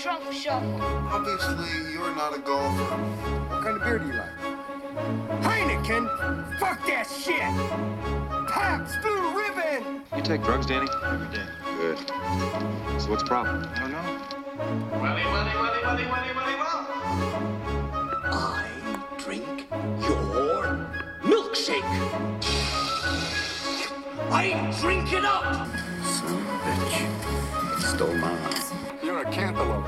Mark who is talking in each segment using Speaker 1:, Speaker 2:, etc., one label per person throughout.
Speaker 1: shovel.
Speaker 2: Obviously, you're not a golfer.
Speaker 3: What kind of beer do you like? Heineken? Fuck that shit! Pabst Blue Ribbon!
Speaker 4: You take drugs, Danny? Every day.
Speaker 2: Good.
Speaker 4: So what's the problem? I don't know.
Speaker 5: Willy, willy, willy, willy, willy, willy, willy.
Speaker 6: I drink your milkshake. I drink it up.
Speaker 7: Son of a bitch. Stole my
Speaker 3: You're a cantaloupe.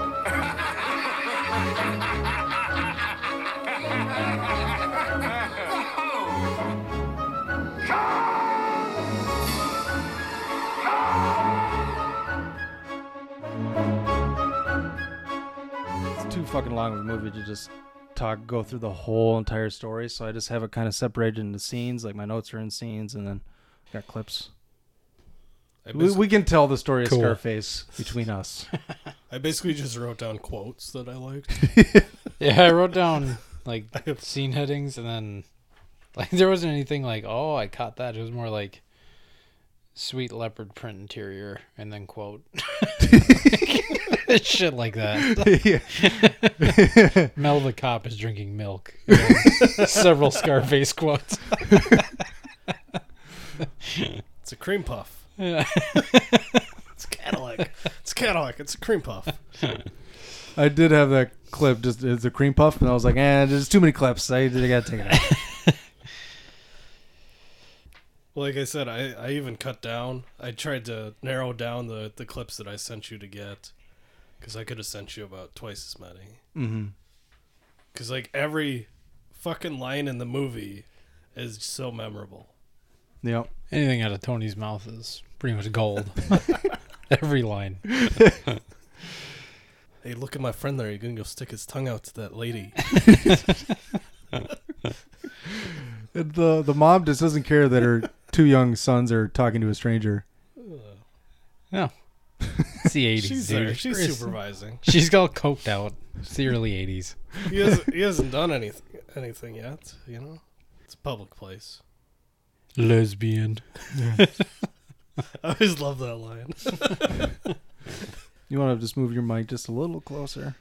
Speaker 8: It's too fucking long of a movie to just talk, go through the whole entire story. So I just have it kind of separated into scenes. Like my notes are in scenes, and then got clips.
Speaker 9: I
Speaker 8: We,
Speaker 9: basically,
Speaker 8: we can tell the story of
Speaker 9: Cool.
Speaker 8: Scarface between us.
Speaker 9: I basically just wrote down quotes that I liked.
Speaker 10: Yeah, I wrote down like scene headings, and then like there wasn't anything like, oh, I caught that. It was more like sweet leopard print interior, and then quote shit like that. Mel the cop is drinking milk. Several Scarface quotes.
Speaker 9: It's a cream puff.
Speaker 10: Yeah.
Speaker 9: It's Cadillac. It's Cadillac. It's a cream puff.
Speaker 8: I did have that clip, just it's a cream puff, and I was like, eh, there's too many clips. I, I gotta take it out.
Speaker 9: Like I said, I, I even cut down. I tried to narrow down the, the clips that I sent you to get because I could have sent you about twice as many.
Speaker 8: mm-hmm.
Speaker 9: Because, like, every fucking line in the movie is so memorable.
Speaker 8: Yep.
Speaker 10: Anything out of Tony's mouth is pretty much gold. Every line.
Speaker 9: Hey, look at my friend there. He's going to go stick his tongue out to that lady.
Speaker 8: And The the mom just doesn't care that her two young sons are talking to a stranger.
Speaker 10: No. It's the 80s,
Speaker 9: She's
Speaker 10: dude.
Speaker 9: there. She's
Speaker 10: It's-
Speaker 9: supervising.
Speaker 10: She's all coked out. It's the early 80s.
Speaker 9: He hasn't, he hasn't done anything, anything yet, you know? It's a public place.
Speaker 10: Lesbian.
Speaker 9: I always love that line.
Speaker 8: You want to just move your mic just a little closer.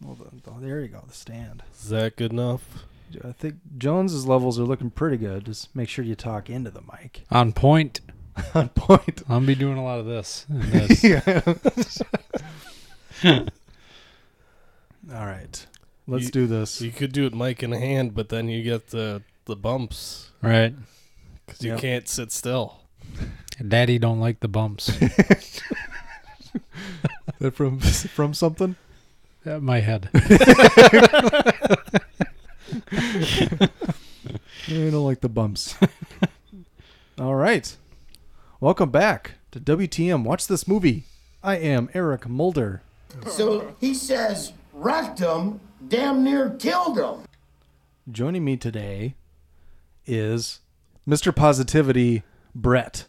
Speaker 8: Well, the, the- there you go, the stand.
Speaker 9: Is that good enough?
Speaker 8: I think Jones's levels are looking pretty good. Just make sure you talk into the mic.
Speaker 10: On point.
Speaker 8: On point.
Speaker 10: I'm be doing a lot of this. and this.
Speaker 8: yeah. All right. Let's
Speaker 9: You-
Speaker 8: do this.
Speaker 9: You could do it mic in hand, but then you get the, the bumps.
Speaker 10: Right.
Speaker 9: Because you
Speaker 8: Yep.
Speaker 9: can't sit still.
Speaker 10: Daddy don't like the bumps.
Speaker 8: That from from something?
Speaker 10: At my head.
Speaker 8: I don't like the bumps. All right. Welcome back to WTM. Watch this movie. I am Eric Mulder.
Speaker 7: So he says, wrecked him, damn near killed him.
Speaker 8: Joining me today is Mr. Positivity, Brett.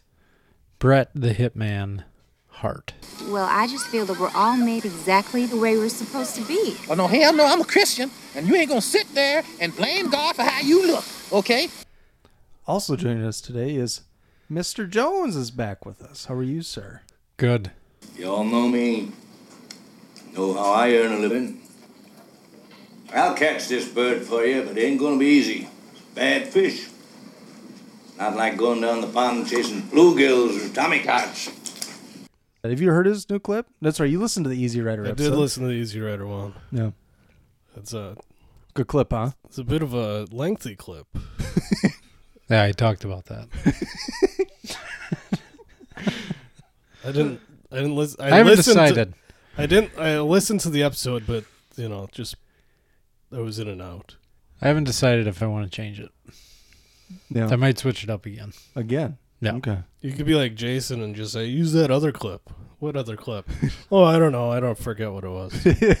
Speaker 10: Brett the Hitman Hart.
Speaker 1: Well, I just feel that we're all made exactly the way we're supposed to be.
Speaker 7: Oh, no, hell no, I'm a Christian, and you ain't gonna sit there and blame God for how you look, okay?
Speaker 8: Also joining us today is Mr. Jones is back with us. How are you, sir?
Speaker 10: Good.
Speaker 6: Y'all know me. Know how I earn a living. I'll catch this bird for you, but it ain't gonna be easy. Bad fish. Not like going down the pond chasing bluegills or tommy tommycots.
Speaker 8: Have you heard his new clip? That's right. You listened to the Easy Rider
Speaker 9: I
Speaker 8: episode.
Speaker 9: did listen to the Easy Rider one.
Speaker 8: Yeah.
Speaker 9: It's a
Speaker 8: Good clip, huh?
Speaker 9: it's a bit of a lengthy clip.
Speaker 10: Yeah, I talked about that.
Speaker 9: I didn't I didn't listen. I,
Speaker 10: I, haven't
Speaker 9: listened to-
Speaker 10: decided.
Speaker 9: I didn't. I listened to the episode, but you know, just I was in and out.
Speaker 10: I haven't decided if I want to change it.
Speaker 8: Yeah.
Speaker 10: I might switch it up again.
Speaker 8: Again.
Speaker 10: Yeah.
Speaker 8: Okay.
Speaker 9: You could be like Jason and just say, "Use that other clip." What other clip? oh, I don't know. I don't forget what it was.
Speaker 8: It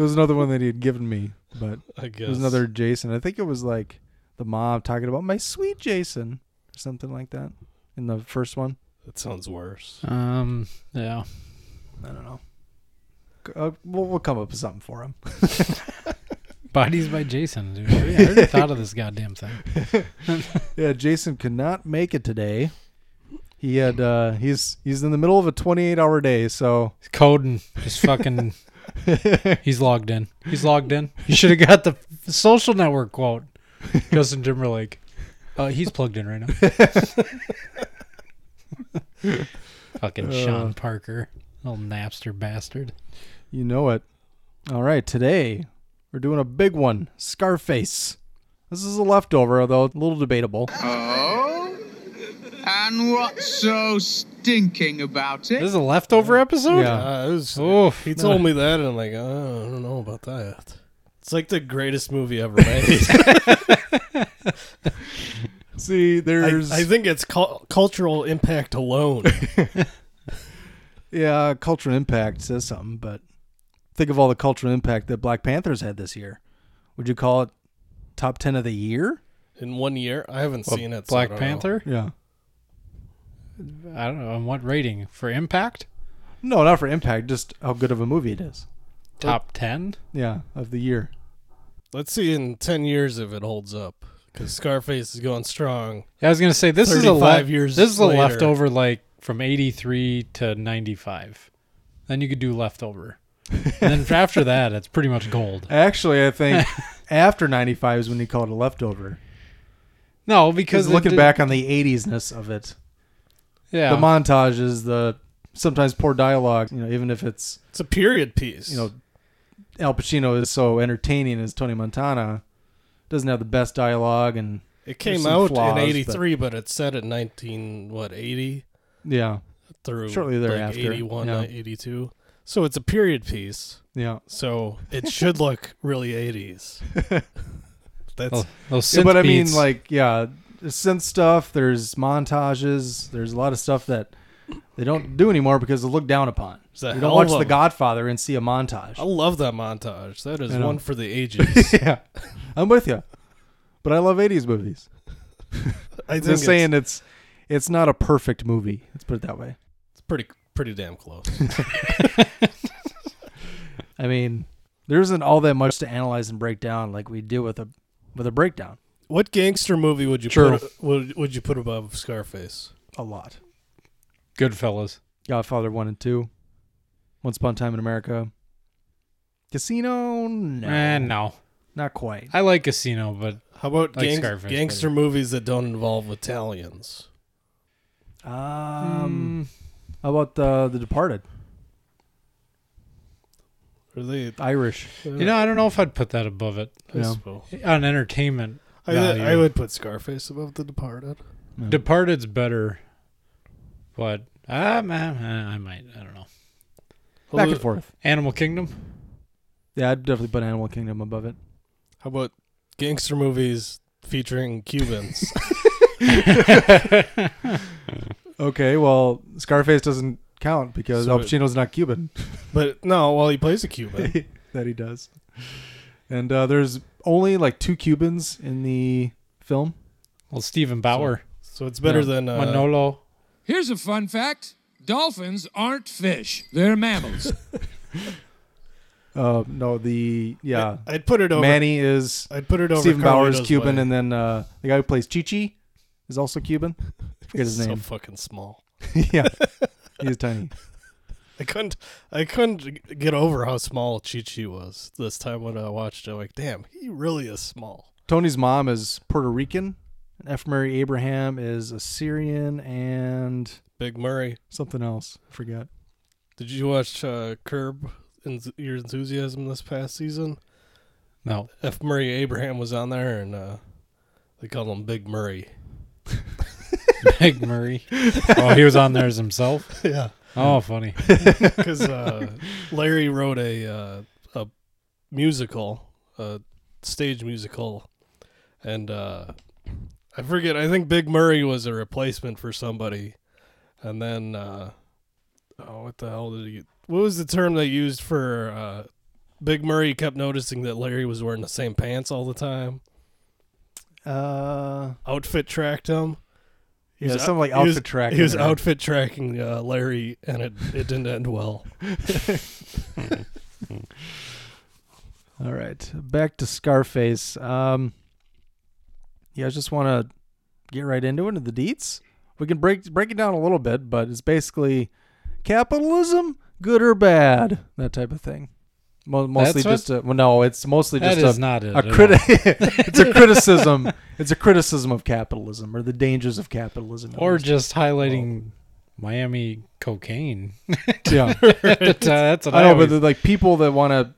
Speaker 8: was another one that he had given me, but
Speaker 9: I guess
Speaker 8: it was another Jason. I think it was like the mom talking about my sweet Jason or something like that in the first one.
Speaker 9: That sounds worse.
Speaker 10: Um. Yeah.
Speaker 8: I don't know. Uh, we'll, we'll come up with something for him.
Speaker 10: Bodies by Jason, dude. I already thought of this goddamn thing.
Speaker 8: Yeah, Jason could not make it today. He had uh, he's he's in the middle of a 28 hour day, so
Speaker 10: He's coding. He's fucking. he's logged in. He's logged in. You should have got the f- social network quote. Justin Timberlake. Uh, he's plugged in right now. fucking Sean Parker. Little Napster bastard.
Speaker 8: you know it. All right, today we're doing a big one, Scarface. This is a leftover, although a little debatable.
Speaker 11: And what's so stinking about
Speaker 10: This is a leftover episode?
Speaker 8: Yeah.
Speaker 9: Uh, it was,
Speaker 8: Oh.
Speaker 10: Oof.
Speaker 9: he told me that, and I'm like, oh, I don't know about that. It's like the greatest movie ever made.
Speaker 8: See,
Speaker 9: I,
Speaker 8: there's
Speaker 9: I think it's cul- cultural impact alone.
Speaker 8: yeah, cultural impact says something, but think of all the cultural impact that Black Panthers had this year. Would you call it top 10 of the year?
Speaker 9: In one year, I haven't
Speaker 10: Well,
Speaker 9: seen it. so I
Speaker 10: Black
Speaker 9: don't know.
Speaker 10: Panther?
Speaker 8: Yeah.
Speaker 10: I don't know. On what rating? For impact?
Speaker 8: No, not for impact, just how good of a movie it is.
Speaker 10: Top 10?
Speaker 8: Yeah, of the year.
Speaker 9: Let's see in ten years if it holds up. Because Scarface is going strong.
Speaker 10: Yeah, I was gonna say this is a
Speaker 9: 35
Speaker 10: left.
Speaker 9: years
Speaker 10: this is a
Speaker 9: later.
Speaker 10: leftover like from eighty three to ninety five. Then you could do leftover. and then for after that, it's pretty much gold.
Speaker 8: Actually, I think after 95 is when you call it a leftover.
Speaker 10: No,
Speaker 8: Because
Speaker 10: because it
Speaker 8: looking
Speaker 10: did-
Speaker 8: back on the 80s-ness of it,
Speaker 10: yeah,
Speaker 8: the montages, the sometimes poor dialogue, you know, even if it's
Speaker 9: It's a period piece.
Speaker 8: you know, Al Pacino is so entertaining as Tony Montana, doesn't have the best dialogue, and
Speaker 9: it
Speaker 8: there's
Speaker 9: came
Speaker 8: some
Speaker 9: out
Speaker 8: flaws,
Speaker 9: in
Speaker 8: but-
Speaker 9: '83, but... it's set at 19 what 80
Speaker 8: yeah,
Speaker 9: through
Speaker 8: Shortly thereafter,
Speaker 9: like 81,
Speaker 8: yeah.
Speaker 9: uh, 82. So it's a period piece.
Speaker 8: yeah.
Speaker 9: So it should look really 80s. That's
Speaker 8: Oh.
Speaker 10: those, those
Speaker 8: yeah but
Speaker 10: synth
Speaker 8: I mean,
Speaker 10: beats.
Speaker 8: like, yeah, there's synth stuff. There's montages. There's a lot of stuff that they don't do anymore because they look down upon.
Speaker 9: It's a hell
Speaker 8: you don't watch
Speaker 9: of a-
Speaker 8: The Godfather and see a montage.
Speaker 9: I love that montage. That is
Speaker 8: know.
Speaker 9: one for the ages.
Speaker 8: yeah, I'm with you, but I love '80s movies.
Speaker 9: I think
Speaker 8: I'm just saying it's it's not a perfect movie. Let's put it that way.
Speaker 9: it's pretty pretty damn close.
Speaker 8: I mean, there isn't all that much to analyze and break down like we do with a with a breakdown.
Speaker 9: what gangster movie would you
Speaker 10: Sure.
Speaker 9: put would, would you put above Scarface?
Speaker 8: A lot.
Speaker 10: Goodfellas.
Speaker 8: Godfather one and two. Once upon a time in America. Casino? Eh, No,
Speaker 10: And Eh, no,
Speaker 8: not quite.
Speaker 10: I like Casino, but
Speaker 9: How about
Speaker 10: Like
Speaker 9: gang-
Speaker 10: Scarface
Speaker 9: gangster
Speaker 10: better.
Speaker 9: movies that don't involve Italians?
Speaker 10: mm,
Speaker 8: Um, how about uh, the the Departed?
Speaker 9: Are they? uh,
Speaker 8: Irish.
Speaker 10: you know, I don't know if I'd put that above it
Speaker 9: I,
Speaker 8: yeah.
Speaker 9: suppose.
Speaker 10: on entertainment.
Speaker 9: I,
Speaker 10: value.
Speaker 9: I would put Scarface above The Departed.
Speaker 10: Departed's better, but ah, man, I might. I don't know.
Speaker 8: Back and forth.
Speaker 10: Animal Kingdom.
Speaker 8: Yeah, I'd definitely put Animal Kingdom above it.
Speaker 9: How about gangster movies featuring Cubans?
Speaker 8: Okay, well, Scarface doesn't count because
Speaker 9: So
Speaker 8: Al
Speaker 9: it-
Speaker 8: Pacino's not Cuban.
Speaker 9: but no, well, he plays a Cuban.
Speaker 8: that he does. And uh, there's only like two Cubans in the film.
Speaker 10: Well, Stephen Bauer,
Speaker 9: So it's better than uh,
Speaker 10: Manolo.
Speaker 3: Here's a fun fact dolphins aren't fish, they're mammals.
Speaker 8: Uh, no, the yeah,
Speaker 9: I'd put it over.
Speaker 8: Manny is
Speaker 9: I'd put it over.
Speaker 8: Stephen Bauer is
Speaker 9: Carlito's
Speaker 8: Cuban,
Speaker 9: Way.
Speaker 8: and then uh, the guy who plays Chichi is also Cuban. I forget his
Speaker 9: so
Speaker 8: name.
Speaker 9: fucking small.
Speaker 8: yeah, he's tiny.
Speaker 9: I couldn't. I couldn't get over how small Chi Chi was this time when I watched it. I'm like, damn, he really is small.
Speaker 8: Tony's mom is Puerto Rican. and F. Murray Abraham is Assyrian and
Speaker 9: Big Murray,
Speaker 8: something else. I forgot.
Speaker 9: did you watch uh, Curb and Your Enthusiasm this past season?
Speaker 10: No,
Speaker 9: F. Murray Abraham was on there, and uh, they called him Big Murray.
Speaker 10: Meg Murray. Oh, he was on there as himself.
Speaker 9: Yeah,
Speaker 10: Oh, funny.
Speaker 9: because uh, Larry wrote a uh, a musical, a stage musical, and uh, I forget. I think Big Murray was a replacement for somebody, and then uh, oh, what the hell did he? What was the term they used for uh, Big Murray? Kept noticing that Larry was wearing the same pants all the time.
Speaker 8: Uh,
Speaker 9: Outfit tracked him. He
Speaker 8: Yeah,
Speaker 9: was-
Speaker 8: something like
Speaker 9: he was-
Speaker 8: outfit tracking
Speaker 9: He was
Speaker 8: or-
Speaker 9: outfit tracking uh, Larry, and it, it didn't end well.
Speaker 8: all right, back to Scarface. Um, you guys just want to get right into it, into the deets. We can break break it down a little bit, but it's basically capitalism, good or bad, that type of thing. Mo- Mostly
Speaker 10: That's what-
Speaker 8: just a well, no, it's mostly
Speaker 10: That
Speaker 8: just
Speaker 10: is
Speaker 8: a,
Speaker 10: not it
Speaker 8: a
Speaker 10: at all.
Speaker 8: criti- It's a criticism. It's a criticism of capitalism or the dangers of capitalism.
Speaker 10: Or just highlighting Miami cocaine.
Speaker 8: yeah,
Speaker 10: That's, uh, that's what I,
Speaker 8: I know,
Speaker 10: always,
Speaker 8: but like people that want to,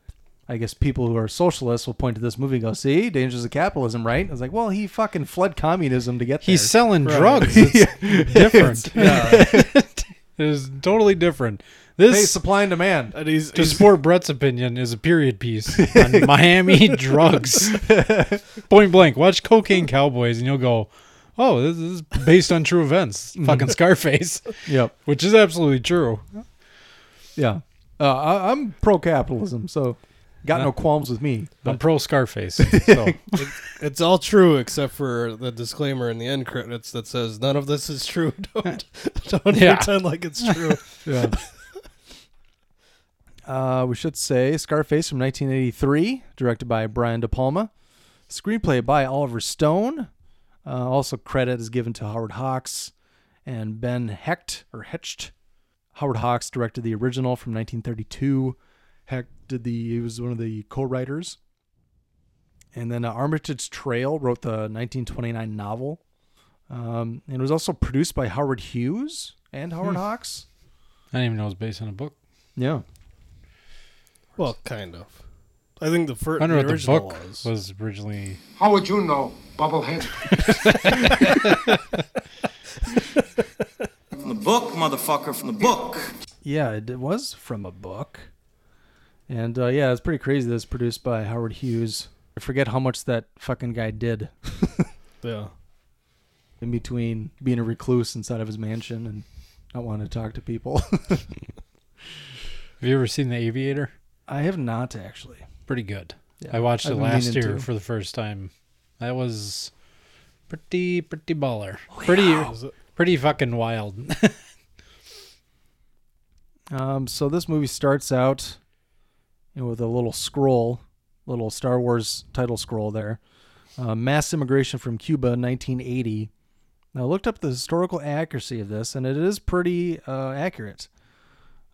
Speaker 8: I guess people who are socialists will point to this movie and go, "See, dangers of capitalism, right?" It's like, well, he fucking fled communism to get
Speaker 10: He's
Speaker 8: there.
Speaker 10: selling drugs. It's different. it is totally different. This
Speaker 8: Hey, supply and demand.
Speaker 9: And he's,
Speaker 10: to support Brett's opinion is a period piece on Miami drugs. Point blank. Watch Cocaine Cowboys and you'll go, "Oh, this is based on true events." Fucking Scarface.
Speaker 8: Yep.
Speaker 10: Which is absolutely true.
Speaker 8: Yeah, uh, I, I'm pro-capitalism, so got
Speaker 10: Yeah.
Speaker 8: no qualms with me.
Speaker 10: I'm pro Scarface. So
Speaker 9: It's all true except for the disclaimer in the end credits that says none of this is true. Don't don't
Speaker 10: Yeah.
Speaker 9: pretend like it's true.
Speaker 8: Yeah. uh, we should say Scarface from 1983, directed by Brian De Palma. Screenplay by Oliver Stone. Uh, also, credit is given to Howard Hawks and Ben Hecht or Hecht. Howard Hawks directed the original from 1932. Hecht did the he was one of the co-writers. And then uh, Armitage Trail wrote the 1929 novel. Um, and it was also produced by Howard Hughes and Howard Hawks.
Speaker 10: I didn't even know it was based on a book.
Speaker 8: Yeah.
Speaker 9: Well, kind of. I think the
Speaker 10: I
Speaker 9: first
Speaker 10: wonder
Speaker 9: the
Speaker 10: what the
Speaker 9: original
Speaker 10: book
Speaker 9: was.
Speaker 10: was, originally.
Speaker 3: How would you know, Bubblehead?
Speaker 12: From the book, motherfucker, from the book.
Speaker 8: Yeah, it it was from a book. And uh, yeah, it's pretty crazy that it's produced by Howard Hughes. I forget how much that fucking guy did
Speaker 9: Yeah.
Speaker 8: in between being a recluse inside of his mansion and not wanting to talk to people.
Speaker 10: Have you ever seen The Aviator?
Speaker 8: I have not actually.
Speaker 10: Pretty good.
Speaker 8: Yeah,
Speaker 10: I watched
Speaker 8: I've
Speaker 10: it
Speaker 8: been
Speaker 10: last
Speaker 8: meaning
Speaker 10: year
Speaker 8: to.
Speaker 10: for the first time. That was pretty pretty baller.
Speaker 8: Oh,
Speaker 10: pretty pretty fucking wild.
Speaker 8: Um, so this movie starts out you know, with a little scroll, little Star Wars title scroll there. Uh, mass immigration from Cuba, 1980. Now I looked up the historical accuracy of this, and it is pretty uh, accurate.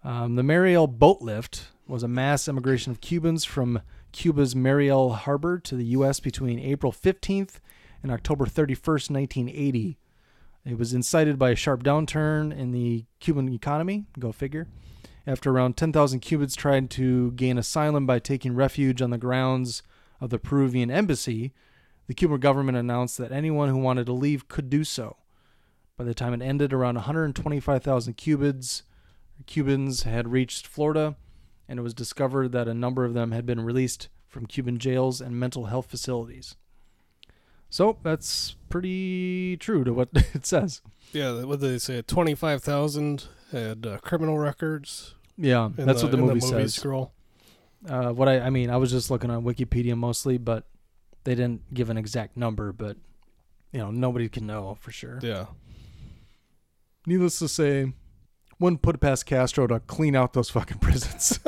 Speaker 8: Um, the Mariel boatlift was a mass immigration of Cubans from Cuba's Mariel Harbor to the U.S. between April 15th and October 31st, 1980. It was incited by a sharp downturn in the Cuban economy. Go figure. After around 10,000 Cubans tried to gain asylum by taking refuge on the grounds of the Peruvian embassy, the Cuban government announced that anyone who wanted to leave could do so. By the time it ended, around 125,000 Cubans, Cubans had reached Florida, and it was discovered that a number of them had been released from Cuban jails and mental health facilities. So that's pretty true to what it says.
Speaker 9: Yeah, th- what did they say? 25,000 had uh, criminal records.
Speaker 8: Yeah,
Speaker 9: in
Speaker 8: that's what the
Speaker 9: in
Speaker 8: movie says.
Speaker 9: Scroll.
Speaker 8: uh, what I, I mean, I was just looking on Wikipedia mostly, but they didn't give an exact number, but you know, nobody can know for sure.
Speaker 9: Yeah.
Speaker 8: Needless to say, wouldn't put it past Castro to clean out those fucking prisons.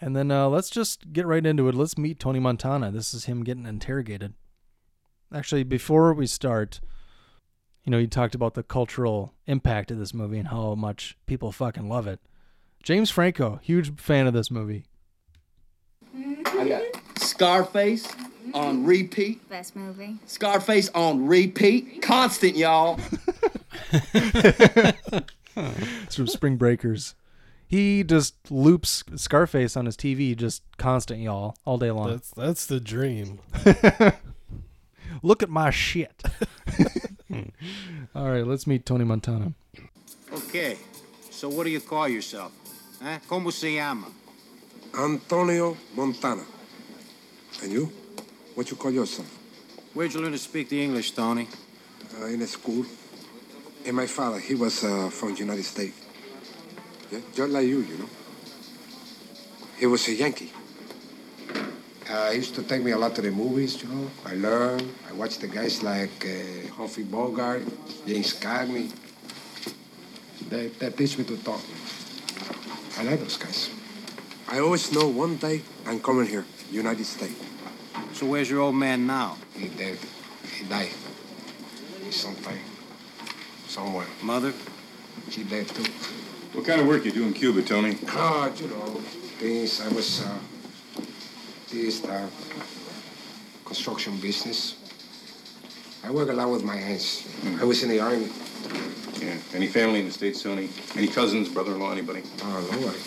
Speaker 8: and then uh, let's just get right into it. Let's meet Tony Montana. This is him getting interrogated. Actually, before we start, you know, you talked about the cultural impact of this movie and how much people fucking love it. James Franco, huge fan of this movie.
Speaker 13: I got Scarface on repeat.
Speaker 1: Best movie.
Speaker 13: Scarface on repeat. Constant, y'all.
Speaker 8: it's from Spring Breakers. He just loops Scarface on his TV, just constant, y'all, all day long.
Speaker 9: That's that's the dream.
Speaker 8: Look at my shit. Hmm. all right, let's meet Tony Montana.
Speaker 14: Okay, so what do you call yourself? Huh? Como se llama?
Speaker 15: Antonio Montana. And you? What you call yourself?
Speaker 14: Where'd you learn to speak the English, Tony?
Speaker 15: Uh, in a school. And my father, he was uh, from United States. Yeah, just like you, you know. He was a Yankee. Uh, he used to take me a lot to the movies, you know. I learned. I watched the guys like uh, Humphrey Bogart, James Cagney. They, they teach me to talk. I like those guys. I always know one day I'm coming here, United States.
Speaker 14: So where's your old man now?
Speaker 15: He dead. He died. He's something. Somewhere.
Speaker 14: Mother?
Speaker 15: She dead too.
Speaker 16: What kind of work you do in Cuba, Tony?
Speaker 15: Ah, you know, things I was uh this the construction business. I work a lot with my hands. I was in the army.
Speaker 16: Yeah. Any family in the States, Tony? Any cousins, brother-in-law, anybody?
Speaker 15: Oh, nobody.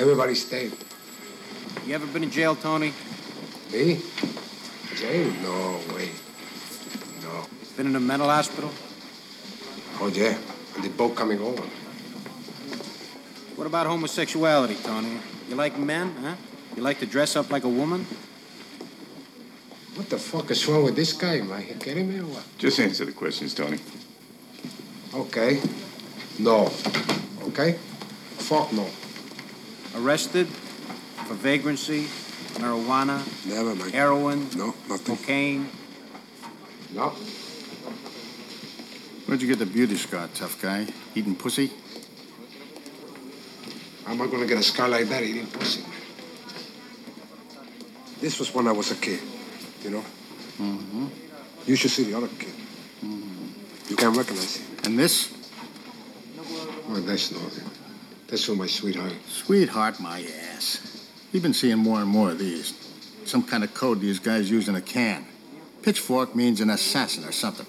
Speaker 15: Everybody stayed.
Speaker 14: You ever been in jail, Tony?
Speaker 15: Me? Jail? No way. No.
Speaker 14: Been in a mental hospital?
Speaker 15: Oh yeah. And the boat coming over.
Speaker 14: What about homosexuality, Tony? You like men, huh? You like to dress up like a woman?
Speaker 15: What the fuck is wrong with this guy, man? You kidding me or what?
Speaker 16: Just answer the questions, Tony.
Speaker 15: Okay. No. Okay? Fuck no.
Speaker 14: Arrested for vagrancy, marijuana,
Speaker 15: Never mind.
Speaker 14: heroin,
Speaker 15: No, nothing.
Speaker 14: cocaine.
Speaker 15: No.
Speaker 2: Where'd you get the beauty scar, tough guy? Eating pussy?
Speaker 15: How am I gonna get a scar like that eating pussy? This was when I was a kid, you know?
Speaker 2: Mm-hmm.
Speaker 15: You should see the other kid. You can't recognize him.
Speaker 2: And this?
Speaker 15: Well, that's not it. That's for my sweetheart.
Speaker 2: Sweetheart, my ass. We've been seeing more and more of these. Some kind of code these guys use in a can. Pitchfork means an assassin or something.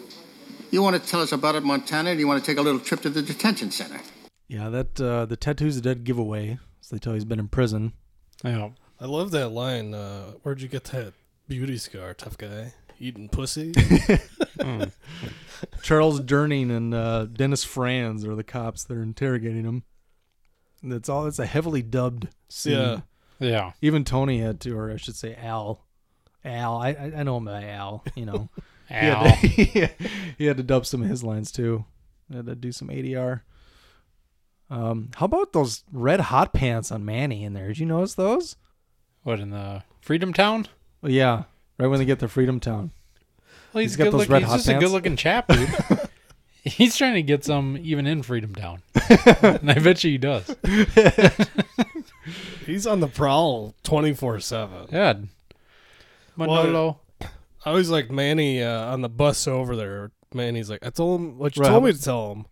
Speaker 2: You want to tell us about it, Montana? Do you want to take a little trip to the detention center?
Speaker 8: Yeah, that uh, the tattoo's a dead giveaway. So they tell you he's been in prison.
Speaker 10: Yeah.
Speaker 9: I love that line. Uh, where'd you get that beauty scar, tough guy? Eating pussy?
Speaker 8: Charles Durning and uh, Dennis Franz are the cops that are interrogating him. And That's all. That's a heavily dubbed scene.
Speaker 9: Yeah.
Speaker 10: Yeah.
Speaker 8: Even Tony had to, or I should say, Al. Al, I I I know him by Al. You know,
Speaker 10: Al.
Speaker 8: He had, to, he had to dub some of his lines too. Had to do some ADR. Um, how about those red hot pants on Manny in there? Did you notice those?
Speaker 10: What in the Freedom Town?
Speaker 8: Well, yeah, right when they get to Freedom Town.
Speaker 10: Well, he's,
Speaker 8: He's got
Speaker 10: good
Speaker 8: those
Speaker 10: looking.
Speaker 8: red
Speaker 10: He's
Speaker 8: hot
Speaker 10: just a
Speaker 8: pants.
Speaker 10: good looking chap, dude. he's trying to get some even in Freedom Town, and I bet you he does.
Speaker 9: He's on the prowl 24 7.
Speaker 10: Yeah. Manolo.
Speaker 9: I was like Manny uh, on the bus over there. Manny's like, I told him what you
Speaker 15: Right.
Speaker 9: told me to tell him.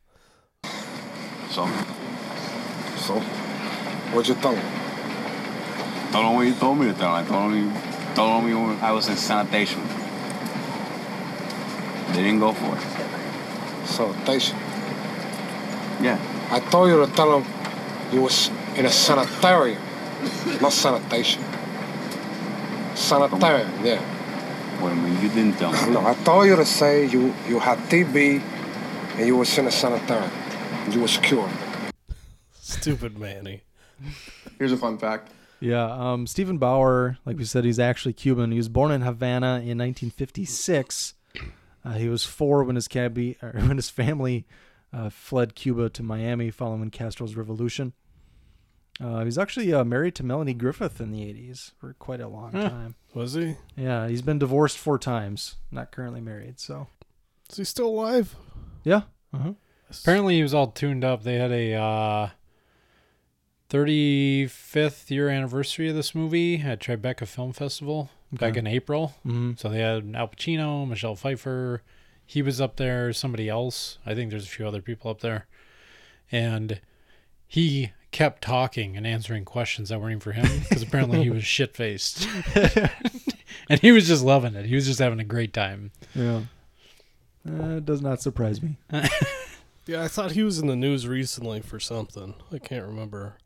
Speaker 15: So? So? What'd you tell him?
Speaker 17: Told him what you told me to tell him. I told him, told him you- I was in sanitation. They didn't go for it.
Speaker 15: So, Tyson.
Speaker 17: Yeah.
Speaker 15: I told you to tell him you was in a sanitarium. Not sanitation. Sanitarium, yeah.
Speaker 17: Wait a minute, you didn't tell me.
Speaker 15: No, I told you to say you, you had TB and you was in a sanitarium. You was cured.
Speaker 9: Stupid Manny.
Speaker 16: Here's a fun fact.
Speaker 8: Yeah, um, Stephen Bauer, like we said, he's actually Cuban. He was born in Havana in 1956. Uh, he was four when his cabby, or when his family uh, fled Cuba to Miami following Castro's revolution. Uh, he was actually uh, married to Melanie Griffith in the 80s for quite a long
Speaker 9: Huh.
Speaker 8: time.
Speaker 9: Was he?
Speaker 8: Yeah, he's been divorced four times, not currently married. So,
Speaker 9: Is he still alive?
Speaker 8: yeah. Uh-huh.
Speaker 10: Apparently, he was all tuned up. They had a uh, 35th year anniversary of this movie at Tribeca Film Festival back
Speaker 8: Okay.
Speaker 10: in April.
Speaker 8: Mhm.
Speaker 10: So they had Al Pacino, Michelle Pfeiffer. He was up there, somebody else. I think there's a few other people up there. And he kept talking and answering questions that weren't even for him because apparently he was shit faced. and he was just loving it. He was just having a great time.
Speaker 8: Yeah. Uh, it does not surprise me.
Speaker 9: Yeah, I thought he was in the news recently for something. I can't remember.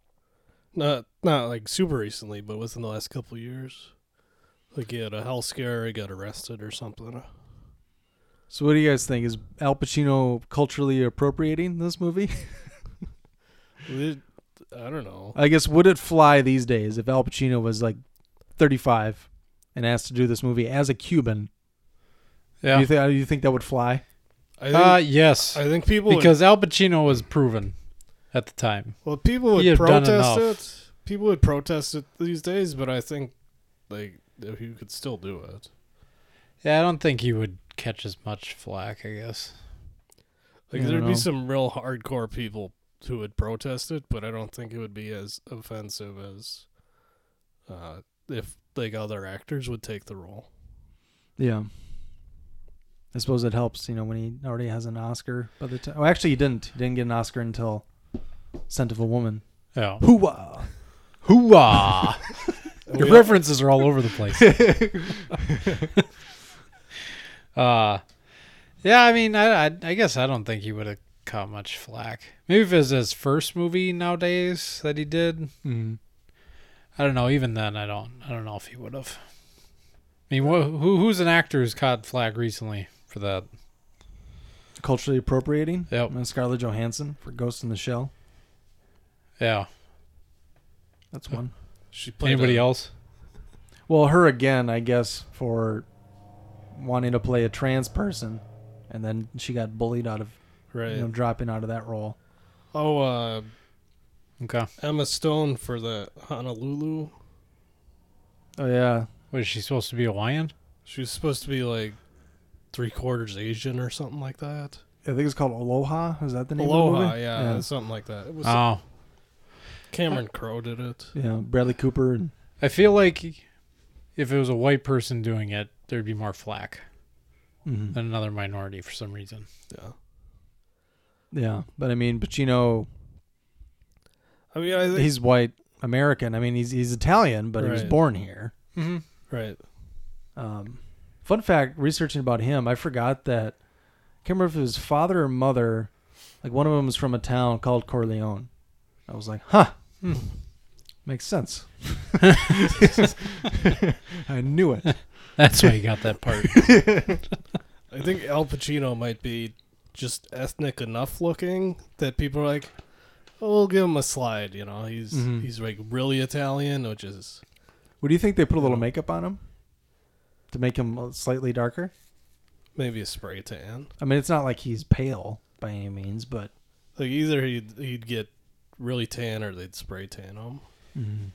Speaker 9: Not not like super recently, but within the last couple of years. Like he had a health scare, he got arrested or something.
Speaker 8: So, what do you guys think? Is Al Pacino culturally appropriating this movie?
Speaker 9: I don't know.
Speaker 8: I guess would it fly these days if Al Pacino was like 35 and asked to do this movie as a Cuban?
Speaker 10: Yeah.
Speaker 8: Do you, th- do you think that would fly?
Speaker 9: I
Speaker 10: uh, yes.
Speaker 9: I think people would-
Speaker 10: because Al Pacino was proven at the time.
Speaker 9: Well, people
Speaker 10: He
Speaker 9: would
Speaker 10: had done
Speaker 9: protest
Speaker 10: enough.
Speaker 9: it. People would protest it these days, but I think like if you could still do it.
Speaker 10: Yeah, I don't think he would catch as much flack. I guess.
Speaker 9: Like
Speaker 10: I
Speaker 9: there'd
Speaker 10: don't
Speaker 9: be
Speaker 10: know.
Speaker 9: some real hardcore people who would protest it, but I don't think it would be as offensive as uh, if like other actors would take the role.
Speaker 8: Yeah. I suppose it helps, you know, when he already has an Oscar by the time. Oh, actually, he didn't. He didn't get an Oscar until Scent of a Woman.
Speaker 10: Yeah.
Speaker 8: Hooah.
Speaker 10: Hooah. Your references are all over the place. uh, yeah, I mean, I, I, I guess I don't think he would have caught much flack. Maybe if it was his first movie nowadays that he did.
Speaker 8: Mhm.
Speaker 10: I don't know. Even then, I don't. I don't know if he would have. I mean, wh- who who's an actor who's caught flack recently for that?
Speaker 8: Culturally appropriating.
Speaker 10: Yep.
Speaker 8: And Scarlett Johansson for Ghost in the Shell.
Speaker 10: Yeah.
Speaker 8: That's one.
Speaker 9: She played
Speaker 10: Anybody
Speaker 9: a-
Speaker 10: else?
Speaker 8: Well, her again, I guess, for wanting to play a trans person, and then she got bullied out of,
Speaker 9: Right.
Speaker 8: you know, dropping out of that role.
Speaker 9: Oh, uh,
Speaker 10: okay.
Speaker 9: Emma Stone for the Honolulu.
Speaker 8: Oh yeah.
Speaker 10: Was she supposed to be Hawaiian?
Speaker 9: She was supposed to be like three quarters Asian or something like that.
Speaker 8: I think it's called Aloha. Is that the name of the
Speaker 9: Aloha,
Speaker 8: movie?
Speaker 9: yeah, something like that. It was
Speaker 10: Oh.
Speaker 9: Cameron Crowe did it.
Speaker 8: Yeah, Bradley Cooper. And,
Speaker 10: I feel like if it was a white person doing it, there'd be more flack
Speaker 8: Mhm.
Speaker 10: than another minority for some reason.
Speaker 9: Yeah.
Speaker 8: yeah, but I mean, Pacino.
Speaker 9: I mean, I think-
Speaker 8: he's white American. I mean, he's he's Italian, but he was
Speaker 9: Right.
Speaker 8: born here.
Speaker 9: Mhm. Right.
Speaker 8: Um, fun fact: researching about him, I forgot that. I can't remember if it was father or mother. Like one of them was from a town called Corleone. I was like, huh, hmm, makes sense. I knew it.
Speaker 10: That's why you got that part.
Speaker 9: I think Al Pacino might be just ethnic enough looking that people are like, oh, we'll give him a slide. You know, he's
Speaker 10: Mm-hmm.
Speaker 8: Mhm.
Speaker 9: he's like really Italian, which is
Speaker 8: What do you think they put a little makeup on him to make him slightly darker?
Speaker 9: maybe a spray tan.
Speaker 8: I mean, it's not like he's pale by any means, but
Speaker 9: Like either he'd he'd get really tan or they'd spray tan him.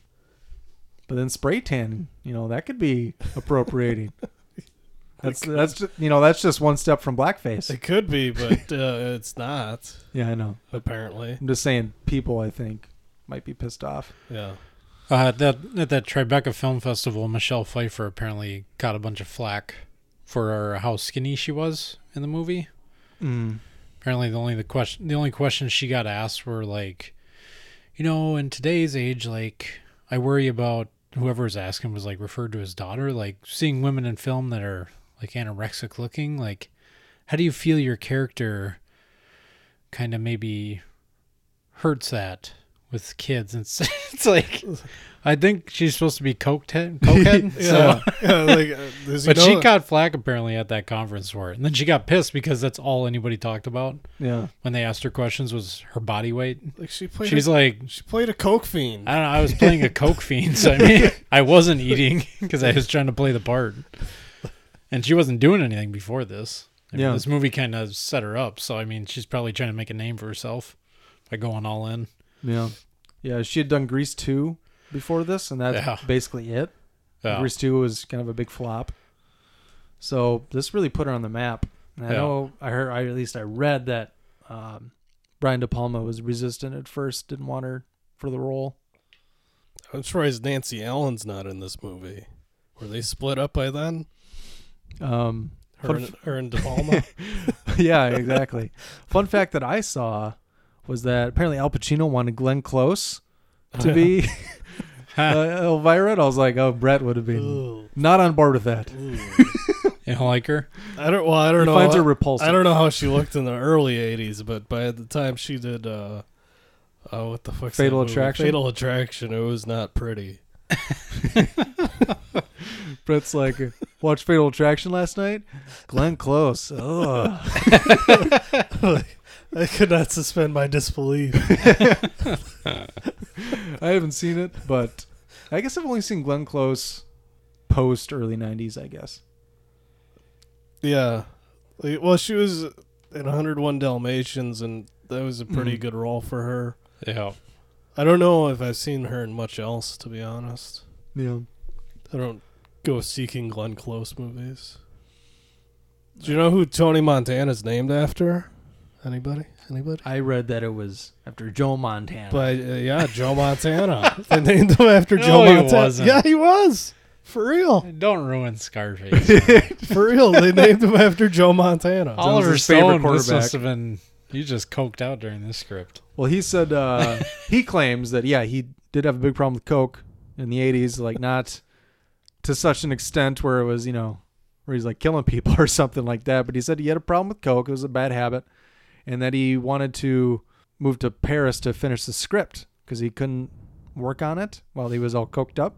Speaker 8: but then spray tan, you know, that could be appropriating. that's that's ju- you know that's just one step from blackface.
Speaker 9: It could be, but uh, it's not.
Speaker 8: Yeah, I know.
Speaker 9: Apparently,
Speaker 8: I'm just saying, people I think might be pissed off.
Speaker 9: yeah.
Speaker 10: Uh, at that at that Tribeca Film Festival, Michelle Pfeiffer apparently got a bunch of flack for how skinny she was in the movie.
Speaker 8: Mm.
Speaker 10: Apparently, the only the question the only questions she got asked were like, you know, in today's age, like I worry about whoever was asking was like referred to his daughter, like seeing women in film that are like anorexic looking, like how do you feel your character kind of maybe hurts that with kids and s- it's like I think she's supposed to be coked head, cokehead.
Speaker 9: Yeah.
Speaker 10: so-
Speaker 9: Yeah, like, uh, does he
Speaker 10: but she
Speaker 9: know-
Speaker 10: got flack apparently at that conference for it, and then she got pissed because that's all anybody talked about.
Speaker 8: Yeah.
Speaker 10: when they asked her questions was her body weight.
Speaker 9: Like she played.
Speaker 10: She's
Speaker 9: a-
Speaker 10: like
Speaker 9: she played a coke fiend.
Speaker 10: I don't know. I was playing a coke fiend. So I mean, I wasn't eating because I was trying to play the part, and she wasn't doing anything before this. I mean,
Speaker 8: Yeah.
Speaker 10: this movie kind of set her up. So I mean, she's probably trying to make a name for herself by going all in.
Speaker 8: Yeah, yeah. She had done Grease two before this, and that's
Speaker 10: Yeah.
Speaker 8: basically it.
Speaker 10: Yeah.
Speaker 8: Grease two was kind of a big flop, so this really put her on the map. And I
Speaker 10: Yeah.
Speaker 8: know I heard, I, at least I read that um, Brian De Palma was resistant at first, didn't want her for the role.
Speaker 9: I'm surprised Nancy Allen's not in this movie. Were they split up by then?
Speaker 8: Um,
Speaker 9: Her
Speaker 8: fun
Speaker 9: and-
Speaker 8: f-
Speaker 9: her and De Palma?
Speaker 8: yeah, exactly. Fun fact that I saw was that apparently Al Pacino wanted Glenn Close to be uh, Elvira. And I was like, oh, Brett would have been not on board with that.
Speaker 10: You don't like her?
Speaker 9: I don't. Well, I don't
Speaker 8: He
Speaker 9: know.
Speaker 8: finds
Speaker 9: how-
Speaker 8: her repulsive.
Speaker 9: I don't know how she looked in the early '80s, but by the time she did, uh, oh, what the fuck?
Speaker 8: Fatal Attraction?
Speaker 9: Fatal Attraction. It was not pretty.
Speaker 8: Brett's like, watch Fatal Attraction last night. Glenn Close. Ugh.
Speaker 9: I could not suspend my disbelief.
Speaker 8: I haven't seen it, but I guess I've only seen Glenn Close post early '90s. I guess.
Speaker 9: yeah. Like, Well, she was in 101 Dalmatians, and that was a pretty
Speaker 8: Hmm.
Speaker 10: Mhm.
Speaker 9: good role for her.
Speaker 10: Yeah.
Speaker 9: I don't know if I've seen her in much else, to be honest.
Speaker 8: Yeah.
Speaker 9: I don't go seeking Glenn Close movies. Do you know who Tony Montana's named after? Anybody? Anybody?
Speaker 8: I read that it was after Joe Montana.
Speaker 9: But uh, yeah, Joe Montana. they named him after
Speaker 8: No,
Speaker 9: Joe
Speaker 8: he
Speaker 9: Montana.
Speaker 8: wasn't.
Speaker 9: Yeah, he was. For real.
Speaker 10: Don't ruin Scarface.
Speaker 9: For real, they named him after Joe Montana.
Speaker 10: Oliver
Speaker 9: Jones's favorite
Speaker 10: Stone. This
Speaker 9: quarterback.
Speaker 10: must have been. You just coked out during this script.
Speaker 8: Well, he said uh, he claims that yeah, he did have a big problem with coke in the '80s, like not to such an extent where it was you know where he's like killing people or something like that. But he said he had a problem with coke; it was a bad habit, and that he wanted to move to Paris to finish the script because he couldn't work on it while he was all coked up.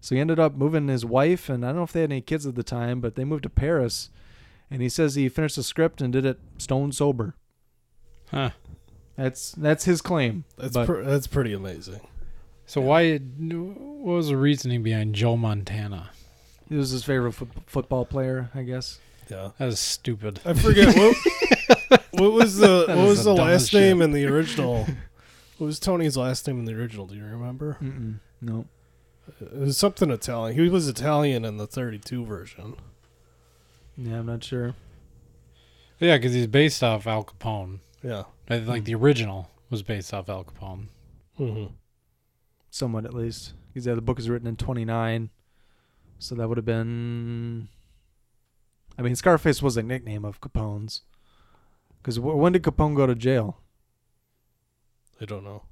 Speaker 8: So he ended up moving his wife, and I don't know if they had any kids at the time, but they moved to Paris. And he says he finished the script and did it stone sober.
Speaker 10: Huh.
Speaker 8: That's that's his claim.
Speaker 9: That's
Speaker 8: but-
Speaker 9: pre- that's pretty amazing.
Speaker 10: So why? What was the reasoning behind Joe Montana?
Speaker 8: He was his favorite fo- football player, I guess.
Speaker 9: Yeah,
Speaker 10: that was stupid.
Speaker 9: I forget what what was the
Speaker 10: That
Speaker 9: what
Speaker 10: is
Speaker 9: was
Speaker 10: the
Speaker 9: the last
Speaker 10: dumbest shit.
Speaker 9: name in the original? Hmm. What was Tony's last name in the original? Do you remember?
Speaker 8: Mm-mm, no.
Speaker 9: It was something Italian. He was Italian in the 32 version.
Speaker 8: Yeah, I'm not sure.
Speaker 10: Yeah, because he's based off Al Capone.
Speaker 9: Yeah.
Speaker 10: I- like
Speaker 9: Hmm.
Speaker 10: the original was based off Al Capone.
Speaker 9: Mm-hmm.
Speaker 8: Somewhat, at least. Because yeah, the book is written in 29, so that would have been. I mean, Scarface was a nickname of Capone's. Because when did Capone go to jail?
Speaker 9: I don't know.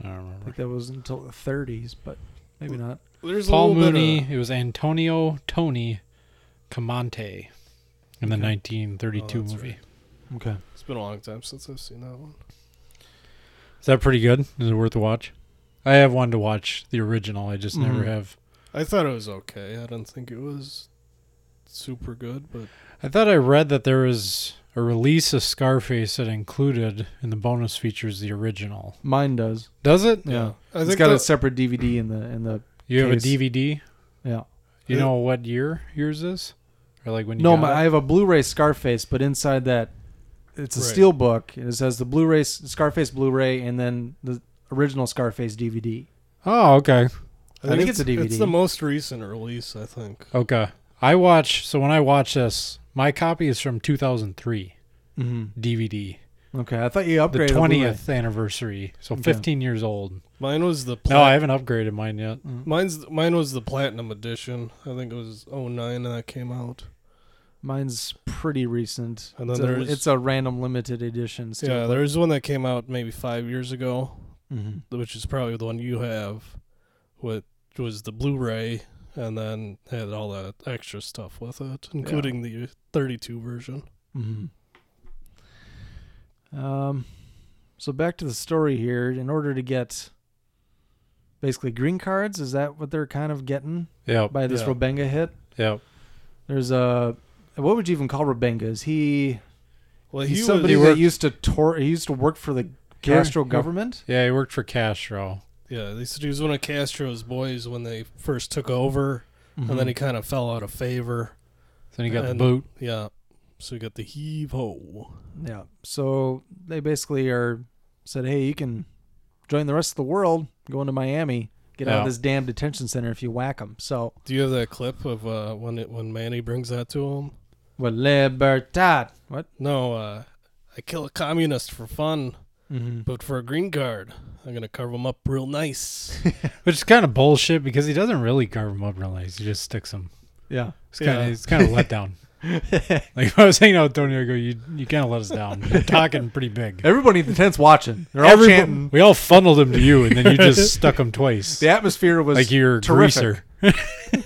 Speaker 10: I don't remember.
Speaker 8: I think that was until the 30s, but maybe not.
Speaker 9: There's
Speaker 10: Paul Mooney. it was Antonio Tony Camonte in the
Speaker 9: Okay.
Speaker 10: 1932
Speaker 9: Oh, that's
Speaker 10: movie.
Speaker 8: Okay.
Speaker 9: It's been a long time since I've seen that one.
Speaker 10: Is that pretty good? Is it worth a watch? I have one to watch the original. I just never
Speaker 9: Mhm.
Speaker 10: have.
Speaker 9: I thought it was okay. I didn't think it was super good, but
Speaker 10: I thought I read that there was a release of Scarface that included in the bonus features the original.
Speaker 8: Mine does.
Speaker 10: Does it?
Speaker 8: Yeah.
Speaker 9: I
Speaker 8: it's
Speaker 9: think
Speaker 8: got a
Speaker 9: that-
Speaker 8: separate DVD in the in the.
Speaker 10: You have a
Speaker 8: case.
Speaker 10: DVD?
Speaker 8: Yeah.
Speaker 10: You know what year yours is? Or like when you
Speaker 8: Uh, No,
Speaker 10: got
Speaker 8: my,
Speaker 10: it?
Speaker 8: I have a Blu-ray Scarface, but inside that, it's a
Speaker 10: Right.
Speaker 8: steel book, and it says the Blu-ray S- Scarface Blu-ray, and then the original Scarface DVD.
Speaker 10: Oh, okay.
Speaker 8: I think it's a DVD.
Speaker 9: It's the most recent release, I think.
Speaker 10: Okay. I watch. So when I watch this, my copy is from 2003
Speaker 8: Mhm.
Speaker 10: DVD.
Speaker 8: Okay, I thought you upgraded
Speaker 10: the
Speaker 8: the
Speaker 10: 20th anniversary. So
Speaker 8: Okay.
Speaker 10: 15 years old.
Speaker 9: Mine was the
Speaker 10: No,
Speaker 9: plat-
Speaker 10: I haven't upgraded mine yet.
Speaker 8: Mm.
Speaker 9: Mine's mine was the platinum edition. I think it was 09 that came out.
Speaker 8: Mine's pretty recent.
Speaker 9: And then
Speaker 8: it's, a,
Speaker 9: there's-
Speaker 8: it's a random limited edition. Steel
Speaker 9: yeah,
Speaker 8: book.
Speaker 9: there's one that came out maybe five years ago,
Speaker 8: Mhm.
Speaker 9: which is probably the one you have, which was the Blu-ray, and then had all that extra stuff with it, including the 32 version.
Speaker 8: Mm-hmm. Um, so back to the story here. In order to get basically green cards, is that what they're kind of getting?
Speaker 10: Yep.
Speaker 8: By this
Speaker 10: Yeah.
Speaker 8: Robenga hit.
Speaker 10: Yep.
Speaker 8: There's a what would you even call Robenga? Is he?
Speaker 9: Well,
Speaker 8: he's
Speaker 9: he
Speaker 8: somebody
Speaker 9: was-
Speaker 8: that used to tor- he used to work for the Castro
Speaker 10: Yeah.
Speaker 8: government.
Speaker 10: Yeah, he worked for Castro.
Speaker 9: Yeah, they said he was one of Castro's boys when they first took over, and
Speaker 8: Mm-hmm.
Speaker 10: Mhm.
Speaker 9: then he kind of fell out of favor.
Speaker 10: Then he got the
Speaker 9: And-
Speaker 10: boot.
Speaker 9: Yeah, so he got the heave ho.
Speaker 8: Yeah. So they basically are said, hey, you can join the rest of the world, go into Miami, get out
Speaker 9: Yeah.
Speaker 8: of this damn detention center if you whack them. So
Speaker 9: Do you have that clip of uh, when it, when Manny brings that to him?
Speaker 8: well, libertad. What?
Speaker 9: No, uh, I kill a communist for fun,
Speaker 8: Mhm.
Speaker 9: but for a green card, I'm gonna carve him up real nice.
Speaker 10: Which is kind of bullshit because he doesn't really carve him up real nice. He just sticks him.
Speaker 8: Yeah.
Speaker 10: It's kind of
Speaker 9: Yeah.
Speaker 10: it's kind of let down. like if I was hanging out with Tony, I go, you you kind of let us down. You're talking pretty big.
Speaker 8: Everybody in the tent's watching. They're all
Speaker 10: Everybo-
Speaker 8: chanting.
Speaker 10: We all funneled him to you, and then you just stuck him twice.
Speaker 8: The atmosphere was
Speaker 10: like you're a
Speaker 8: terrific.
Speaker 10: greaser.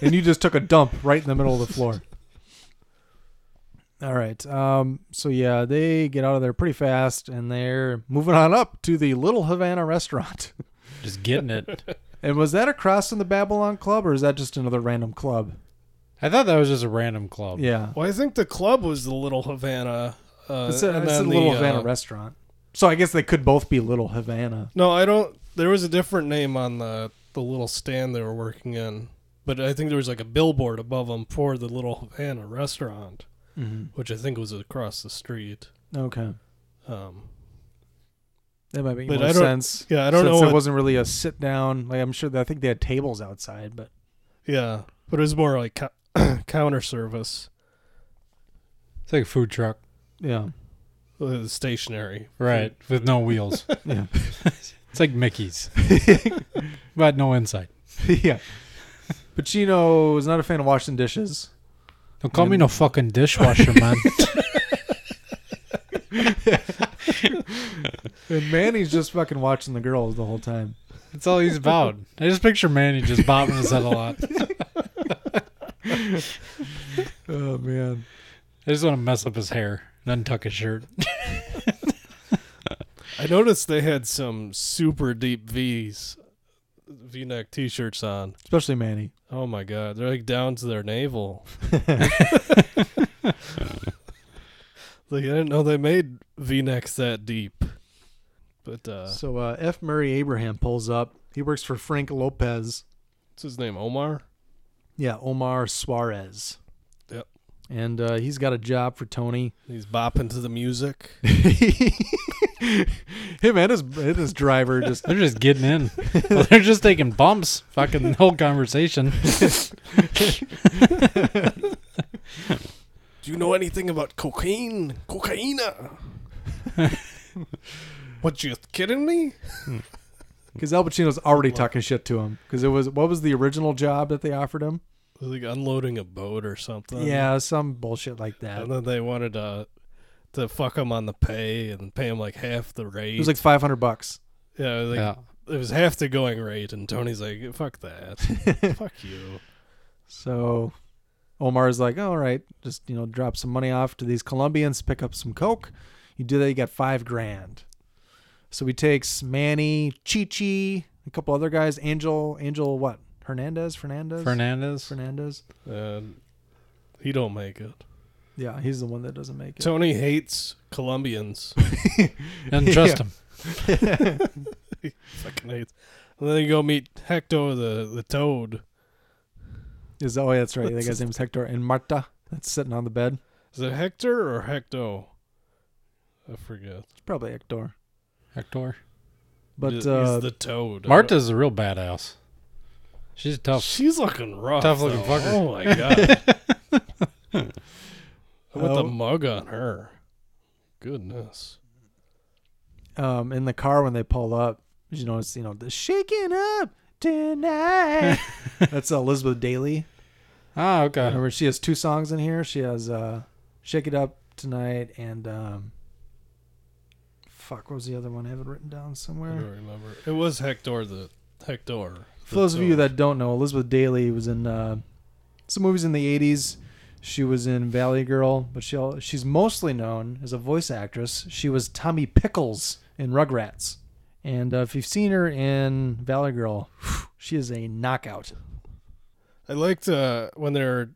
Speaker 8: and you just took a dump right in the middle of the floor. All right. Um, so yeah, they get out of there pretty fast, and they're moving on up to the Little Havana restaurant.
Speaker 10: Just getting it.
Speaker 8: And was that across from the Babylon Club, or is that just another random club?
Speaker 10: I thought that was just a random club.
Speaker 8: Yeah,
Speaker 9: well, I think the club was the Little Havana. Uh,
Speaker 8: it's a,
Speaker 9: and
Speaker 8: it's a
Speaker 9: then the,
Speaker 8: Little
Speaker 9: uh,
Speaker 8: Havana restaurant. So I guess they could both be Little Havana.
Speaker 9: No, I don't. There was a different name on the the little stand they were working in, but I think there was like a billboard above them for the Little Havana restaurant,
Speaker 8: Mhm.
Speaker 9: which I think was across the street.
Speaker 8: Okay,
Speaker 9: Um,
Speaker 8: that might make
Speaker 9: But
Speaker 8: more
Speaker 9: I don't-
Speaker 8: sense.
Speaker 9: yeah, I don't
Speaker 8: Since
Speaker 9: know
Speaker 8: It
Speaker 9: what-
Speaker 8: wasn't really a sit down. Like I'm sure that I think they had tables outside, but
Speaker 9: yeah, but it was more like cou- counter service,
Speaker 10: It's like a food truck,
Speaker 8: yeah,
Speaker 9: uh, stationary,
Speaker 10: right, with no wheels.
Speaker 8: Yeah.
Speaker 10: it's like Mickey's, but no inside.
Speaker 8: yeah. Pacino is not a fan of washing dishes.
Speaker 10: Don't call me no fucking dishwasher, man.
Speaker 8: and Manny's just fucking watching the girls the whole time.
Speaker 10: That's all he's about. I just picture Manny just bobbing his head a lot.
Speaker 8: oh man,
Speaker 10: I just want to mess up his hair and untuck his shirt.
Speaker 9: I noticed they had some super deep V's, V-neck T-shirts on.
Speaker 8: Especially Manny.
Speaker 9: Oh my god, they're like down to their navel. like I didn't know they made V-necks that deep. But uh,
Speaker 8: So uh, F. Murray Abraham pulls up. He works for Frank Lopez.
Speaker 9: what's his name? Omar.
Speaker 8: Yeah, Omar Suarez.
Speaker 9: Yep.
Speaker 8: And uh, he's got a job for Tony.
Speaker 9: He's bopping to the music.
Speaker 8: Him and his, and his driver just
Speaker 10: They're just getting in. Well, they're just taking bumps. Fucking the whole conversation.
Speaker 9: Do you know anything about cocaine? Cocaina. what you kidding me?
Speaker 8: because Al Pacino's already talking shit to him because it was what was the original job that they offered him?
Speaker 9: Was like unloading a boat or something.
Speaker 8: yeah, some bullshit like that.
Speaker 9: And then they wanted to to fuck him on the pay and pay him like half the rate.
Speaker 8: It was like five hundred bucks.
Speaker 9: yeah, it was, like, it was half the going rate, and Tony's like, "Fuck that, fuck you."
Speaker 8: So Omar's like, all right, just you know, drop some money off to these Colombians, pick up some coke. You do that, you got five grand. So he takes Manny, Chichi, a couple other guys, Angel, Angel, what? Hernandez, Fernandez,
Speaker 10: Fernandez.
Speaker 8: Fernandez.
Speaker 9: And he don't make it.
Speaker 8: Yeah, he's the one that doesn't make it.
Speaker 9: Tony hates Colombians.
Speaker 10: Doesn't trust
Speaker 9: Yeah. he fucking hates. And then you go meet Hector the the toad.
Speaker 8: Is oh yeah, that's right. That guy's name's Hector and Marta. That's sitting on the bed.
Speaker 9: Is it Hector or Hecto? I forget.
Speaker 8: It's probably Hector.
Speaker 10: Hector.
Speaker 8: But
Speaker 9: He's
Speaker 8: uh,
Speaker 9: the toad.
Speaker 10: Marta's a real badass. She's tough.
Speaker 9: She's looking rough.
Speaker 10: Tough looking
Speaker 9: though.
Speaker 10: fucker.
Speaker 9: Oh my god. I want the
Speaker 8: Oh.
Speaker 9: mug on her. Goodness.
Speaker 8: um, in the car when they pull up, you notice you know the shaking up tonight. That's uh, Elizabeth Daly.
Speaker 10: Ah, okay.
Speaker 8: Remember, she has two songs in here. She has uh, "Shake It Up Tonight" and um, fuck, what was the other one? I have it written down
Speaker 9: I don't
Speaker 8: somewhere.
Speaker 9: remember. It was Hector the Hector.
Speaker 8: Uh. For those of you that don't know, Elizabeth Daly was in uh, some movies in the '80s. She was in Valley Girl, but she al- she's mostly known as a voice actress. She was Tommy Pickles in Rugrats, and uh, if you've seen her in Valley Girl, she is a knockout.
Speaker 9: I liked uh, when they were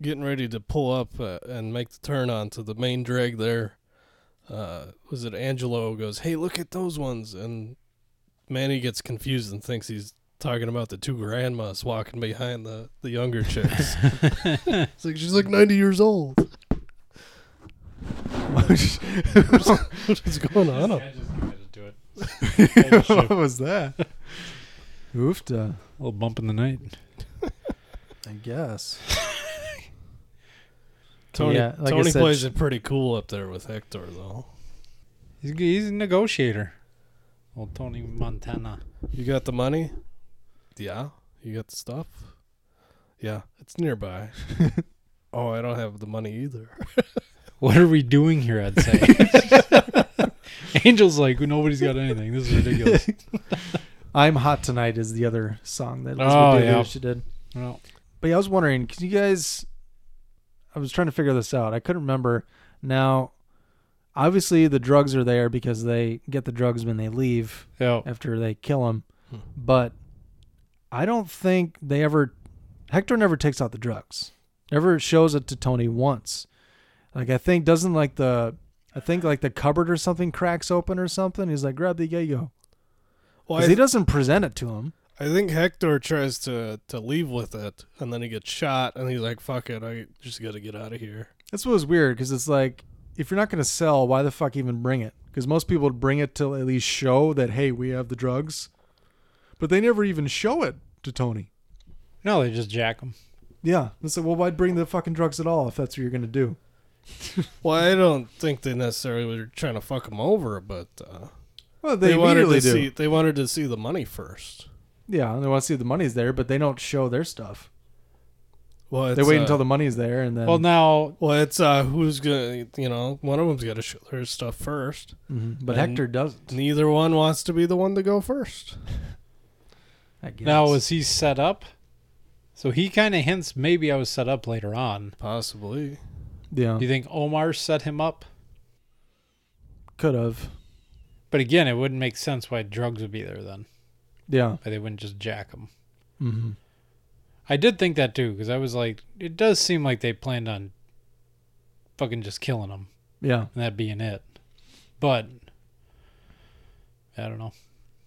Speaker 9: getting ready to pull up uh, and make the turn onto the main drag there. Uh, was it Angelo goes, Hey, look at those ones? And Manny gets confused and thinks he's talking about the two grandmas walking behind the, the younger chicks. it's like, She's like 90 years old. What's going on?
Speaker 10: I just committed to it.
Speaker 8: what was that? Oofta.
Speaker 10: A little bump in the night.
Speaker 8: I guess.
Speaker 9: Tony,
Speaker 8: Yeah, like I
Speaker 9: Tony
Speaker 8: said,
Speaker 9: plays
Speaker 8: she-
Speaker 9: it pretty cool up there with Hector, though.
Speaker 10: He's, he's a negotiator. Old Tony Montana.
Speaker 9: You got the money? Yeah. You got the stuff? Yeah. It's nearby. oh, I don't have the money either.
Speaker 10: What are we doing here? I'd say. Angel's like nobody's got anything. This is ridiculous.
Speaker 8: "I'm Hot Tonight" is the other song that Elizabeth
Speaker 10: Oh,
Speaker 8: Daly
Speaker 10: yeah.
Speaker 8: she did.
Speaker 10: Well,
Speaker 8: But yeah, I was wondering, can you guys? I was trying to figure this out. I couldn't remember. Now, obviously, the drugs are there because they get the drugs when they leave
Speaker 10: Yeah.
Speaker 8: after they kill him.
Speaker 9: Hmm.
Speaker 8: But I don't think they ever. Hector never takes out the drugs. Never shows it to Tony once. Like I think doesn't like the. I think like the cupboard or something cracks open or something. He's like, grab the yayo.
Speaker 9: Well, I
Speaker 8: Because he
Speaker 9: th-
Speaker 8: doesn't present it to him.
Speaker 9: I think Hector tries to, to leave with it, and then he gets shot, and he's like, fuck it. I just got to get out of here.
Speaker 8: That's what was weird because it's like if you're not going to sell, why the fuck even bring it? Because most people would bring it to at least show that hey, we have the drugs, but they never even show it to Tony.
Speaker 10: no, they just jack him.
Speaker 8: Yeah, it's like well, why bring the fucking drugs at all if that's what you're going to do?
Speaker 9: Well, I don't think they necessarily were trying to fuck him over, but. Uh,
Speaker 8: Well, they
Speaker 9: wanted to
Speaker 8: immediately do.
Speaker 9: See, they wanted to see the money first.
Speaker 8: Yeah, and they want to see if the money's there, but they don't show their stuff.
Speaker 9: Well,
Speaker 8: they
Speaker 9: it's,
Speaker 8: wait
Speaker 9: uh,
Speaker 8: until the money's there, and then
Speaker 9: well now well it's uh who's gonna you know one of them's got to show their stuff 1st
Speaker 8: Mhm, but Hector doesn't.
Speaker 9: Neither one wants to be the one to go first.
Speaker 8: I guess.
Speaker 10: Now was he set up? So he kind of hints maybe I was set up later on.
Speaker 9: Possibly.
Speaker 8: Yeah.
Speaker 10: Do you think Omar set him up?
Speaker 8: could have.
Speaker 10: But again, it wouldn't make sense why drugs would be there then.
Speaker 8: Yeah.
Speaker 10: Why they wouldn't just jack him.
Speaker 8: Mhm.
Speaker 10: I did think that too because I was like, it does seem like they planned on fucking just killing him.
Speaker 8: Yeah.
Speaker 10: And that being it. But I don't know.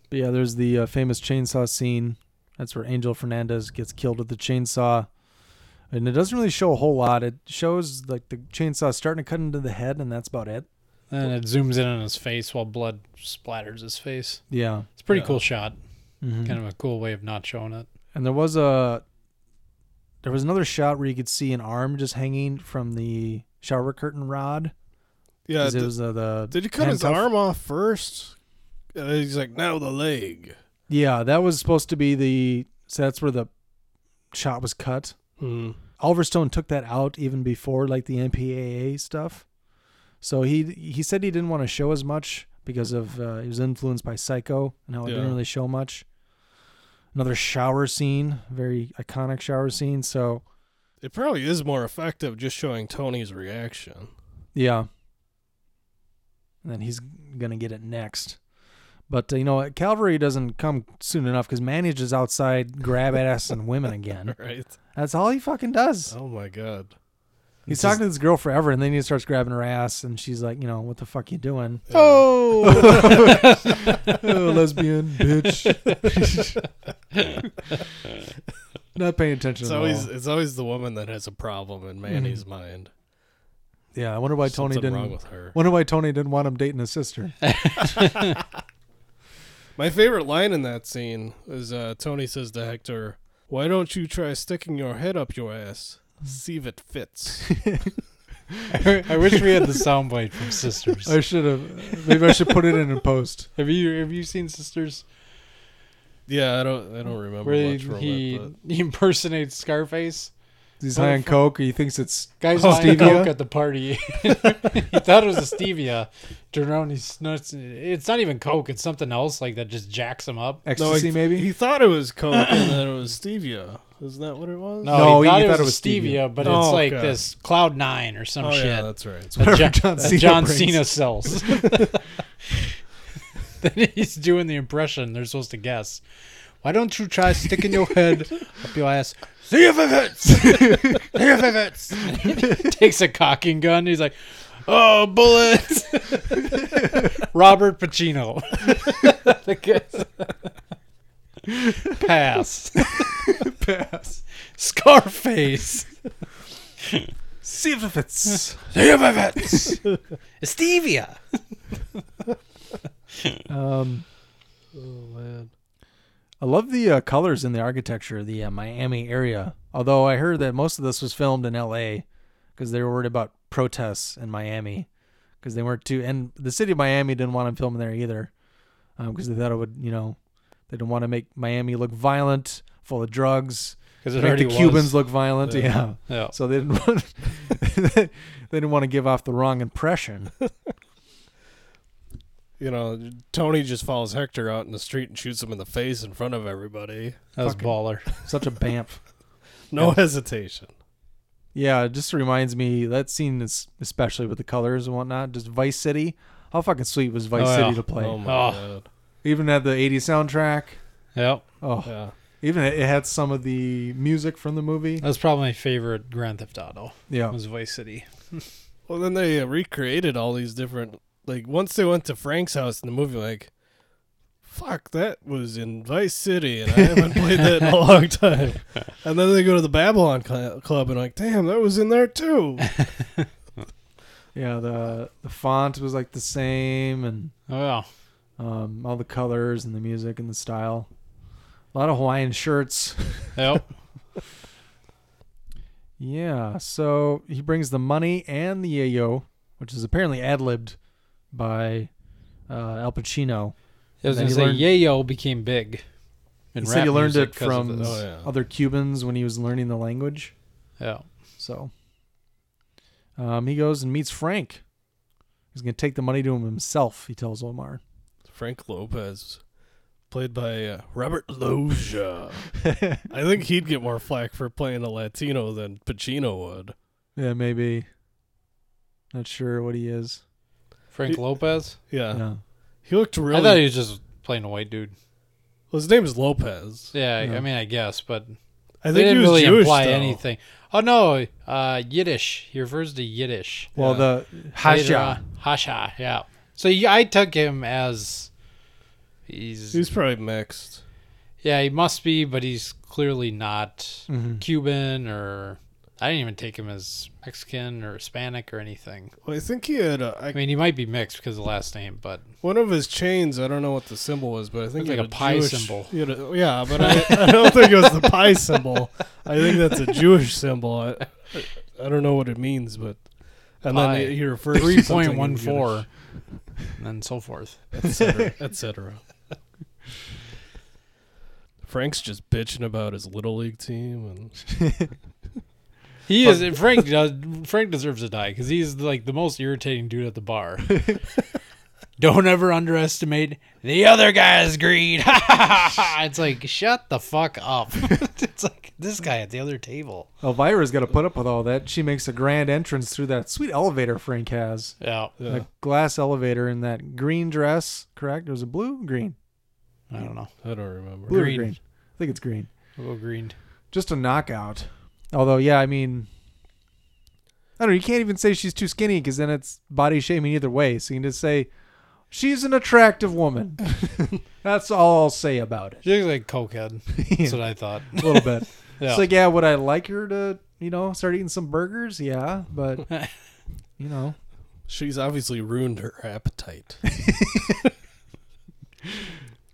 Speaker 8: But yeah, there's the uh, famous chainsaw scene. That's where Angel Fernandez gets killed with the chainsaw. And it doesn't really show a whole lot. It shows like the chainsaw starting to cut into the head, and that's about it.
Speaker 10: And it zooms in on his face while blood splatters his face.
Speaker 8: Yeah.
Speaker 10: It's a pretty
Speaker 8: Yeah.
Speaker 10: cool shot.
Speaker 8: Mhm.
Speaker 10: Kind of a cool way of not showing it.
Speaker 8: And there was a there was another shot where you could see an arm just hanging from the shower curtain rod.
Speaker 9: Yeah,
Speaker 8: 'Cause it
Speaker 9: d-
Speaker 8: was uh, the
Speaker 9: Did you cut his
Speaker 8: handcuff.
Speaker 9: arm off first? And he's like, now the leg.
Speaker 8: Yeah, that was supposed to be the so that's where the shot was cut.
Speaker 9: Mm.
Speaker 8: Oliver Stone took that out even before like the MPAA stuff. So he he said he didn't want to show as much because of uh, he was influenced by Psycho and how it
Speaker 9: Yeah.
Speaker 8: didn't really show much. Another shower scene, very iconic shower scene. So
Speaker 9: It probably is more effective just showing Tony's reaction.
Speaker 8: Yeah. And then he's gonna get it next. But uh, you know, what, Calvary doesn't come soon enough because Manage is outside grab ass and women again.
Speaker 9: Right.
Speaker 8: That's all he fucking does.
Speaker 9: Oh my god.
Speaker 8: He's talking to this girl forever, and then he starts grabbing her ass, and she's like, you know, what the fuck you doing?
Speaker 9: Oh.
Speaker 8: Oh, lesbian bitch. Not paying attention
Speaker 9: It's
Speaker 8: at
Speaker 9: always
Speaker 8: all.
Speaker 9: it's always the woman that has a problem in Manny's mind.
Speaker 8: Yeah, I wonder why Tony
Speaker 9: Something
Speaker 8: didn't.
Speaker 9: wrong with her.
Speaker 8: Wonder why Tony didn't want him dating his sister.
Speaker 9: My favorite line in that scene is uh, Tony says to Hector, "Why don't you try sticking your head up your ass? See if it fits."
Speaker 10: I wish we had the soundbite from Sisters.
Speaker 8: I should have. Maybe I should put it in and post.
Speaker 10: Have you have you seen Sisters?
Speaker 9: Yeah, I don't I don't remember
Speaker 10: Where
Speaker 9: much from
Speaker 10: he,
Speaker 9: it. But.
Speaker 10: he impersonates Scarface.
Speaker 8: He's
Speaker 9: Oh,
Speaker 8: high on coke. He thinks it's
Speaker 10: Guys high on
Speaker 8: stevia.
Speaker 10: coke at the party. he thought it was a stevia. Turned around, he snorts. It's not even coke. It's something else like that. Just jacks him up.
Speaker 9: he, He thought it was coke and then it was stevia. Isn't that what it was?
Speaker 10: No, he, thought, it was stevia, but
Speaker 9: Oh,
Speaker 10: it's like
Speaker 9: okay.
Speaker 10: this cloud nine or some
Speaker 9: Oh,
Speaker 10: shit.
Speaker 9: yeah, that's right. It's
Speaker 10: That
Speaker 9: whatever
Speaker 10: Ja-
Speaker 9: John
Speaker 10: that
Speaker 9: Cena
Speaker 10: John
Speaker 9: brings.
Speaker 10: Cena sells. then he's doing the impression they're supposed to guess. Why don't you try sticking your head up your ass? See if it hurts. See if it hurts. And he takes a cocking gun. He's like, "Oh, bullets!" Robert Pacino. The guess. Pass. Pass. Scarface.
Speaker 8: Sivovitz.
Speaker 10: Sivovitz. Stevia.
Speaker 8: um, I love the uh, colors in the architecture of the uh, Miami area. Although I heard that most of this was filmed in L.A. because they were worried about protests in Miami because they weren't too. And the city of Miami didn't want them filming there either because they thought it would, you know, they didn't want to make Miami look violent, full of drugs.
Speaker 10: 'Cause it
Speaker 8: make
Speaker 10: already
Speaker 8: the
Speaker 10: was.
Speaker 8: Cubans look violent.
Speaker 10: Yeah.
Speaker 8: Yeah.
Speaker 10: Yeah.
Speaker 8: So they didn't want they didn't want to give off the wrong impression.
Speaker 9: You know, Tony just follows Hector out in the street and shoots him in the face in front of everybody.
Speaker 10: That was
Speaker 9: Fucking-
Speaker 10: baller.
Speaker 8: Such a bamf.
Speaker 9: No
Speaker 8: Yeah.
Speaker 9: hesitation.
Speaker 8: Yeah, it just reminds me that scene is especially with the colors and whatnot. Just Vice City. How fucking sweet was Vice
Speaker 10: Oh, yeah.
Speaker 8: City to play?
Speaker 10: Oh, my Oh. God.
Speaker 8: Even had the '80s soundtrack.
Speaker 10: Yep.
Speaker 8: Oh.
Speaker 10: Yeah.
Speaker 8: Even it it had some of the music from the movie.
Speaker 10: That's probably my favorite Grand Theft Auto.
Speaker 8: Yeah.
Speaker 10: was Vice City.
Speaker 9: Well, then they uh, recreated all these different. Like once they went to Frank's house in the movie, like, fuck, that was in Vice City, and I haven't played that in a long time. And then they go to the Babylon cl- Club, and like, damn, that was in there too.
Speaker 8: Yeah, the the font was like the same, and
Speaker 10: oh,
Speaker 8: um, all the colors and the music and the style. A lot of Hawaiian shirts.
Speaker 10: Yep.
Speaker 8: yeah, so he brings the money and the yayo, which is apparently ad libbed by uh, Al Pacino.
Speaker 10: I was gonna
Speaker 8: And then he
Speaker 10: say
Speaker 8: learned-
Speaker 10: Yayo became big. in
Speaker 8: he said
Speaker 10: rap
Speaker 8: he learned
Speaker 10: music
Speaker 8: it
Speaker 10: 'cause of
Speaker 8: from
Speaker 10: this. Oh, yeah.
Speaker 8: other Cubans when he was learning the language.
Speaker 10: Yeah.
Speaker 8: So um, he goes and meets Frank. He's going to take the money to him himself, he tells Omar.
Speaker 9: Frank Lopez, played by uh, Robert Loggia. I think he'd get more flack for playing a Latino than Pacino would.
Speaker 8: Yeah, maybe. Not sure what he is.
Speaker 10: Frank
Speaker 9: He-
Speaker 10: Lopez.
Speaker 9: Yeah. He looked really.
Speaker 10: I thought he was just playing a white dude.
Speaker 9: Well, his name is Lopez.
Speaker 10: Yeah, I-
Speaker 9: Yeah.
Speaker 10: I mean, I guess, but
Speaker 9: I think
Speaker 10: they
Speaker 9: he
Speaker 10: didn't
Speaker 9: was
Speaker 10: really
Speaker 9: Jewish,
Speaker 10: imply
Speaker 9: though.
Speaker 10: anything. Oh no, uh, Yiddish. He refers to Yiddish.
Speaker 8: Well, the-
Speaker 10: Later
Speaker 8: Hasha.
Speaker 10: on- Hasha. Yeah. So yeah, I took him as he's
Speaker 9: He's probably mixed.
Speaker 10: yeah, he must be, but he's clearly not
Speaker 9: Mhm.
Speaker 10: Cuban or I didn't even take him as Mexican or Hispanic or anything.
Speaker 9: Well, I think he had. A, I,
Speaker 10: I mean, he might be mixed because of the last name, but
Speaker 9: One of his chains, I don't know what the symbol was, but I think
Speaker 10: Looked like
Speaker 9: it had
Speaker 10: a pie
Speaker 9: Jewish-
Speaker 10: symbol.
Speaker 9: he had a- yeah, but I, I don't think it was the pie symbol. I think that's a Jewish symbol. I, I don't know what it means, but and
Speaker 10: Pie.
Speaker 9: then he, he refers to
Speaker 10: three
Speaker 9: something
Speaker 10: point
Speaker 9: in
Speaker 10: one
Speaker 9: Yiddish.
Speaker 10: four, and so forth,
Speaker 9: etc. etc. Frank's just bitching about his little league team, and
Speaker 10: He is Frank. Does, Frank deserves to die because he's like the most irritating dude at the bar. Don't ever underestimate the other guy's greed. it's like shut the fuck up. it's like this guy at the other table.
Speaker 8: Elvira's got to put up with all that. She makes a grand entrance through that sweet elevator Frank has.
Speaker 10: Yeah.
Speaker 9: Yeah.
Speaker 8: A glass elevator in that green dress, correct? It was a blue? Green.
Speaker 10: I don't know.
Speaker 9: I don't remember.
Speaker 8: Blue or
Speaker 10: Green.
Speaker 8: green. I think it's green.
Speaker 10: A little green.
Speaker 8: Just a knockout. Although, yeah, I mean, I don't know. You can't even say she's too skinny because then it's body shaming either way. So you can just say, she's an attractive woman. That's all I'll say about it.
Speaker 10: She looks like cokehead. That's what I thought.
Speaker 8: a little bit.
Speaker 10: Yeah.
Speaker 8: It's like, yeah, would I like her to, you know, start eating some burgers? Yeah, but you know,
Speaker 9: she's obviously ruined her appetite.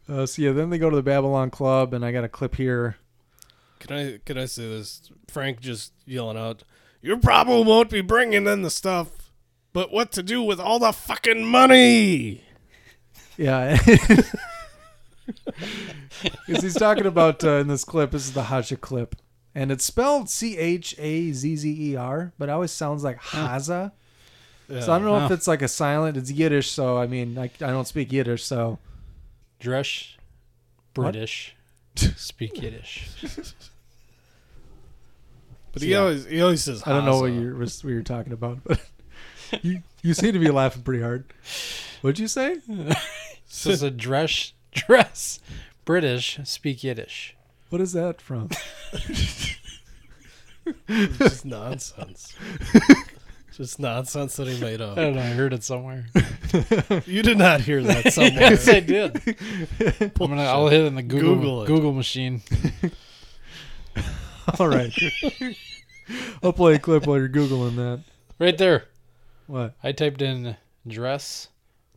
Speaker 8: uh, so yeah, then they go to the Babylon Club, and I got a clip here.
Speaker 9: Can I can I say this? Frank just yelling out, "You probably won't be bringing in the stuff, but what to do with all the fucking money?"
Speaker 8: Yeah. Because he's talking about uh, in this clip, this is the Haja clip, and it's spelled C H A Z Z E R, but it always sounds like Haza. So I don't know if
Speaker 10: Yeah.
Speaker 8: it's like a silent. It's Yiddish, so I mean, I, I don't speak Yiddish, so
Speaker 10: Dresh,
Speaker 8: What?
Speaker 10: British, speak Yiddish.
Speaker 9: But he always he always says,
Speaker 8: I don't know what
Speaker 9: Haza.
Speaker 8: you're what you're talking about, but you you seem to be laughing pretty hard. What'd you say?
Speaker 10: This is a dress, dress, British, speak Yiddish.
Speaker 8: What is that from?
Speaker 9: It's just nonsense. just nonsense that he made up.
Speaker 8: Uh,
Speaker 10: I don't know. I heard it somewhere.
Speaker 9: You did not hear that somewhere.
Speaker 10: yes, I did. I'm gonna. I'll hit it in the Google
Speaker 9: Google
Speaker 10: Google,
Speaker 9: it.
Speaker 10: machine.
Speaker 8: All right, I'll play a clip while you're googling that.
Speaker 10: Right there.
Speaker 8: What?
Speaker 10: I typed in dress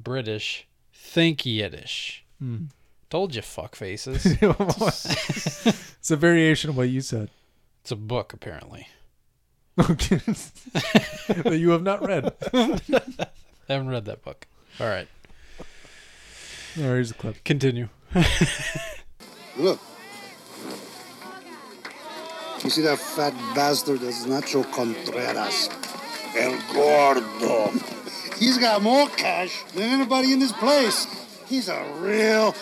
Speaker 10: British, think Yiddish.
Speaker 8: Hmm.
Speaker 10: Told you, fuck faces.
Speaker 8: it's a variation of what you said
Speaker 10: it's a book apparently.
Speaker 8: that you have not read. All
Speaker 10: I haven't read that book. All right,
Speaker 8: right, here's the clip.
Speaker 10: continue.
Speaker 18: Look. You see that fat bastard that's Nacho Contreras? El Gordo. He's got more cash than anybody in this place. He's a real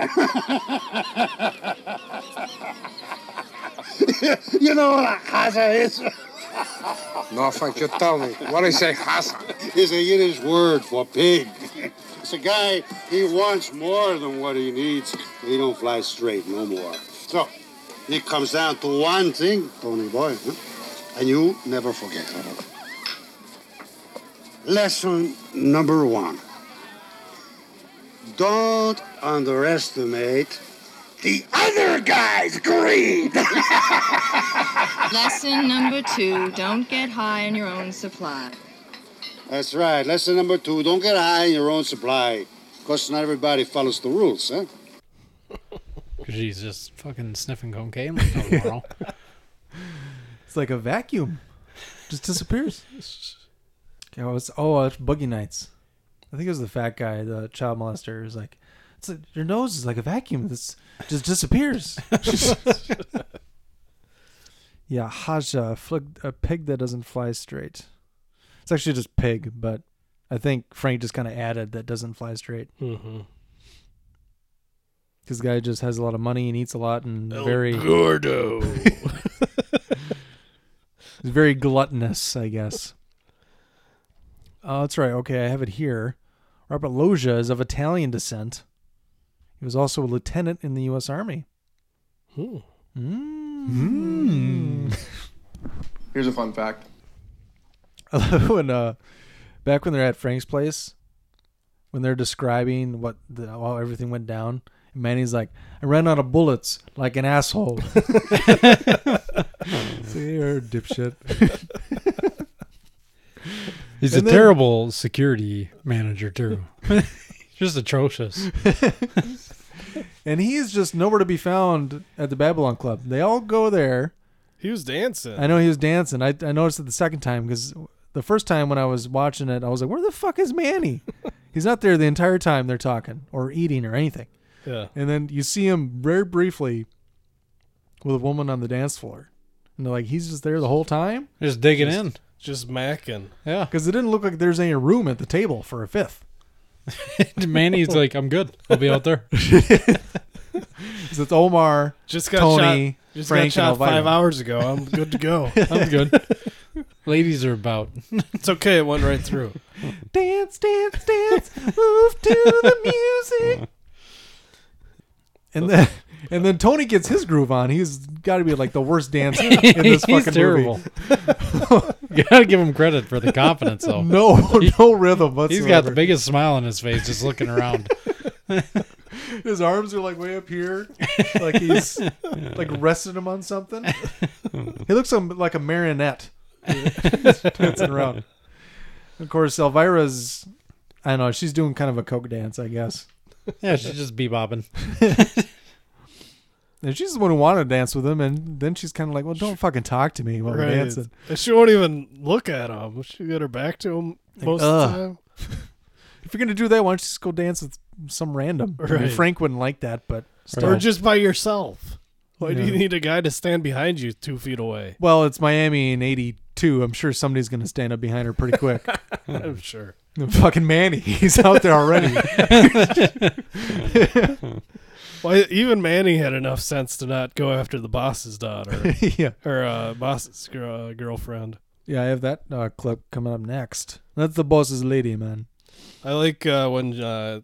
Speaker 18: haza. you know what a haza is?
Speaker 15: No, Frank, you tell me. What is a Haza?
Speaker 18: It's a Yiddish word for pig. It's a guy, he wants more than what he needs. He don't fly straight no more. So, it comes down to one thing, Tony boy, huh? and you never forget. Lesson number one. Don't underestimate the other guy's greed.
Speaker 19: Lesson number two don't get high on your own supply.
Speaker 18: That's right. Lesson number two, don't get high in your own supply. Because not everybody follows the rules, huh?
Speaker 10: She's just fucking sniffing cocaine like no tomorrow.
Speaker 8: It's like a vacuum, just disappears. uh, Okay, I was oh, it's Boogie Nights. I think it was the fat guy, the child molester, who's like, It's like, your nose is like a vacuum. This just disappears. yeah, Haja, flig, a pig that doesn't fly straight. It's actually just pig, but I think Frank just kind of added that doesn't fly straight.
Speaker 9: Mm-hmm.
Speaker 8: This guy just has a lot of money and eats a lot and
Speaker 9: El
Speaker 8: very
Speaker 9: Gordo.
Speaker 8: He's very gluttonous, I guess. Uh, that's right. Okay, I have it here. Robert Loggia is of Italian descent. He was also a lieutenant in the U.S. Army.
Speaker 9: Ooh.
Speaker 8: Mm.
Speaker 20: Here's a fun fact.
Speaker 8: I love when uh, back when they're at Frank's place, when they're describing what the, how everything went down, and Manny's like, "I ran out of bullets like an asshole." See, you're a dipshit.
Speaker 10: He's
Speaker 8: And
Speaker 10: a
Speaker 8: then-
Speaker 10: terrible security manager too. Just atrocious.
Speaker 8: and he is just nowhere to be found at the Babylon Club. They all go there.
Speaker 9: He was dancing.
Speaker 8: I know he was dancing. I, I noticed it the second time because the first time when I was watching it, I was like, where the fuck is Manny? He's not there the entire time they're talking or eating or anything.
Speaker 9: Yeah.
Speaker 8: And then you see him very briefly with a woman on the dance floor. And they're like, he's just there the whole time?
Speaker 10: Just digging
Speaker 8: Just-
Speaker 10: in.
Speaker 9: Just macking.
Speaker 8: Yeah. Because it didn't look like there's any room at the table for a fifth.
Speaker 10: Manny's like, I'm good. I'll be out there.
Speaker 8: So it's Omar,
Speaker 9: Just got
Speaker 8: Tony,
Speaker 9: shot. Just
Speaker 8: Frank,
Speaker 9: got shot
Speaker 8: and Elvira.
Speaker 9: five hours ago. I'm good to go.
Speaker 10: I'm good. Ladies are about.
Speaker 9: It's okay. It went right through.
Speaker 8: Dance, dance, dance, move to the music. And then and then Tony gets his groove on. He's got to be like the worst dancer in this
Speaker 10: He's
Speaker 8: fucking
Speaker 10: terrible.
Speaker 8: movie.
Speaker 10: you gotta give him credit for the confidence, though.
Speaker 8: No, no rhythm whatsoever.
Speaker 10: He's got the biggest smile on his face, just looking around.
Speaker 8: His arms are like way up here, like he's like resting him on something. He looks um, like a marionette, He's dancing around. Of course, Elvira's. I don't know. She's doing kind of a coke dance, I guess.
Speaker 10: yeah, she's just bebopping.
Speaker 8: And she's the one who wanted to dance with him, and then she's kind of like, "Well, don't fucking talk to me while we're dancing."
Speaker 9: And she won't even look at him. She got her back to him most of
Speaker 8: ugh.
Speaker 9: the time.
Speaker 8: If you're gonna do that, why don't you just go dance with some random? I mean,
Speaker 9: Right.
Speaker 8: Frank wouldn't like that, but still.
Speaker 9: Or just by yourself. Why do you
Speaker 8: Yeah.
Speaker 9: need a guy to stand behind you two feet away?
Speaker 8: well, it's Miami in '82. I'm sure somebody's gonna stand up behind her pretty quick.
Speaker 9: I'm sure.
Speaker 8: Fucking Manny, he's out there already.
Speaker 9: Well, even Manny had enough sense to not go after the boss's daughter.
Speaker 8: Yeah.
Speaker 9: Or uh, boss's gir- uh, girlfriend.
Speaker 8: yeah, I have that uh, clip coming up next. That's the boss's lady, man.
Speaker 9: I like uh, when uh,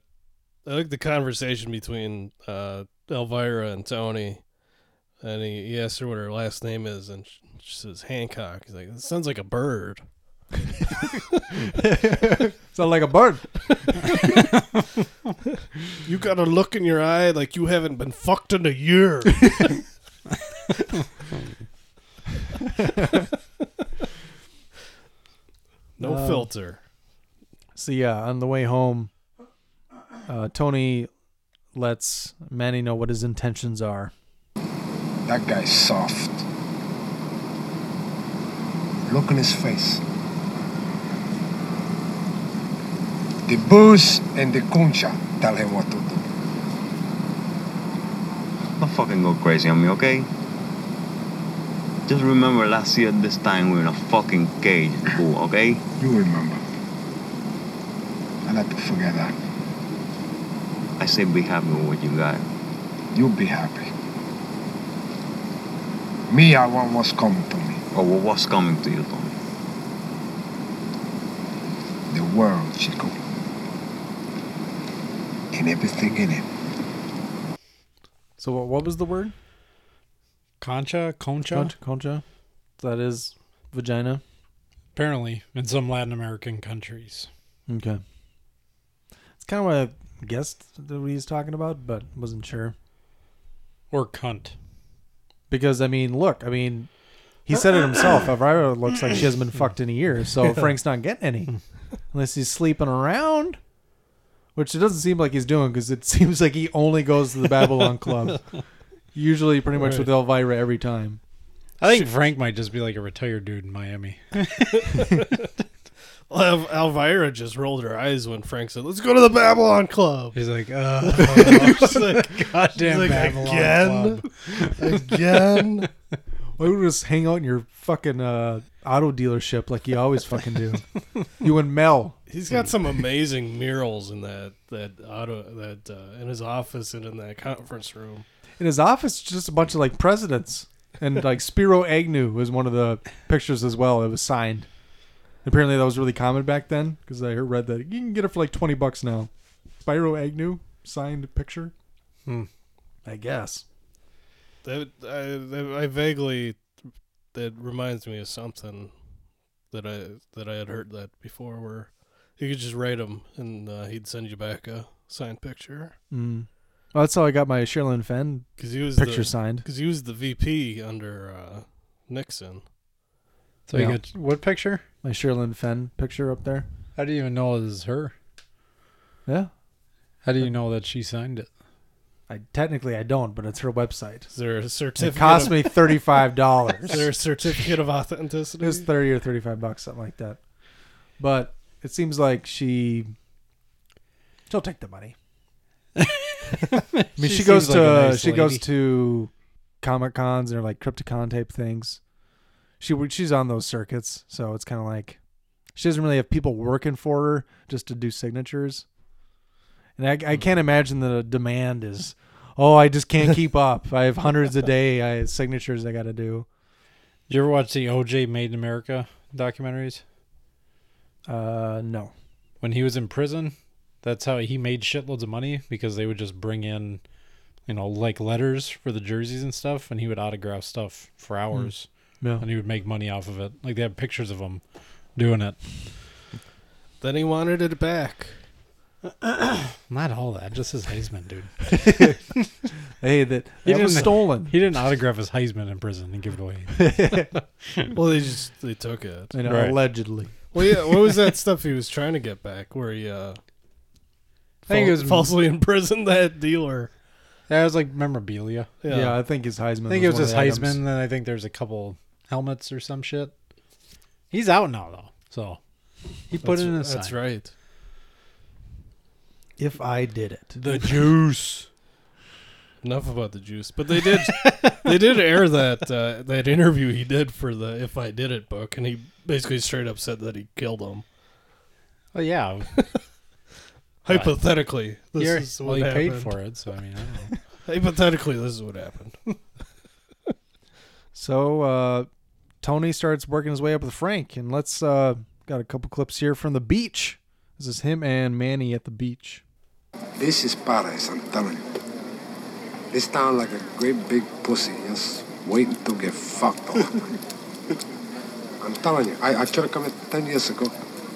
Speaker 9: I like the conversation between uh, Elvira and Tony, and he, he asks her what her last name is, and she, she says Hancock. He's like, "That sounds like a bird."
Speaker 8: Sound like a bird.
Speaker 9: you got a look in your eye like you haven't been fucked in a year. no
Speaker 8: Um,
Speaker 9: filter.
Speaker 8: So yeah, on the way home, uh, Tony lets Manny know what his intentions are.
Speaker 15: That guy's soft. Look on his face. The booze and the concha tell him what to do.
Speaker 4: Don't fucking go crazy on me, okay? Just remember last year this time we were in a fucking cage, fool, okay?
Speaker 15: You remember. I like to forget that.
Speaker 4: I say be happy with what you got.
Speaker 15: You'll be happy. Me, I want what's coming to me.
Speaker 4: Oh, well, what's coming to you, Tony?
Speaker 15: The world, Chico. And everything in it.
Speaker 8: So what, what was the word?
Speaker 10: Concha, concha,
Speaker 8: Concha. concha? That is vagina.
Speaker 10: Apparently, in some Latin American countries.
Speaker 8: Okay. It's kind of what I guessed that what he's talking about, but wasn't sure.
Speaker 10: Or cunt.
Speaker 8: Because I mean, look, I mean, he said it himself. Elvira looks like she hasn't been fucked in a year, so Frank's not getting any, unless he's sleeping around, which it doesn't seem like he's doing because it seems like he only goes to the Babylon Club, usually pretty much
Speaker 10: Right.
Speaker 8: with Elvira every time.
Speaker 10: I think Frank might just be like a retired dude in Miami.
Speaker 9: Elv- Elvira just rolled her eyes when Frank said, "Let's go to the Babylon Club."
Speaker 10: He's like, uh,
Speaker 9: She's
Speaker 10: goddamn
Speaker 9: she's
Speaker 10: Babylon
Speaker 9: again, again.
Speaker 8: Why would just hang out in your fucking uh, auto dealership like you always fucking do? you and Mel.
Speaker 9: He's got some amazing murals in that that auto that uh, in his office and in that conference room.
Speaker 8: in his office just a bunch of like presidents and like spiro agnew was one of the pictures as well it was signed apparently that was really common back then because i read that you can get it for like 20 bucks now spiro agnew signed picture
Speaker 10: Hmm.
Speaker 8: i guess
Speaker 9: That I, I vaguely that reminds me of something that I that I had heard that before, where you could just write him and uh, he'd send you back a signed picture
Speaker 8: mm. well, that's how i got my sherilyn fenn
Speaker 9: because he was
Speaker 8: picture
Speaker 9: the,
Speaker 8: signed
Speaker 9: because he was the VP under uh, Nixon.
Speaker 10: So
Speaker 8: Yeah.
Speaker 10: you got what picture?
Speaker 8: my sherilyn fenn picture up there
Speaker 10: How do you even know this is her?
Speaker 8: yeah
Speaker 10: How do you know that she signed it?
Speaker 8: I technically I don't, but it's her website.
Speaker 9: Is there a
Speaker 8: it
Speaker 9: certificate?
Speaker 8: cost
Speaker 9: of-
Speaker 8: me thirty five
Speaker 9: Is
Speaker 8: dollars.
Speaker 9: there a certificate of authenticity?
Speaker 8: It was thirty or thirty-five bucks, something like that. But it seems like she she'll take the money. I mean, she,
Speaker 10: She
Speaker 8: goes
Speaker 10: seems
Speaker 8: to
Speaker 10: like a nice
Speaker 8: she goes
Speaker 10: lady.
Speaker 8: to comic cons and like Crypticon type things. She would- she's on those circuits, so it's kind of like she doesn't really have people working for her just to do signatures. And I, I can't imagine the demand is, oh, I just can't keep up. I have hundreds a day. I have signatures I got to do.
Speaker 10: Did you ever watch the OJ Made in America documentaries?
Speaker 8: Uh, no.
Speaker 10: When he was in prison, that's how he made shitloads of money because they would just bring in, you know, like letters for the jerseys and stuff, and he would autograph stuff for hours.
Speaker 8: Yeah.
Speaker 10: And he would make money off of it. Like they have pictures of him doing it.
Speaker 9: Then he wanted it back.
Speaker 10: Not all that, just his Heisman, dude.
Speaker 8: hey, that, that was
Speaker 10: didn't-
Speaker 8: stolen.
Speaker 10: He didn't autograph his Heisman in prison and give it away.
Speaker 9: well, they just they took it.
Speaker 8: I know,
Speaker 10: Right.
Speaker 8: allegedly.
Speaker 9: Well, yeah. What was that stuff he was trying to get back? Where he, uh,
Speaker 10: I think it was-
Speaker 9: falsely imprisoned that dealer.
Speaker 10: That was like memorabilia.
Speaker 8: Yeah. I think his Heisman.
Speaker 10: I think it was
Speaker 8: was
Speaker 10: his
Speaker 8: one of the
Speaker 10: Heisman,
Speaker 8: items.
Speaker 10: and I think there's a couple helmets or some shit. He's out now though, so he put
Speaker 9: That's-
Speaker 10: in a
Speaker 9: That's
Speaker 10: sign.
Speaker 9: right.
Speaker 8: If I did it,
Speaker 10: The juice.
Speaker 9: Enough about the juice, but they did they did air that uh, that interview he did for the "If I Did It" book, and he basically straight up said that he killed him.
Speaker 10: Oh yeah,
Speaker 9: Hypothetically, this
Speaker 10: You're-
Speaker 9: is
Speaker 10: well,
Speaker 9: what
Speaker 10: he
Speaker 9: happened.
Speaker 10: paid for it, so I mean, I don't know.
Speaker 9: Hypothetically, this is what happened.
Speaker 8: So uh, Tony starts working his way up with Frank, and let's uh, got a couple clips here from the beach. This is him and Manny at the beach.
Speaker 15: This is paradise, I'm telling you. This town like a great big pussy, just waiting to get fucked up. I'm telling you, I, I should have come here 10 years ago.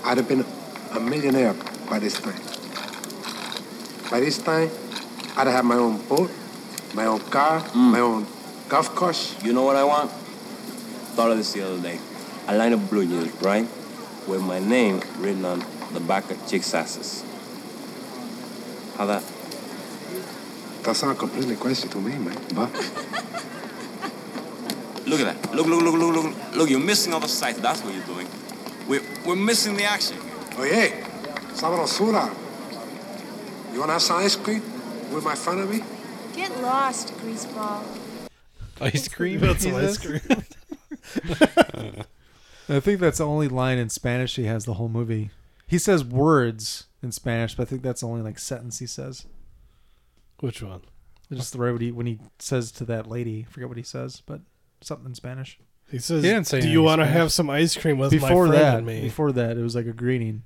Speaker 15: I'd have been a millionaire by this time. By this time, I'd have had my own boat, my own car, my own golf course.
Speaker 21: You know what I want? Thought of this the other day. A line of blue jeans, right? With my name written on the back of chicks' asses. How that?
Speaker 15: That's not completely crazy to me, man. But
Speaker 21: Look at that. Look, look, look, look, look. Look, you're missing all the sights. That's what you're doing. We're, we're missing the action.
Speaker 15: Oye, sabrosura. You want to have some ice cream with my family?
Speaker 22: Get lost, greaseball.
Speaker 10: Ice cream.
Speaker 9: That's
Speaker 10: he
Speaker 9: some ice
Speaker 10: says?
Speaker 9: cream.
Speaker 8: I think that's the only line in Spanish he has the whole movie. He says words in Spanish, but I think that's the only like sentence he says.
Speaker 9: Which one?
Speaker 8: Just the right when he, when he says to that lady, I forget what he says, but something in Spanish.
Speaker 9: He says, He didn't say "Do you anything in wanna Spanish. have some ice cream with my
Speaker 8: before
Speaker 9: friend
Speaker 8: that,
Speaker 9: and me?"
Speaker 8: Before that, it was like a greeting.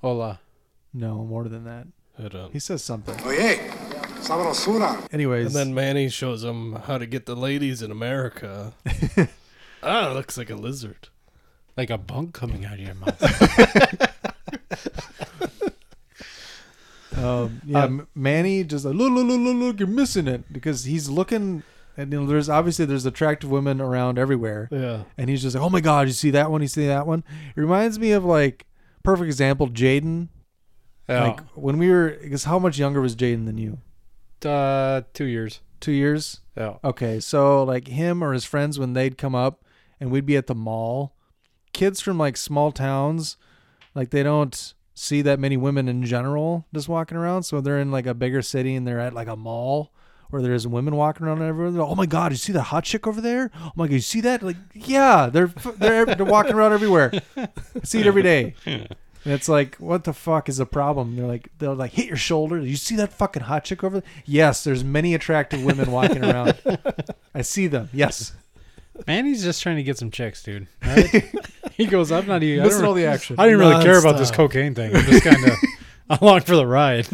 Speaker 10: Hola.
Speaker 8: No, more than that.
Speaker 9: I don't.
Speaker 8: He says something.
Speaker 15: Oye, sabrosura.
Speaker 8: Anyways,
Speaker 9: And then Manny shows him how to get the ladies in America. ah, it looks like a lizard.
Speaker 10: Like a bunk coming out of your mouth.
Speaker 8: Um, yeah, M- Manny just like look, look, look, look, look, you're missing it because he's looking, and you know, there's obviously there's attractive women around everywhere.
Speaker 9: Yeah.
Speaker 8: and he's just like, oh my god, you see that one? You see that one? It reminds me of like perfect example, Jaden.
Speaker 10: Yeah.
Speaker 8: Like when we were, because how much younger was Jaden than you?
Speaker 10: Uh, two years.
Speaker 8: Two years.
Speaker 10: Yeah.
Speaker 8: Okay, so like him or his friends when they'd come up, and we'd be at the mall, kids from like small towns, like they don't see that many women in general just walking around. So they're in like a bigger city and they're at like a mall where there's women walking around everywhere. They're, oh my god, you see that hot chick over there? Oh my god, you see that? Like yeah, they're they're, they're walking around everywhere. I see it every day. And it's like, what the fuck is the problem? They're like, they'll like hit your shoulder. You see that fucking hot chick over there? Yes, there's many attractive women walking around. I see them. Yes.
Speaker 10: Man, he's just trying to get some checks, dude. All right? he goes, I'm not even. I
Speaker 8: Missing
Speaker 10: don't-
Speaker 8: all the action.
Speaker 10: I didn't really care about
Speaker 8: Nonstop.
Speaker 10: this cocaine thing. I'm just kind of along for the ride.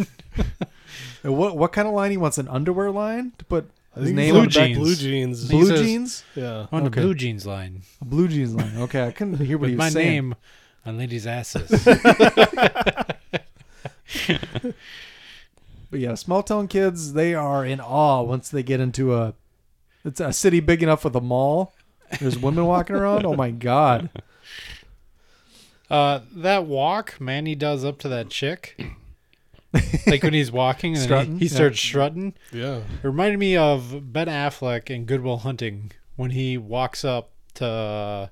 Speaker 8: And what what kind of line he wants? An underwear line to put
Speaker 10: I
Speaker 8: his
Speaker 10: think
Speaker 8: name
Speaker 10: blue
Speaker 8: on the back?
Speaker 10: jeans.
Speaker 9: Blue jeans.
Speaker 8: Blue
Speaker 10: He says-
Speaker 8: jeans.
Speaker 10: Yeah. On the blue jeans line.
Speaker 8: A blue jeans line. Okay, I couldn't hear what
Speaker 10: With
Speaker 8: he was
Speaker 10: my
Speaker 8: saying.
Speaker 10: name on ladies' asses.
Speaker 8: But yeah, small town kids, they are in awe once they get into a it's a city big enough with a mall. There's women walking around. Oh my god.
Speaker 10: Uh, that walk Manny does up to that chick, like when he's walking and then
Speaker 8: Strutting?
Speaker 10: he, he
Speaker 8: Yeah.
Speaker 10: starts strutting.
Speaker 9: Yeah.
Speaker 10: it reminded me of Ben Affleck in Goodwill Hunting when he walks up to uh,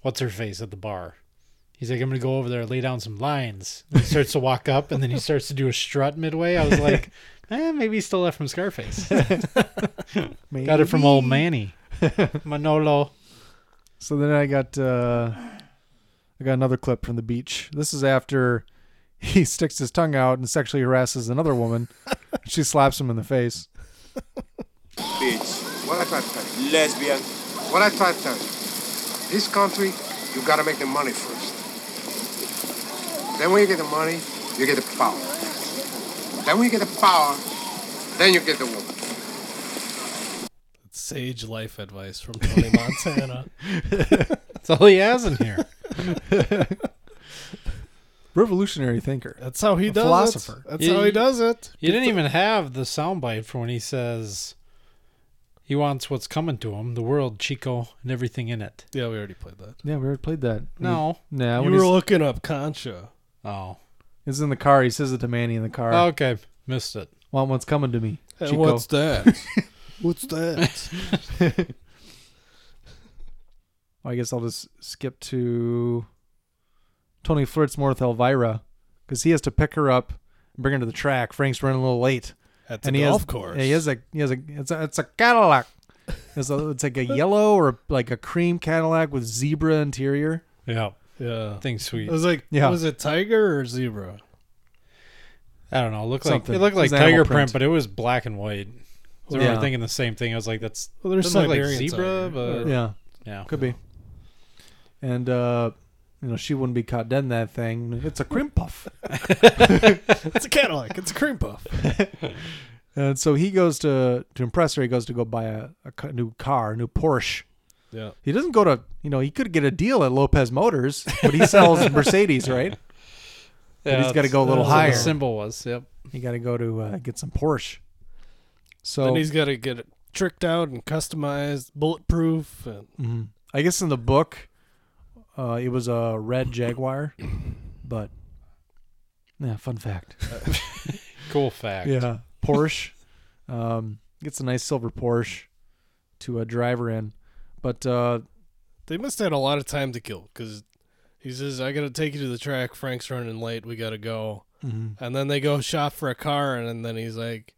Speaker 10: what's her face at the bar. He's like, I'm gonna go over there, lay down some lines. And he starts to walk up, and then he starts to do a strut midway. I was like, eh, maybe he stole that from Scarface. Got it from old Manny Manolo.
Speaker 8: So then I got uh I got another clip from the beach. This is after he sticks his tongue out and sexually harasses another woman. she slaps him in the face.
Speaker 15: Bitch. What I tried to tell you.
Speaker 21: Lesbian.
Speaker 15: What I tried to tell you. This country, you gotta make the money first. Then when you get the money, you get the power. Then when you get the power, then you get the woman.
Speaker 9: Sage life advice from Tony Montana.
Speaker 10: That's all he has in here.
Speaker 8: Revolutionary thinker.
Speaker 9: That's how he
Speaker 8: A
Speaker 9: does it.
Speaker 8: philosopher.
Speaker 9: That's how he does it.
Speaker 10: You didn't even have the soundbite for when he says he wants what's coming to him, the world, Chico, and everything in it.
Speaker 9: Yeah, we already played that.
Speaker 8: Yeah, we already played that.
Speaker 10: No.
Speaker 8: No.
Speaker 9: you
Speaker 8: when
Speaker 9: were
Speaker 8: he's-
Speaker 9: looking up Concha.
Speaker 10: Oh.
Speaker 8: It's in the car. He says it to Manny in the car.
Speaker 10: okay, missed it.
Speaker 8: Want what's coming to me.
Speaker 9: Hey,
Speaker 8: Chico.
Speaker 9: Uh, what's that? what's that?
Speaker 8: I guess I'll just skip to Tony flirts more with Elvira because he has to pick her up and bring her to the track. Frank's running a little late.
Speaker 9: At the
Speaker 8: he
Speaker 9: golf
Speaker 8: has,
Speaker 9: course.
Speaker 8: Yeah, he has a he has a it's a, it's a Cadillac. It's, a, it's like a yellow or like a cream Cadillac with zebra interior.
Speaker 10: Yeah.
Speaker 9: Yeah.
Speaker 10: Thing's sweet.
Speaker 9: It was like,
Speaker 8: Yeah.
Speaker 9: was it tiger or zebra?
Speaker 10: I don't know. It looked
Speaker 8: Something.
Speaker 10: like it looked like
Speaker 8: It was animal
Speaker 10: tiger
Speaker 8: print.
Speaker 10: print, but it was black and white. So we
Speaker 8: Yeah.
Speaker 10: were thinking the same thing. I was like, that's
Speaker 9: Well, there's
Speaker 10: doesn't look like
Speaker 9: Siberian
Speaker 10: zebra,
Speaker 9: tiger.
Speaker 10: but
Speaker 8: yeah,
Speaker 10: yeah,
Speaker 8: could be. And uh, you know she wouldn't be caught dead in that thing. It's a cream puff.
Speaker 9: It's a Cadillac. It's a cream puff.
Speaker 8: And so he goes to to impress her. He goes to go buy a, a ca- new car, a new Porsche.
Speaker 9: Yeah.
Speaker 8: He doesn't go to you know he could get a deal at Lopez Motors, but he sells Mercedes, right? but he's got to go a little
Speaker 9: uh,
Speaker 10: that's what
Speaker 8: higher.
Speaker 10: The symbol was yep.
Speaker 8: You got to go to uh, get some Porsche. So
Speaker 9: Then he's got to get it tricked out and customized, bulletproof. And
Speaker 8: Mhm. I guess in the book, uh, it was a red Jaguar, but yeah, fun fact.
Speaker 10: Cool fact.
Speaker 8: Yeah, Porsche um, gets a nice silver Porsche to a driver in, but uh,
Speaker 9: they must have had a lot of time to kill because he says, I got to take you to the track. Frank's running late. We got to go.
Speaker 8: Mhm.
Speaker 9: And then they go shop for a car. And then he's like,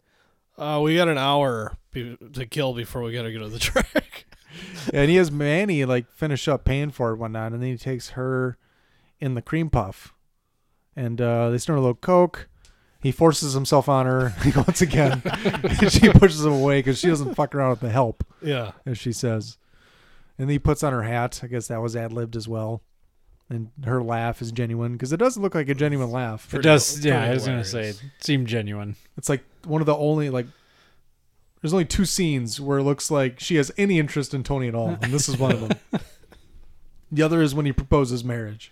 Speaker 9: oh, we got an hour be- to kill before we got to go to the track.
Speaker 8: and he has Manny like finish up paying for it and whatnot, and then he takes her in the cream puff, and uh, they snort a little coke. He forces himself on her once again. and she pushes him away because she doesn't fuck around with the help.
Speaker 9: Yeah.
Speaker 8: as she says, and he puts on her hat. I guess that was ad libbed as well, and her laugh is genuine because it does look like a genuine laugh.
Speaker 10: It does. Yeah, I was gonna say it seemed genuine.
Speaker 8: It's like one of the only like. There's only two scenes where it looks like she has any interest in Tony at all, and this is one of them. the other is when he proposes marriage,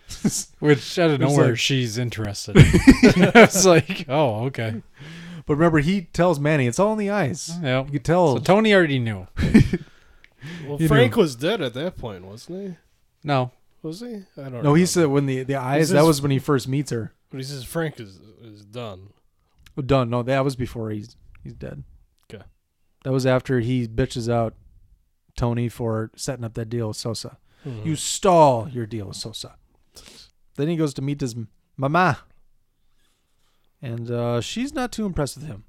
Speaker 10: Which out of
Speaker 8: It's
Speaker 10: nowhere
Speaker 8: like-
Speaker 10: she's interested. I was like, oh okay.
Speaker 8: But remember, he tells Manny it's all in the eyes.
Speaker 10: Yeah,
Speaker 8: you could tell.
Speaker 10: So Tony already knew.
Speaker 9: Well,
Speaker 8: You
Speaker 9: Frank
Speaker 8: know.
Speaker 9: was dead at that point, wasn't he?
Speaker 10: No.
Speaker 9: Was he? I don't
Speaker 8: no,
Speaker 9: know.
Speaker 8: he said when the the eyes. That
Speaker 9: says-
Speaker 8: was when he first meets her.
Speaker 9: But he says Frank is is done.
Speaker 8: Done. No, that was before he's he's dead.
Speaker 9: Okay.
Speaker 8: That was after he bitches out Tony for setting up that deal with Sosa. You stole your deal with Sosa. Then he goes to meet his mama, and uh, she's not too impressed with him.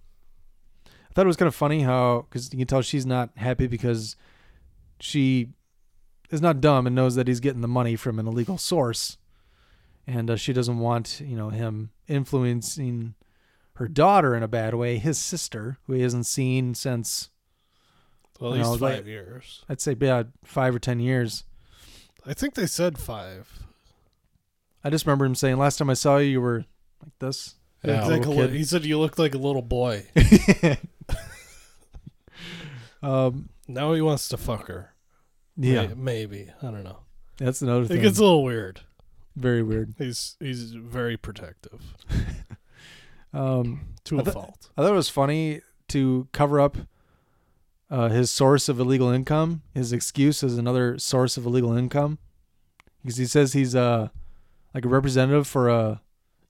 Speaker 8: I thought it was kind of funny how, because you can tell she's not happy because she is not dumb and knows that he's getting the money from an illegal source, and uh, she doesn't want you know him influencing her daughter in a bad way, his sister who he hasn't seen since
Speaker 9: Well, at
Speaker 8: you
Speaker 9: least
Speaker 8: know, like-
Speaker 9: five years.
Speaker 8: I'd say yeah, five or ten years.
Speaker 9: I think they said five.
Speaker 8: I just remember him saying, "Last time I saw you, you were like this."
Speaker 9: Yeah,
Speaker 8: a
Speaker 9: like
Speaker 8: little
Speaker 9: a li-
Speaker 8: kid."
Speaker 9: he said you looked like a little boy.
Speaker 8: um,
Speaker 9: now he wants to fuck her.
Speaker 8: Yeah.
Speaker 9: May- maybe I don't know.
Speaker 8: That's another thing.
Speaker 9: It gets a little weird.
Speaker 8: Very weird.
Speaker 9: He's he's very protective.
Speaker 8: Um,
Speaker 9: To
Speaker 8: I
Speaker 9: a
Speaker 8: thou-
Speaker 9: fault.
Speaker 8: I thought it was funny to cover up uh, his source of illegal income. His excuse is another source of illegal income because he says he's uh like a representative for a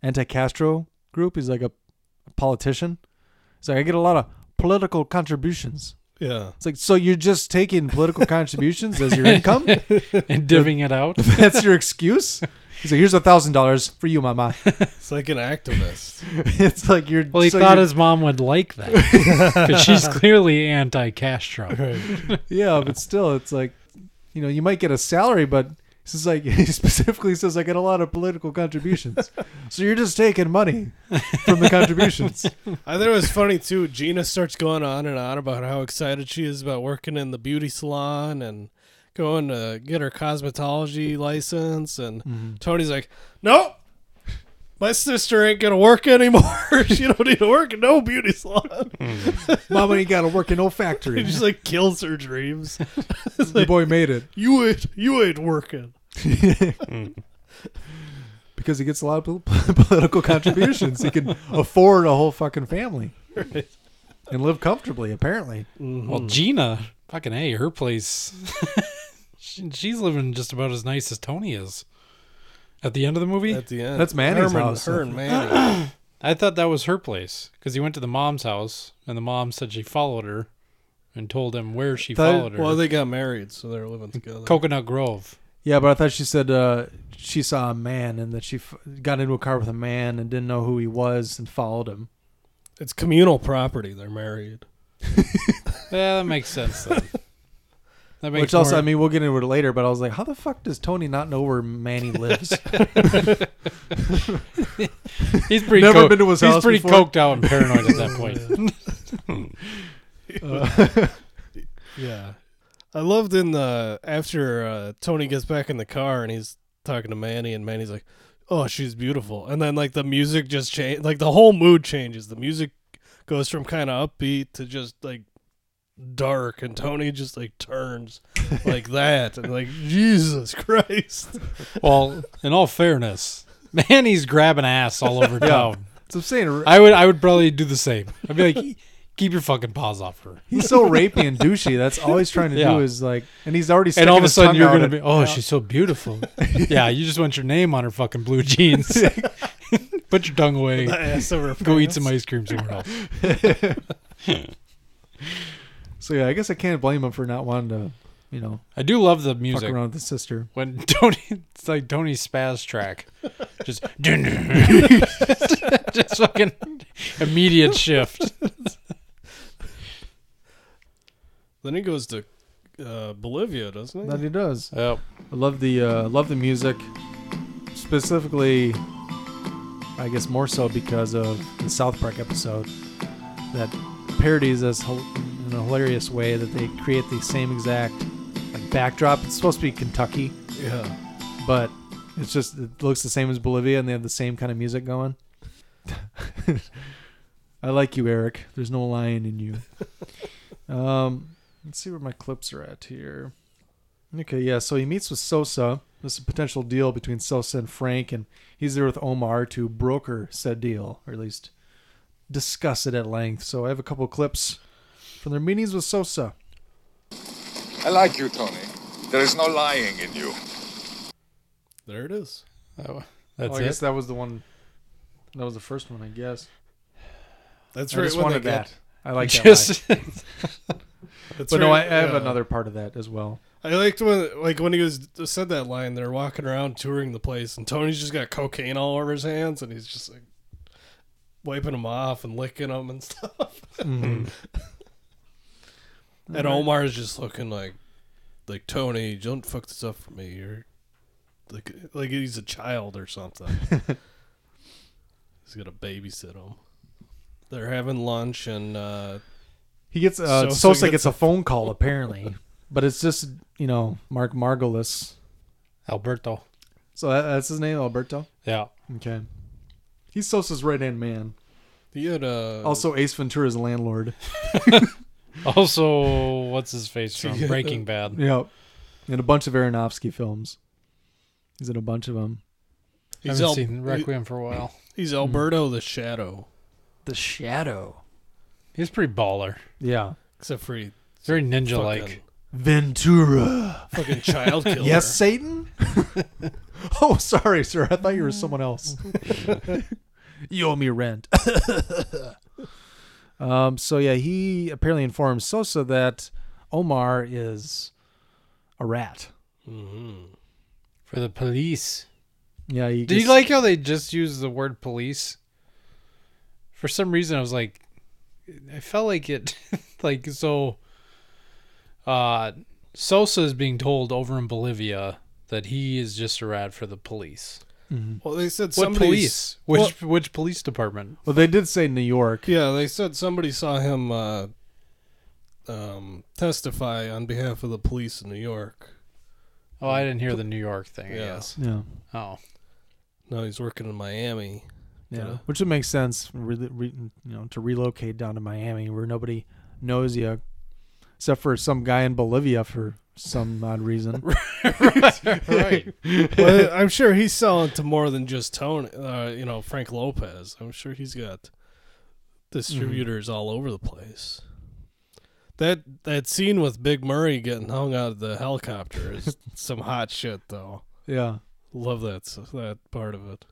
Speaker 8: anti-Castro group. He's like a politician. He's like I get a lot of political contributions.
Speaker 9: Yeah.
Speaker 8: It's like so you're just taking political contributions as your income
Speaker 10: And divvying it out?
Speaker 8: That's your excuse. He's like, here's a thousand dollars for you, mama.
Speaker 9: It's like an activist.
Speaker 8: it's like you're.
Speaker 10: Well, he
Speaker 8: so
Speaker 10: thought
Speaker 8: you're-
Speaker 10: his mom would like that, but she's clearly anti-Castro.
Speaker 8: yeah, but still, it's like, you know, you might get a salary, but this is like he specifically says I get a lot of political contributions. so you're just taking money from the contributions.
Speaker 9: I thought it was funny too. Gina starts going on and on about how excited she is about working in the beauty salon and going to get her cosmetology license. And
Speaker 8: Mm-hmm.
Speaker 3: Mhm.
Speaker 9: Tony's like, "Nope, my sister ain't gonna work anymore. she don't need to work in no beauty salon."
Speaker 8: Mama ain't got to work in no factory.
Speaker 9: It just like kills her dreams.
Speaker 8: The boy made it
Speaker 9: You ain't you ain't working.
Speaker 8: because he gets a lot of pol- political contributions. He can afford a whole fucking family and live comfortably. Apparently,
Speaker 10: Well,
Speaker 8: Hmm.
Speaker 10: Gina, fucking a, her place. she, she's living just about as nice as Tony is. At the end of the movie,
Speaker 9: At the end.
Speaker 8: That's Manny's
Speaker 9: Herman-
Speaker 8: house.
Speaker 9: her and Manny.
Speaker 10: I thought that was her place because he went to the mom's house and the mom said she followed her and told him where she
Speaker 8: Thought-
Speaker 10: followed her.
Speaker 9: Well, they got married, so they're living together.
Speaker 10: Coconut Grove.
Speaker 8: Yeah, but I thought she said uh, she saw a man and that she f- got into a car with a man and didn't know who he was and followed him.
Speaker 9: It's communal property. They're married.
Speaker 10: Yeah, that makes sense. Then. That makes
Speaker 8: Which also,
Speaker 10: more-
Speaker 8: I mean, we'll get into it later, but I was like, how the fuck does Tony not know where Manny lives?
Speaker 10: he's pretty
Speaker 8: Never
Speaker 10: co-
Speaker 8: been to his
Speaker 10: he's
Speaker 8: house
Speaker 10: pretty
Speaker 8: before.
Speaker 10: coked out and paranoid at that point.
Speaker 8: Uh,
Speaker 9: yeah. I loved in the after uh, Tony gets back in the car and he's talking to Manny and Manny's like, "Oh, she's beautiful." And then like the music just change like the whole mood changes. The music goes from kind of upbeat to just like dark and Tony just like turns like that and like Jesus Christ.
Speaker 10: well, in all fairness, Manny's grabbing ass all over
Speaker 8: Yeah.
Speaker 10: town.
Speaker 8: That's what I'm saying.
Speaker 10: I would, I would probably do the same. I'd be like, "E, keep your fucking paws off her.
Speaker 8: he's so rapey and douchey. That's all he's trying to
Speaker 10: Yeah.
Speaker 8: do is like, and he's already sticking
Speaker 10: and all of a
Speaker 8: his
Speaker 10: sudden
Speaker 8: tongue
Speaker 10: you're
Speaker 8: out
Speaker 10: gonna
Speaker 8: at-
Speaker 10: be, oh, she's so beautiful. yeah, you just want your name on her fucking blue jeans. Put your tongue away.
Speaker 9: The ass of her
Speaker 10: Go eat
Speaker 9: pants.
Speaker 10: some ice cream somewhere else.
Speaker 8: So yeah, I guess I can't blame him for not wanting to, you know.
Speaker 10: I do love the music.
Speaker 8: around with his sister.
Speaker 10: When Tony, it's like Tony's spaz track. Just, just fucking immediate shift.
Speaker 9: Then he goes to uh, Bolivia, doesn't he?
Speaker 8: That he does.
Speaker 10: Yep.
Speaker 8: I love the uh, love the music, specifically, I guess more so because of the South Park episode that parodies this hil- in a hilarious way that they create the same exact like backdrop. It's supposed to be Kentucky,
Speaker 9: Yeah.
Speaker 8: but it's just it looks the same as Bolivia, and they have the same kind of music going. I like you, Eric. There's no lion in you. Um, let's see where my clips are at here. Okay, yeah. So he meets with Sosa. This is a potential deal between Sosa and Frank, and he's there with Omar to broker said deal, or at least discuss it at length. So I have a couple clips from their meetings with Sosa.
Speaker 5: I like you, Tony. There is no lying in you.
Speaker 9: There it is.
Speaker 10: Oh,
Speaker 8: Well, I guess that was the one. That was the first one, I guess.
Speaker 9: That's
Speaker 8: I
Speaker 9: right
Speaker 8: just
Speaker 9: when they
Speaker 8: wanted
Speaker 9: get-
Speaker 8: that. I like
Speaker 9: Just-
Speaker 8: that. line.
Speaker 9: That's
Speaker 8: but no, I,
Speaker 9: right,
Speaker 8: I have
Speaker 9: yeah.
Speaker 8: another part of that as well.
Speaker 9: I liked when like when he was said that line. They're walking around touring the place, and Tony's just got cocaine all over his hands, and he's just like wiping them off and licking them and stuff.
Speaker 10: Mhm.
Speaker 9: and Omar's just looking like, like Tony, don't fuck this up for me. You're like like he's a child or something. he's gonna babysit him. They're having lunch, and uh,
Speaker 8: He gets uh,
Speaker 9: Sosa
Speaker 8: Sosa, gets
Speaker 9: gets
Speaker 8: a phone call apparently, but it's just you know Mark Margolis,
Speaker 10: Alberto.
Speaker 8: So that, that's his name, Alberto.
Speaker 10: Yeah.
Speaker 8: Okay. He's Sosa's right hand man.
Speaker 9: He had uh,
Speaker 8: Also Ace Ventura's landlord.
Speaker 10: also, what's his face from Breaking Bad?
Speaker 8: Yep. In a bunch of Aronofsky films. He's in a bunch of them.
Speaker 10: He's Haven't seen Requiem for a while.
Speaker 9: He's Alberto the Shadow.
Speaker 8: The Shadow.
Speaker 10: He's pretty baller.
Speaker 8: Yeah.
Speaker 9: Except for he,
Speaker 10: Very ninja like.
Speaker 8: Ventura.
Speaker 9: Fucking child killer.
Speaker 8: yes, Satan? oh, sorry, sir. I thought you were someone else. you owe me rent. um, so, yeah, he apparently informs Sosa that Omar is a rat.
Speaker 9: Mm-hmm.
Speaker 10: For the police.
Speaker 8: Yeah, he
Speaker 10: Did
Speaker 8: gets-
Speaker 10: you like how they just used the word police? For some reason, I was like, I felt like it, like so. Uh, Sosa is being told over in Bolivia that he is just a rat for the police.
Speaker 9: Well, they said
Speaker 10: What
Speaker 9: somebody's-
Speaker 10: police? Which which police department?
Speaker 8: Well, they did say New York.
Speaker 9: Yeah, they said somebody saw him uh, um, testify on behalf of the police in New York.
Speaker 10: Oh, I didn't hear the New York thing. I
Speaker 9: Yeah.
Speaker 10: guess.
Speaker 8: Yeah.
Speaker 10: Oh,
Speaker 9: No, he's working in Miami.
Speaker 8: Yeah, which would make sense, really, re, you know, to relocate down to Miami where nobody knows you, except for some guy in Bolivia for some odd reason.
Speaker 9: right. well, I'm sure he's selling to more than just Tony. Uh, you know, Frank Lopez. I'm sure he's got distributors all over the place. That that scene with Big Murray getting hung out of the helicopter is some hot shit, though.
Speaker 8: Yeah.
Speaker 9: love that s- that part of it.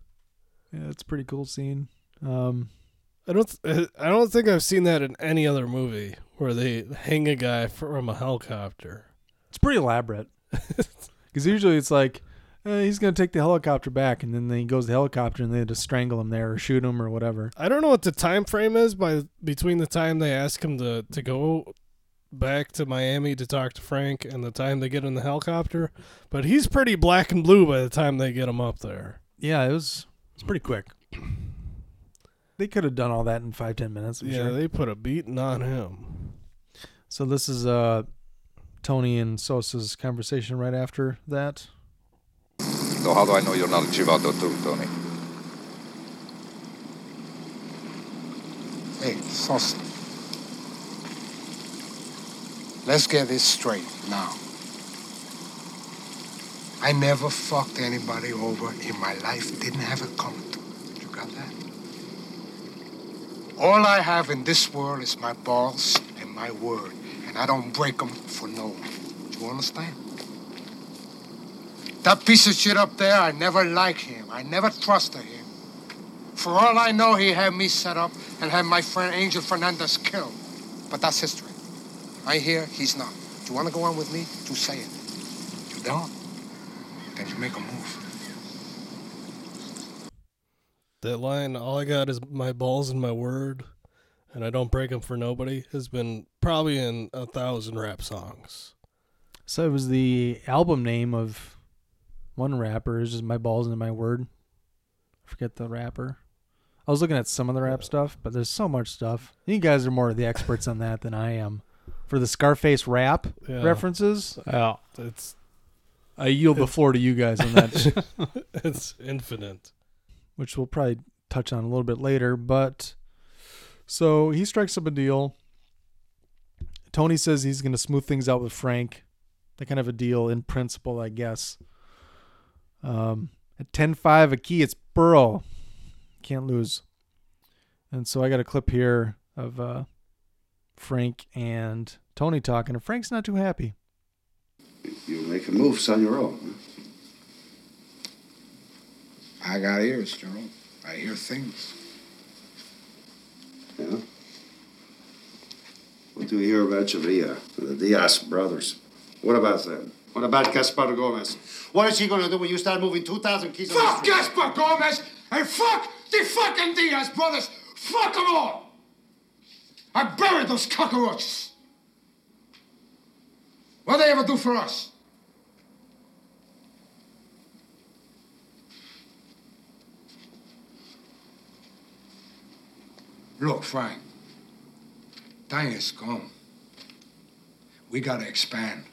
Speaker 8: Yeah, it's a pretty cool scene. Um,
Speaker 9: I don't th- eh, I don't think I've seen that in any other movie where they hang a guy from a helicopter.
Speaker 8: it's pretty elaborate because usually it's like eh, he's gonna take the helicopter back, and then he goes to the helicopter, and they just strangle him there or shoot him or whatever.
Speaker 9: I don't know what the time frame is by between the time they ask him to, to go back to Miami to talk to Frank and the time they get in the helicopter, but he's pretty black and blue by the time they get him up there.
Speaker 8: Yeah, it was it's pretty quick. They could have done all that in five ten minutes. I'm
Speaker 9: yeah,
Speaker 8: sure.
Speaker 9: they put a beating on him.
Speaker 8: So this is uh Tony and Sosa's conversation right after that.
Speaker 5: So how do I know you're not a Chivato too, Tony?
Speaker 15: Hey, Sosa. Let's get this straight now. I never fucked anybody over in my life. Didn't have it coming to me. You got that? All I have in this world is my balls and my word, and I don't break them for no one. Do you understand? That piece of shit up there, I never liked him. I never trusted him. For all I know, he had me set up and had my friend Angel Fernandez killed. But that's history. I hear he's not. Do you want to go on with me? You say it. You don't? Then you make a move.
Speaker 9: That line, all I got is my balls and my word, and I don't break them for nobody, has been probably in a thousand rap songs.
Speaker 8: So it was the album name of one rapper. It's just my balls and my word. I forget the rapper. I was looking at some of the rap stuff, but there's so much stuff. You guys are more the experts on that than I am. For the Scarface rap
Speaker 9: Yeah.
Speaker 8: references,
Speaker 10: Yeah.
Speaker 9: It's
Speaker 8: I yield the floor to you guys on that.
Speaker 9: it's infinite.
Speaker 8: which we'll probably touch on a little bit later. But so he strikes up a deal. Tony says he's going to smooth things out with Frank. That kind of a deal in principle, I guess. Um, at 10 5, a key, it's Burrow. Can't lose. And so I got a clip here of uh, Frank and Tony talking, and Frank's not too happy.
Speaker 6: You're making moves on your own.
Speaker 15: I got ears, Gerald. I hear things.
Speaker 6: Yeah. What do we hear about Chavilla, the Diaz brothers? What about them?
Speaker 18: What about Gaspar Gomez? What is he gonna do when you start moving 2,000 keys? on the
Speaker 3: Fuck
Speaker 18: street?
Speaker 3: Gaspar Gomez and fuck the fucking Diaz brothers. Fuck them all. I buried those cockroaches. What they ever do for us? Look, Frank. Diana's gone. We gotta expand.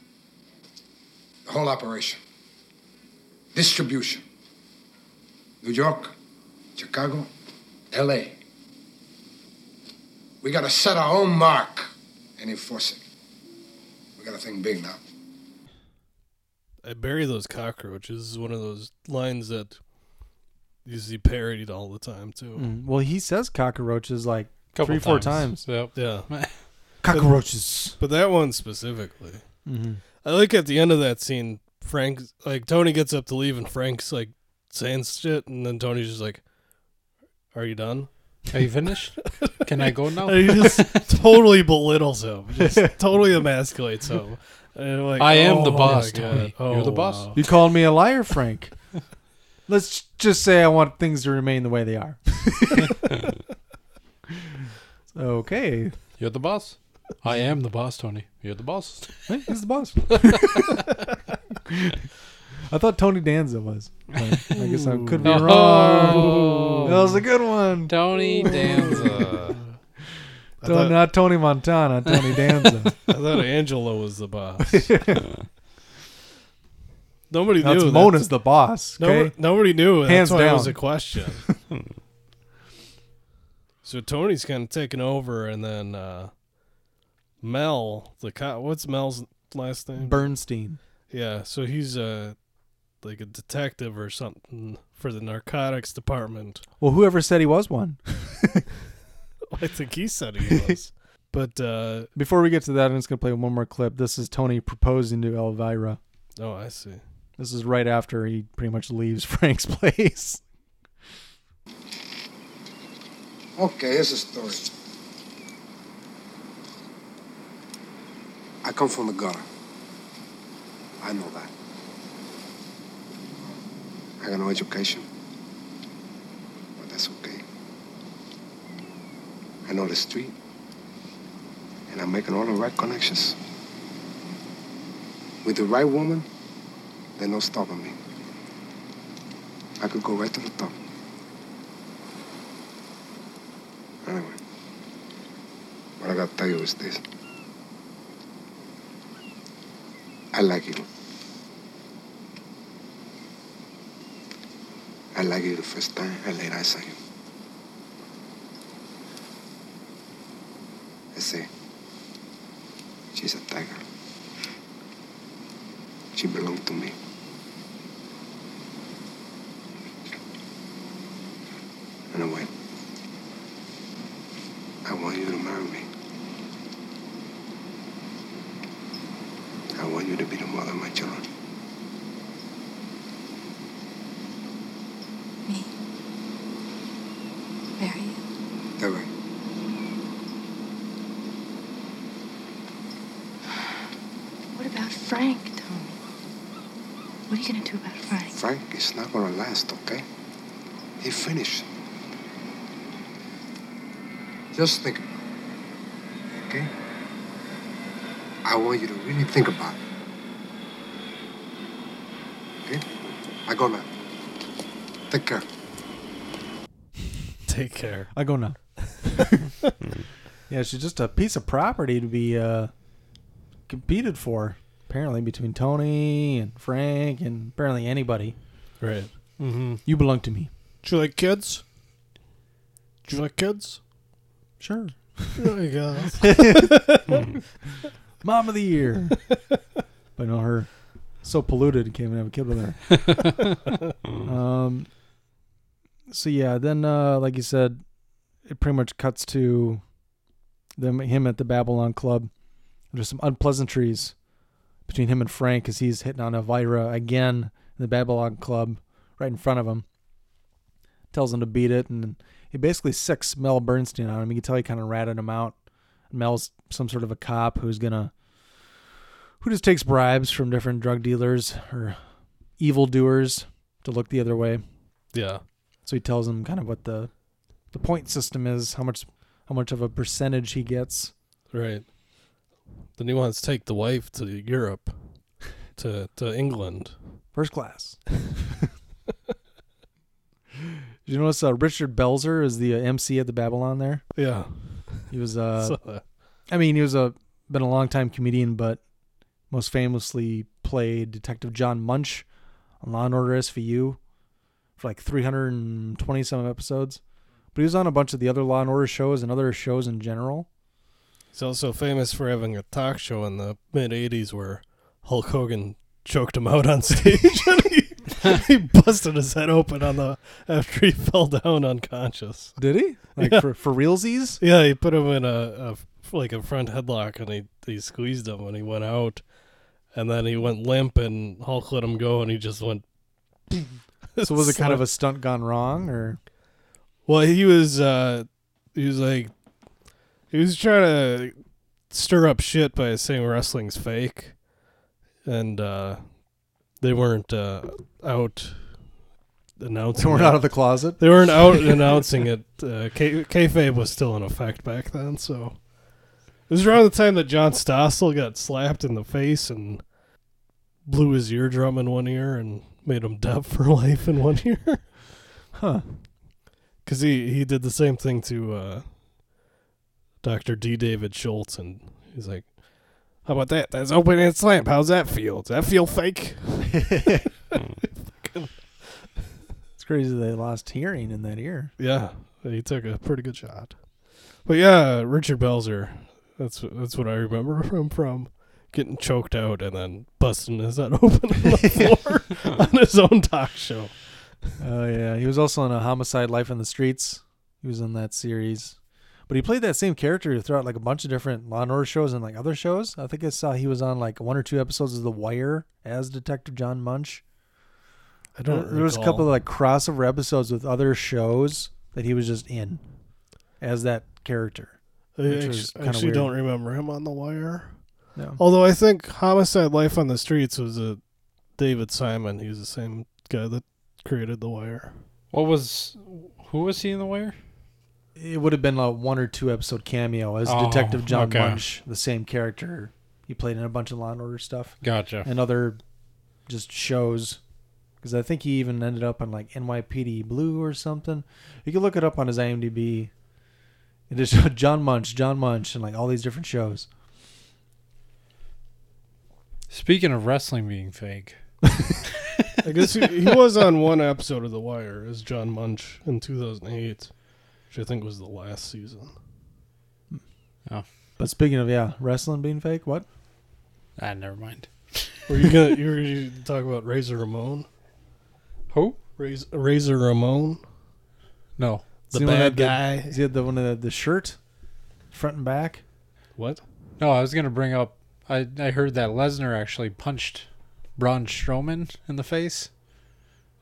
Speaker 3: The whole operation. Distribution. New York, Chicago, LA. We gotta set our own mark and enforce it. We gotta think big now.
Speaker 9: I bury those cockroaches is one of those lines that you see parodied all the time too.
Speaker 8: Mm, Well, he says cockroaches like
Speaker 9: Couple
Speaker 8: three, four
Speaker 9: times.
Speaker 8: times.
Speaker 9: Yeah.
Speaker 8: Cockroaches.
Speaker 9: But, but that one specifically.
Speaker 8: Mhm.
Speaker 9: I like at the end of that scene, Frank, like Tony gets up to leave and Frank's like saying shit, and then Tony's just like, Are you done?
Speaker 10: Are you finished? Can I go now?
Speaker 9: And he just totally belittles him, just totally emasculates him. And like,
Speaker 10: I am the
Speaker 9: "Oh my
Speaker 10: boss,
Speaker 9: God.
Speaker 10: Tony. You're the boss."
Speaker 9: wow.
Speaker 8: You called me a liar, Frank. Let's just say I want things to remain the way they are. okay.
Speaker 10: You're the boss. I am the boss, Tony. You're the boss.
Speaker 8: Hey, he's the boss. I thought Tony Danza was. but I guess I could be
Speaker 10: Ooh.
Speaker 8: wrong.
Speaker 10: Oh.
Speaker 8: That was a good one.
Speaker 10: Tony
Speaker 9: uh,
Speaker 10: Danza.
Speaker 9: I
Speaker 8: Don't-
Speaker 9: thought-
Speaker 8: not Tony Montana, Tony Danza.
Speaker 9: I thought Angela was the boss. Nobody
Speaker 8: That's
Speaker 9: knew.
Speaker 8: Mona's the boss,
Speaker 9: Nobody,
Speaker 8: okay?
Speaker 9: nobody knew.
Speaker 8: Hands
Speaker 9: That's why it was
Speaker 8: down.
Speaker 9: a question. so Tony's kind of taking over, and then uh, Mel, the co- what's Mel's last name?
Speaker 8: Bernstein.
Speaker 9: Yeah, so he's uh, like a detective or something for the narcotics department.
Speaker 8: Well, whoever said he was one.
Speaker 9: I think he said he was. but uh,
Speaker 8: Before we get to that, I'm just going to play one more clip. This is Tony proposing to Elvira.
Speaker 9: oh, I see.
Speaker 8: This is right after he pretty much leaves Frank's place.
Speaker 15: Okay, here's the story. I come from the gutter. I know that. I got no education. But that's okay. I know the street. And I'm making all the right connections. With the right woman, there's no stopping me. I could go right to the top. Anyway, what I gotta tell you is this. I like you. I like you the first time I laid eyes on you. I see. She's a tiger. She belonged to me. Anyway, I want you to marry me. I want you to be the mother of my children.
Speaker 22: Marry you.
Speaker 15: That way.
Speaker 22: What about Frank, Tony? What are you gonna do about Frank?
Speaker 15: Frank is not gonna last, okay? He finished. Just think about it, okay? I want you to really think about it. Okay? I go now. Take care.
Speaker 9: Take care.
Speaker 8: I go now. yeah, she's just a piece of property to be uh, competed for, apparently, between Tony and Frank and apparently anybody.
Speaker 9: Right. Mm-hmm.
Speaker 8: You belong to me.
Speaker 9: Do you like kids? Do you like kids?
Speaker 8: Sure.
Speaker 9: There you go.
Speaker 8: Mom of the year. but no, her so polluted, you can't even have a kid with her. um, so yeah, then uh, like you said, it pretty much cuts to them him at the Babylon Club. There's some unpleasantries between him and Frank because he's hitting on Elvira again in the Babylon Club right in front of him. Tells him to beat it, and he basically sicks Mel Bernstein on him. You can tell he kind of ratted him out. Mel's some sort of a cop who's gonna who just takes bribes from different drug dealers or evildoers to look the other way.
Speaker 9: Yeah.
Speaker 8: So he tells him kind of what the the point system is, how much how much of a percentage he gets.
Speaker 9: Right. Then he wants to take the wife to Europe, to to England.
Speaker 8: First class. Did you notice uh, Richard Belzer is the uh, MC at the Babylon there?
Speaker 9: Yeah.
Speaker 8: He was uh
Speaker 9: Saw that.
Speaker 8: I mean, he was a been a long time comedian, but most famously played Detective John Munch on Law and Order SVU for like 320 some episodes. But he was on a bunch of the other Law and Order shows and other shows in general.
Speaker 9: He's also famous for having a talk show in the mid '80s where Hulk Hogan choked him out on stage and he, he busted his head open on the after he fell down unconscious.
Speaker 8: Did he? Like for for realsies?
Speaker 9: Yeah, he put him in a, a like a front headlock and he he squeezed him and he went out, and then he went limp and Hulk let him go and he just went.
Speaker 8: So was it kind of a stunt gone wrong or
Speaker 9: Well, he was uh he was like he was trying to stir up shit by saying wrestling's fake and uh they weren't uh out announcing
Speaker 8: They weren't
Speaker 9: it.
Speaker 8: out of the closet?
Speaker 9: They weren't out announcing it. Uh K- kayfabe was still in effect back then, so it was around the time that John Stossel got slapped in the face and blew his eardrum in one ear and made him deaf for life in one ear.
Speaker 8: Huh.
Speaker 9: Because he, he did the same thing to uh, Dr. D. David Schultz, and he's like, How about that? That's open and slam. How's that feel? Does that feel fake?
Speaker 8: it's crazy they lost hearing in that ear.
Speaker 9: yeah, he took a pretty good shot. But yeah, Richard Belzer. That's that's what I remember him from getting choked out and then busting his head open on the floor on his own talk show.
Speaker 8: Oh yeah, he was also in a homicide life in the streets. He was in that series, but he played that same character throughout like a bunch of different Law and Order shows and like other shows. I think I saw he was on like one or two episodes of The Wire as Detective John Munch.
Speaker 9: I don't
Speaker 8: There, there was a couple of like crossover episodes with other shows that he was just in as that character.
Speaker 9: I
Speaker 8: which
Speaker 9: actu-
Speaker 8: was kinda
Speaker 9: actually
Speaker 8: weird.
Speaker 9: don't remember him on The Wire.
Speaker 8: No.
Speaker 9: Although I think Homicide Life on the Streets was a David Simon. He's the same guy that created The Wire.
Speaker 10: What was who was he in the wire?
Speaker 8: It would have been a one or two episode cameo as
Speaker 10: Oh,
Speaker 8: Detective John
Speaker 10: okay.
Speaker 8: Munch, the same character he played in a bunch of Law and Order stuff.
Speaker 10: Gotcha.
Speaker 8: And other just shows. Because I think he even ended up on like NYPD Blue or something. You can look it up on his IMDb. It is John Munch, John Munch, and like all these different shows.
Speaker 10: Speaking of wrestling being fake,
Speaker 9: I guess he, he was on one episode of The Wire as John Munch in 2008, which I think was the last season.
Speaker 8: But speaking of, yeah, wrestling being fake, what?
Speaker 10: ah, never mind.
Speaker 9: Were you gonna you were gonna talk about Razor Ramon?
Speaker 10: Who?
Speaker 9: Razor, Razor Ramon?
Speaker 10: No,
Speaker 9: the
Speaker 8: Is he one
Speaker 9: bad
Speaker 8: that
Speaker 9: guy.
Speaker 8: had The, is he had the one of the, the shirt, front and back?
Speaker 9: What?
Speaker 10: No, I was gonna bring up. I I heard that Lesnar actually punched Braun Strowman in the face.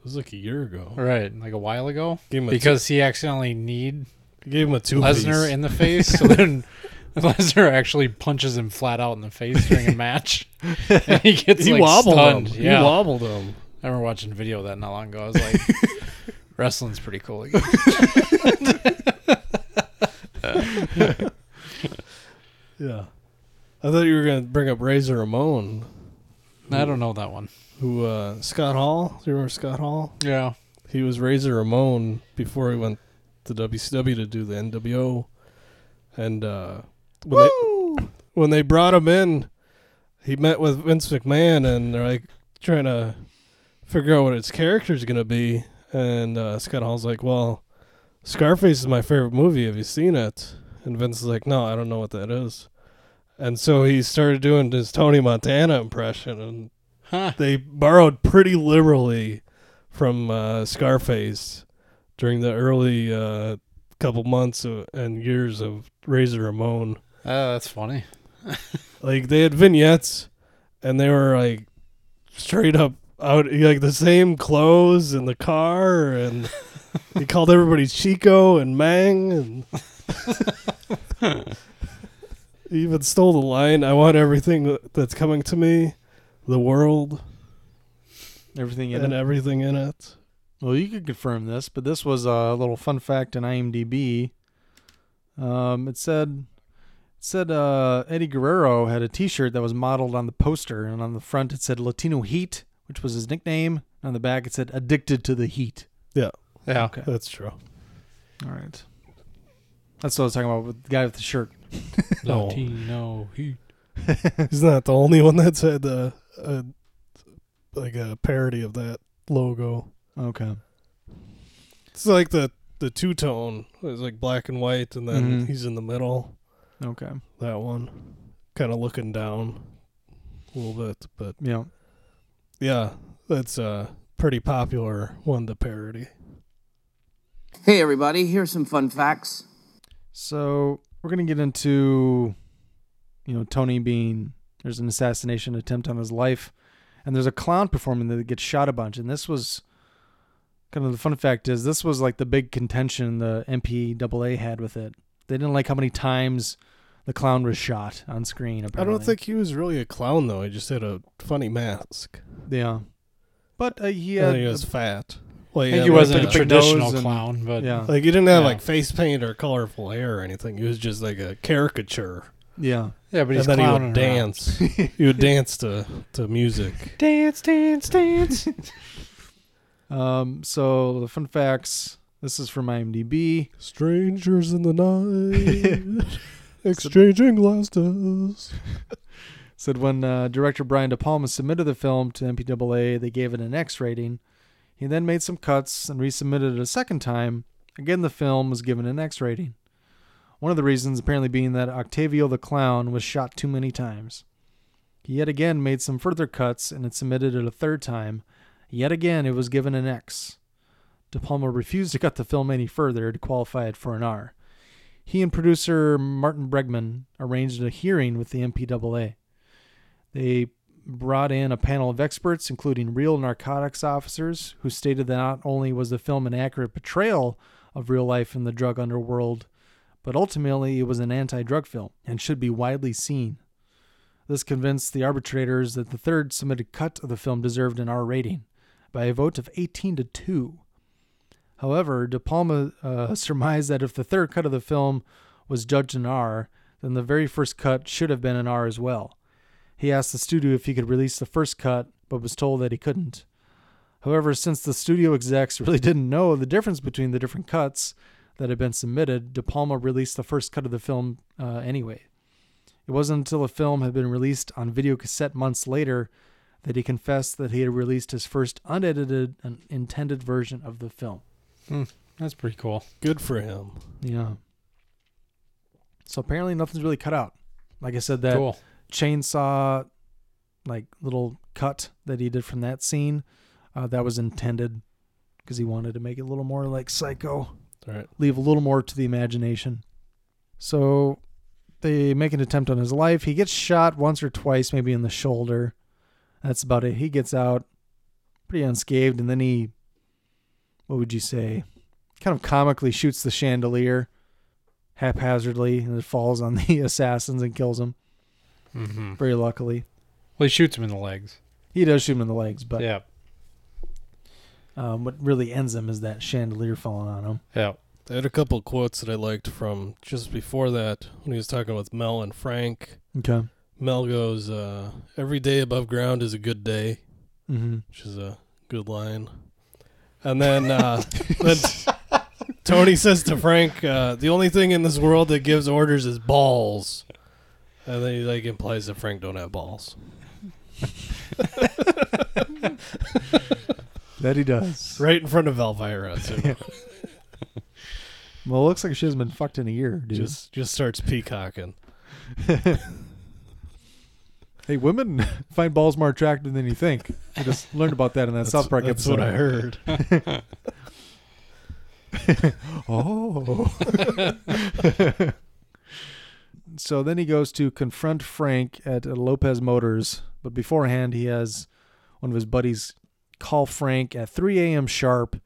Speaker 9: It was like a year ago.
Speaker 10: Right, like a while ago,
Speaker 9: Gave him a
Speaker 10: because he accidentally kneed
Speaker 9: gave him a two
Speaker 10: Lesnar
Speaker 9: piece.
Speaker 10: in the face. so then Lesnar actually punches him flat out in the face during a match, and he gets
Speaker 9: He
Speaker 10: like,
Speaker 9: wobbled
Speaker 10: stunned.
Speaker 9: him. He
Speaker 10: Yeah.
Speaker 9: wobbled him.
Speaker 10: I remember watching a video of that not long ago. I was like, wrestling's pretty cool. Again.
Speaker 9: Yeah. I thought you were gonna bring up Razor Ramon.
Speaker 10: I don't know that one.
Speaker 9: Who uh Scott Hall? Do you remember Scott Hall?
Speaker 10: Yeah.
Speaker 9: He was Razor Ramon before he went to WCW to do the NWO. And uh when they when they brought him in, he met with Vince McMahon and they're like trying to figure out what his character's gonna be. And uh Scott Hall's like, Well, Scarface is my favorite movie. Have you seen it? And Vince is like, No, I don't know what that is. And so he started doing his Tony Montana impression, and they borrowed pretty liberally from uh, Scarface during the early uh, couple months of, and years of Razor Ramon.
Speaker 10: Oh, that's funny.
Speaker 9: Like they had vignettes, and they were like straight up out like the same clothes and the car, and he called everybody Chico and Mang, and He even stole the line. I want everything that's coming to me, the world,
Speaker 8: everything in
Speaker 9: and
Speaker 8: it.
Speaker 9: everything in it.
Speaker 8: Well, you could confirm this, but this was a little fun fact in IMDb. Um, it said it said uh, Eddie Guerrero had a T-shirt that was modeled on the poster, and on the front it said Latino Heat, which was his nickname. And on the back it said Addicted to the Heat.
Speaker 9: Yeah.
Speaker 10: Yeah.
Speaker 8: Okay.
Speaker 9: That's true.
Speaker 8: All right. That's what I was talking about with the guy with the shirt.
Speaker 9: No.
Speaker 10: Latino heat.
Speaker 9: He's not the only one that's had a, a uh, like a parody of that logo.
Speaker 8: Okay.
Speaker 9: It's like the the two tone. It's like black and white, and then
Speaker 8: Mhm.
Speaker 9: he's in the middle.
Speaker 8: Okay.
Speaker 9: That one, kind of looking down a little bit, but
Speaker 8: Yeah.
Speaker 9: yeah, that's a pretty popular one to parody.
Speaker 7: Hey, everybody, here's some fun facts.
Speaker 8: So we're gonna get into, you know, Tony being there's an assassination attempt on his life, and there's a clown performing that gets shot a bunch. And this was kind of the fun fact is this was like the big contention the MPAA had with it. They didn't like how many times the clown was shot on screen. Apparently,
Speaker 9: I don't think he was really a clown though. He just had a funny mask.
Speaker 8: Yeah, but uh, he
Speaker 9: And
Speaker 8: had
Speaker 9: he
Speaker 8: a-
Speaker 9: was fat.
Speaker 8: I
Speaker 9: he
Speaker 8: think
Speaker 9: had,
Speaker 8: he
Speaker 9: like,
Speaker 8: wasn't
Speaker 9: the
Speaker 8: a
Speaker 9: big
Speaker 8: traditional
Speaker 9: nose and-
Speaker 10: clown, but- Yeah.
Speaker 9: like he didn't have
Speaker 10: Yeah.
Speaker 9: like face paint or colorful hair or anything. He was just like a caricature.
Speaker 8: Yeah.
Speaker 10: Yeah, but he's
Speaker 9: and then he
Speaker 10: clowning around.
Speaker 9: would dance. he would dance to to music.
Speaker 10: Dance, dance, dance.
Speaker 8: Um, so the fun facts. This is from IMDb.
Speaker 9: Strangers in the night, exchanging glances.
Speaker 8: Said when uh, director Brian De Palma submitted the film to MPAA, they gave it an X rating. He then made some cuts and resubmitted it a second time. Again, the film was given an X rating. One of the reasons apparently being that Octavio the Clown was shot too many times. He yet again made some further cuts and it submitted it a third time. Yet again, it was given an X. De Palma refused to cut the film any further to qualify it for an R. He and producer Martin Bregman arranged a hearing with the MPAA. They brought in a panel of experts, including real narcotics officers, who stated that not only was the film an accurate portrayal of real life in the drug underworld, but ultimately it was an anti drug film and should be widely seen. This convinced the arbitrators that the third submitted cut of the film deserved an R rating by a vote of 18 to 2. However, De Palma uh, surmised that if the third cut of the film was judged an R, then the very first cut should have been an R as well. He asked the studio if he could release the first cut, but was told that he couldn't. However, since the studio execs really didn't know the difference between the different cuts that had been submitted, De Palma released the first cut of the film uh, anyway. It wasn't until the film had been released on video cassette months later that he confessed that he had released his first unedited and intended version of the film.
Speaker 10: Hmm, that's pretty cool.
Speaker 9: Good for him.
Speaker 8: Yeah. So apparently nothing's really cut out. Like I said, that
Speaker 10: Cool.
Speaker 8: chainsaw, like little cut that he did from that scene, uh, that was intended because he wanted to make it a little more like Psycho.
Speaker 9: Right.
Speaker 8: Leave a little more to the imagination. So they make an attempt on his life. He gets shot once or twice, maybe in the shoulder. That's about it. He gets out pretty unscathed, and then he, what would you say, kind of comically shoots the chandelier haphazardly, and it falls on the assassins and kills him.
Speaker 10: Mm-hmm.
Speaker 8: Very luckily,
Speaker 10: Well, he shoots him in the legs.
Speaker 8: he does shoot him in the legs, but
Speaker 10: yeah,
Speaker 8: um, what really ends him is that chandelier falling on him.
Speaker 10: Yeah.
Speaker 9: I had a couple quotes that I liked from just before that when he was talking with Mel and Frank.
Speaker 8: Okay.
Speaker 9: Mel goes, uh, Every day above ground is a good day,
Speaker 8: Mhm.
Speaker 9: which is a good line. And then, uh, then Tony says to Frank, uh, The only thing in this world that gives orders is balls. And then he like implies that Frank don't have balls.
Speaker 8: That he does.
Speaker 9: Right in front of Elvira, too.
Speaker 8: Well, it looks like she hasn't been fucked in a year, dude.
Speaker 9: Just just starts peacocking.
Speaker 8: hey, women find balls more attractive than you think. I just learned about that in that
Speaker 9: That's-
Speaker 8: South Park
Speaker 9: that's
Speaker 8: episode.
Speaker 9: what I heard.
Speaker 8: oh. so then he goes to confront Frank at uh, Lopez Motors, but beforehand he has one of his buddies call Frank at 3 a.m. sharp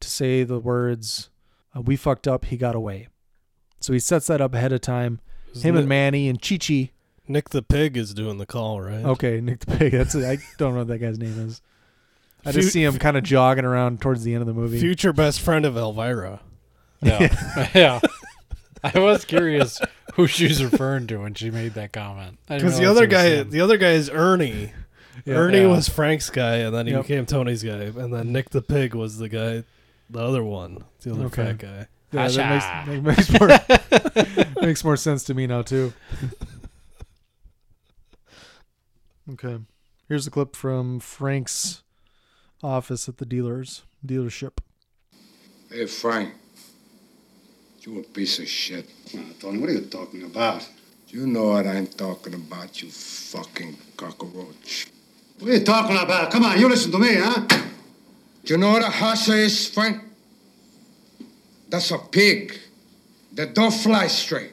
Speaker 8: to say the words, uh, "We fucked up. He got away." So he sets that up ahead of time. Him and Manny and Chi Chi.
Speaker 9: Nick the Pig is doing the call, right?
Speaker 8: Okay, Nick the Pig. That's it. I don't know what that guy's name is. I just see him kind of jogging around towards the end of the movie.
Speaker 9: Future best friend of Elvira.
Speaker 10: Yeah. yeah. I was curious who she was referring to when she made that comment. I didn't
Speaker 9: Because the
Speaker 10: realize
Speaker 9: other
Speaker 10: it was
Speaker 9: guy,
Speaker 10: him.
Speaker 9: the other guy is Ernie.
Speaker 10: Yeah.
Speaker 9: Ernie
Speaker 10: Yeah.
Speaker 9: was Frank's guy, and then he
Speaker 10: Yep.
Speaker 9: became Tony's guy, and then Nick the Pig was the guy, the other one, the other
Speaker 8: Okay.
Speaker 9: fat guy.
Speaker 8: Yeah, that makes, that makes more makes more sense to me now too. Okay, here's a clip from Frank's office at the dealers dealership.
Speaker 15: Hey, Frank. You a piece of shit.
Speaker 6: Tony, what are you talking about?
Speaker 15: You know what I'm talking about, you fucking cockroach.
Speaker 6: What are you talking about? Come on, you listen to me, huh?
Speaker 15: Do you know what a horse is, Frank? That's a pig that don't fly straight.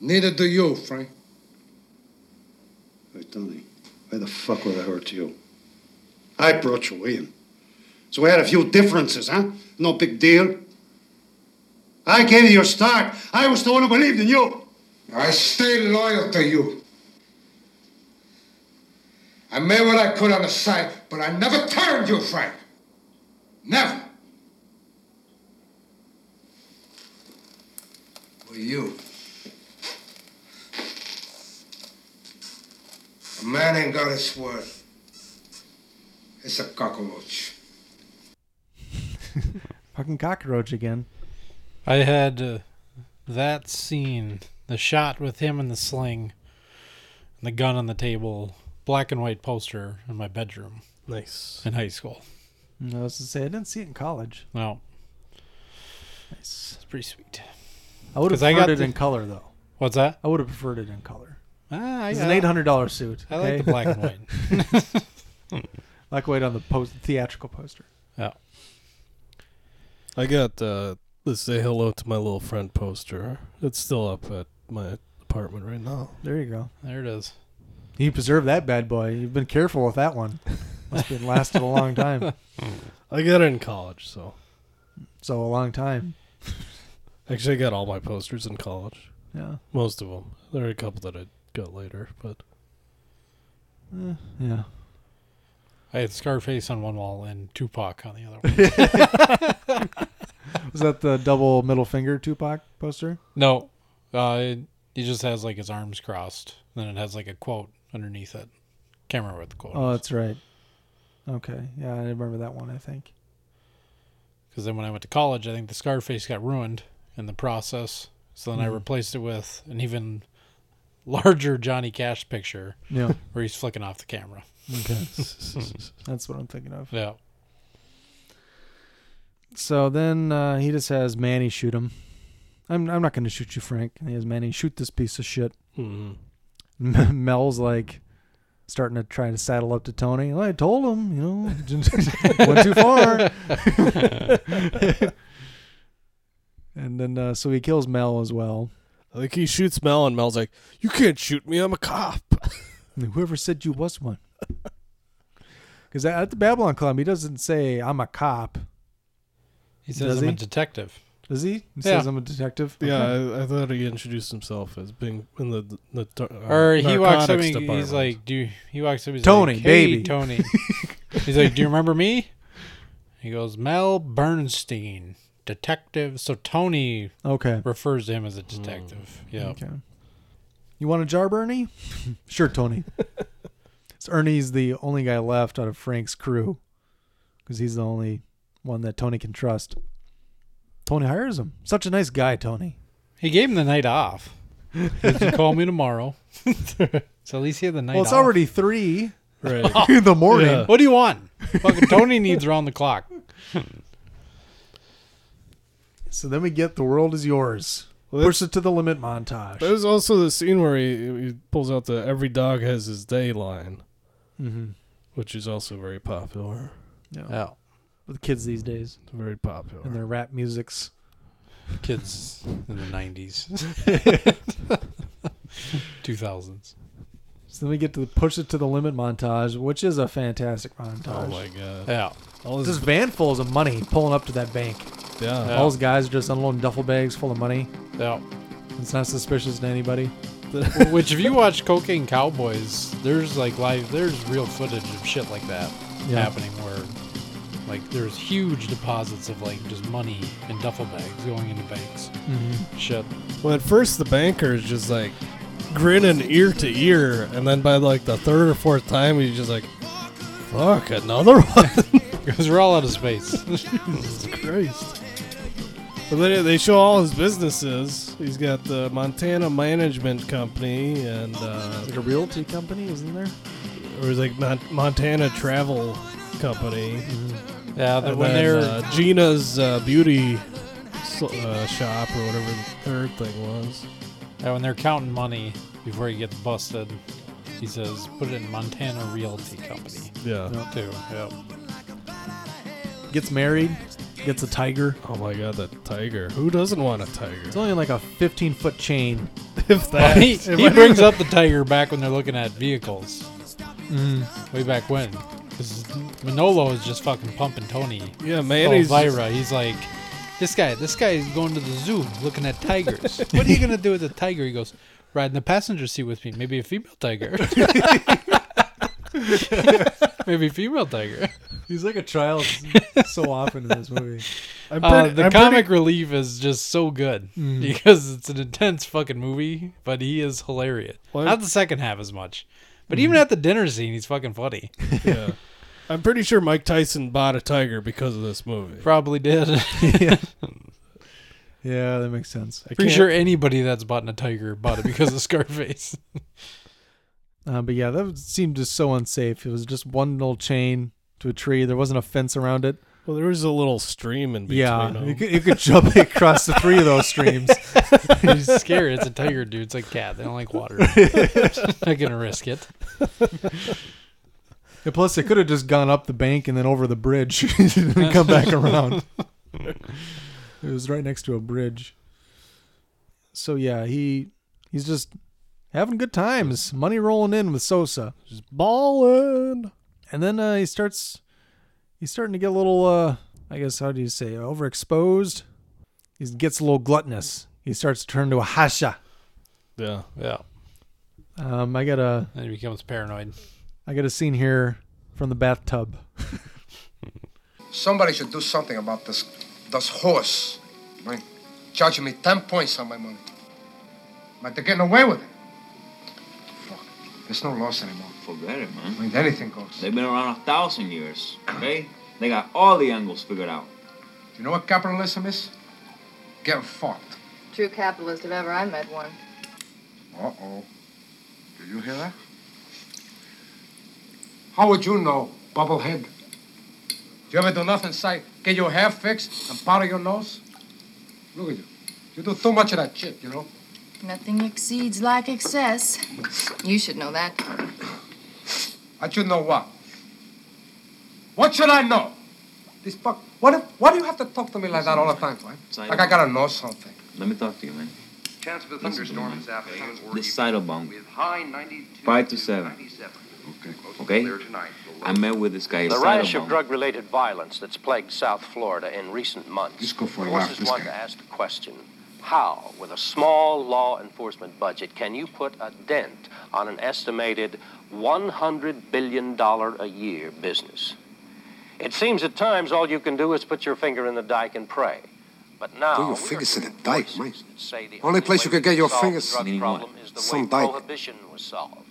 Speaker 15: Neither do you, Frank.
Speaker 6: Hey, Tony, why the fuck would I hurt you? I brought you in. So we had a few differences, huh? No big deal. I gave you your start. I was the one who believed in you.
Speaker 15: I stay loyal to you. I made what I could on the side, but I never turned you, Frank. Never. Were you? A man ain't got his word. It's a cockroach.
Speaker 8: Fucking cockroach again.
Speaker 10: I had uh, that scene, the shot with him in the sling, and the gun on the table, black and white poster in my bedroom.
Speaker 9: Nice.
Speaker 10: In high school.
Speaker 8: No, Mm, I was to say I didn't see it in college.
Speaker 10: No. Nice. It's pretty sweet.
Speaker 8: I would have
Speaker 10: 'Cause I
Speaker 8: preferred
Speaker 10: got
Speaker 8: it
Speaker 10: the-
Speaker 8: in color though.
Speaker 10: What's that?
Speaker 8: I would have preferred it in color.
Speaker 10: Ah, I-
Speaker 8: it's an
Speaker 10: I-
Speaker 8: eight hundred dollar suit.
Speaker 10: I like the black and
Speaker 8: white. black and white on the post theatrical poster.
Speaker 9: I got uh, the say hello to my little friend poster. It's still up at my apartment right now.
Speaker 8: There you go.
Speaker 10: There it is.
Speaker 8: You preserved that bad boy. You've been careful with that one. Must have been lasted a long time.
Speaker 9: I got it in college, so
Speaker 8: So a long time.
Speaker 9: actually I got all my posters in college.
Speaker 8: Yeah.
Speaker 9: most of them. There are a couple that I got later, but
Speaker 8: Yeah.
Speaker 10: I had Scarface on one wall and Tupac on the other one.
Speaker 8: Was that the double middle finger Tupac poster?
Speaker 10: no. Uh, it, he just has like his arms crossed, and then it has like a quote underneath it. Can't remember what the quote
Speaker 8: Oh, that's right. Okay. Yeah, I remember that one, I think.
Speaker 10: Because then when I went to college, I think the Scarface got ruined in the process. So then I
Speaker 9: Hmm.
Speaker 8: Mhm.
Speaker 10: replaced it with an even larger Johnny Cash picture.
Speaker 8: Yeah.
Speaker 10: Where he's flicking off the camera.
Speaker 8: Okay.
Speaker 9: Mm-hmm.
Speaker 8: that's what I'm thinking of.
Speaker 10: yeah.
Speaker 8: So then uh, he just has Manny shoot him. I'm I'm not going to shoot you, Frank. And he has Manny shoot this piece of shit.
Speaker 9: Mhm.
Speaker 8: Mel's like starting to try to saddle up to Tony. "Well, I told him, you know, went too far. and then uh, so he kills Mel as well.
Speaker 9: I think he shoots Mel, and Mel's like, "You can't shoot me. I'm a cop."
Speaker 8: And Whoever said you was one? Because at the Babylon Club, he doesn't say I'm a cop.
Speaker 10: He says
Speaker 8: Does
Speaker 10: I'm a
Speaker 8: he?
Speaker 10: detective.
Speaker 8: Does he? He
Speaker 10: Yeah.
Speaker 8: says I'm a detective.
Speaker 9: Yeah,
Speaker 8: Okay.
Speaker 9: I, I thought he introduced himself as being in the the, the uh,
Speaker 10: Or he walks up
Speaker 9: narcotics
Speaker 10: and he-
Speaker 9: department.
Speaker 10: he's like, "Do you, he walks up? He's
Speaker 8: Tony,
Speaker 10: like, hey,
Speaker 8: baby."
Speaker 10: Tony." he's like, "Do you remember me?" He goes, "Mel Bernstein, detective." So Tony
Speaker 8: Okay.
Speaker 10: refers to him as a detective.
Speaker 9: Hmm.
Speaker 10: Yeah.
Speaker 8: Okay. You want a jar, Bernie? sure, Tony. so Ernie's the only guy left out of Frank's crew because he's the only one that Tony can trust. Tony hires him. Such a nice guy, Tony.
Speaker 10: He gave him the night off. He said, call me tomorrow. so at least he had the night.
Speaker 8: well, it's
Speaker 10: off.
Speaker 8: already three.
Speaker 9: Right.
Speaker 10: "Oh,
Speaker 8: in the morning.
Speaker 9: Oh, Yeah.
Speaker 10: What do you want? Fucking Tony needs around the clock.
Speaker 8: So then we get the world is yours. Push it to the limit montage.
Speaker 9: There's also the scene where he, he pulls out the "Every dog has his day" line,
Speaker 8: Mhm.
Speaker 9: which is also very popular.
Speaker 8: Yeah. With kids these days.
Speaker 9: Very popular.
Speaker 8: And their rap musics.
Speaker 10: Kids in the '90s, 2000s.
Speaker 8: So then we get to the push it to the limit montage, which is a fantastic montage.
Speaker 9: Oh my god!
Speaker 10: Yeah.
Speaker 9: All
Speaker 8: This
Speaker 9: his,
Speaker 8: van full of money pulling up to that bank.
Speaker 9: yeah.
Speaker 8: All those guys are just unloading duffel bags full of money.
Speaker 10: Yeah.
Speaker 8: It's not suspicious to anybody.
Speaker 10: Which, if you watch Cocaine Cowboys, there's like live, there's real footage of shit like that
Speaker 8: Yeah.
Speaker 10: happening where, like, there's huge deposits of like just money in duffel bags going into banks.
Speaker 9: Mhm.
Speaker 10: Shit.
Speaker 9: Well, at first the banker is just like grinning ear to ear, and then by like the third or fourth time, he's just like, "Fuck, another one."
Speaker 10: Because we're all out of space.
Speaker 9: Jesus Christ. But then they show all his businesses. He's got the Montana Management Company and uh,
Speaker 8: like a realty company, isn't there?
Speaker 9: Or is like Mon- Montana Travel Company.
Speaker 10: Yeah, the-
Speaker 9: and
Speaker 10: when
Speaker 9: then,
Speaker 10: they're-
Speaker 9: uh, Gina's uh, beauty s- uh, shop or whatever the third thing was.
Speaker 10: Yeah, when they're counting money before he gets busted, he says, "Put it in Montana Realty Company."
Speaker 9: Yeah.
Speaker 10: Too. Yep.
Speaker 8: Gets married, gets a tiger.
Speaker 9: Oh my god, that tiger! Who doesn't want a tiger?
Speaker 8: It's only like a 15 foot chain.
Speaker 9: if
Speaker 10: Well, he, he brings up the tiger back when they're looking at vehicles.
Speaker 8: Mm.
Speaker 10: Way back when. 'Cause Manolo is just fucking pumping Tony.
Speaker 9: Yeah, Manny's-
Speaker 10: Elvira, he's like, this guy, this guy is going to the zoo looking at tigers. what are you going to do with a tiger? He goes, ride in the passenger seat with me. Maybe a female tiger. Maybe female tiger.
Speaker 8: He's like a child so often in this movie.
Speaker 9: I'm
Speaker 10: Uh,
Speaker 9: pretty- Mm-hmm.
Speaker 10: the
Speaker 9: I'm
Speaker 10: comic relief is just so good
Speaker 8: Mhm.
Speaker 10: because it's an intense fucking movie, but he is hilarious. Not the second half as much,
Speaker 9: Mm-hmm.
Speaker 10: but even at the dinner scene, he's fucking funny.
Speaker 9: yeah. I'm pretty sure Mike Tyson bought a tiger because of this movie.
Speaker 10: Probably did.
Speaker 8: yeah. yeah, that makes sense.
Speaker 10: Pretty sure anybody that's bought a tiger bought it because of Scarface.
Speaker 8: Uh, but yeah, that seemed just so unsafe. It was just one little chain to a tree. There wasn't a fence around it.
Speaker 9: Well, there was a little stream in between.
Speaker 8: Yeah, you
Speaker 9: them.
Speaker 8: could, you could jump across the three of those streams.
Speaker 10: He's scared. It's a tiger, dude. It's like cat. They don't like water. Not gonna risk it.
Speaker 8: And plus, they could have just gone up the bank and then over the bridge and come back around. it was right next to a bridge. So yeah, he he's just having good times, money rolling in with Sosa, just balling. And then uh, he starts he's starting to get a little uh I guess how do you say overexposed. He gets a little gluttonous. He starts to turn to a hasha.
Speaker 9: Yeah.
Speaker 10: Yeah.
Speaker 8: Um, I got a
Speaker 10: And he becomes paranoid.
Speaker 8: I got a scene here from the bathtub.
Speaker 15: Somebody should do something about this this horse. Right? Charging me ten points on my money. But they're getting away with it. Fuck. There's no loss anymore.
Speaker 11: Forget it, man.
Speaker 15: I mean anything goes.
Speaker 11: They've been around a thousand years, okay? They got all the angles figured out.
Speaker 15: You know what capitalism is? Getting fucked.
Speaker 12: True capitalist if ever I met one.
Speaker 15: Uh oh. Did you hear that? How would you know, bubblehead? Do you ever do nothing, sight? Get your hair fixed and powder your nose? Look at you. You do too much of that shit, you know?
Speaker 12: Nothing exceeds like excess. You should know that.
Speaker 15: I should know what. What should I know? This fuck. What if, why do you have to talk to me like that all the time, right? Like I gotta know something.
Speaker 11: Let me talk to you, man.
Speaker 23: Chance of a
Speaker 11: Listen to me,
Speaker 23: thunderstorm
Speaker 11: man.
Speaker 23: is afternoons
Speaker 11: The cytobomb,
Speaker 23: with high 92
Speaker 11: five to seven,
Speaker 23: 97.
Speaker 11: okay? I met with this guy.
Speaker 24: The rash of
Speaker 11: Cytobomb.
Speaker 24: drug-related violence that's plagued South Florida in recent months
Speaker 11: Just go for a walk,
Speaker 24: forces
Speaker 11: this
Speaker 24: one
Speaker 11: guy.
Speaker 24: to ask the question: How, with a small law enforcement budget, can you put a dent on an estimated 100 billion dollar a year business? It seems at times all you can do is put your finger in the dike and pray. But now
Speaker 15: Put your
Speaker 24: we are
Speaker 15: fingers in the
Speaker 24: hearing
Speaker 15: dike,
Speaker 24: voices
Speaker 15: mate.
Speaker 24: that say the
Speaker 15: Only place
Speaker 24: way
Speaker 15: you could
Speaker 24: we
Speaker 15: get your
Speaker 24: solve the
Speaker 15: fingers-
Speaker 24: drug
Speaker 15: Meaning what?
Speaker 24: problem is the
Speaker 15: Some
Speaker 24: way
Speaker 15: dike.
Speaker 24: prohibition was solved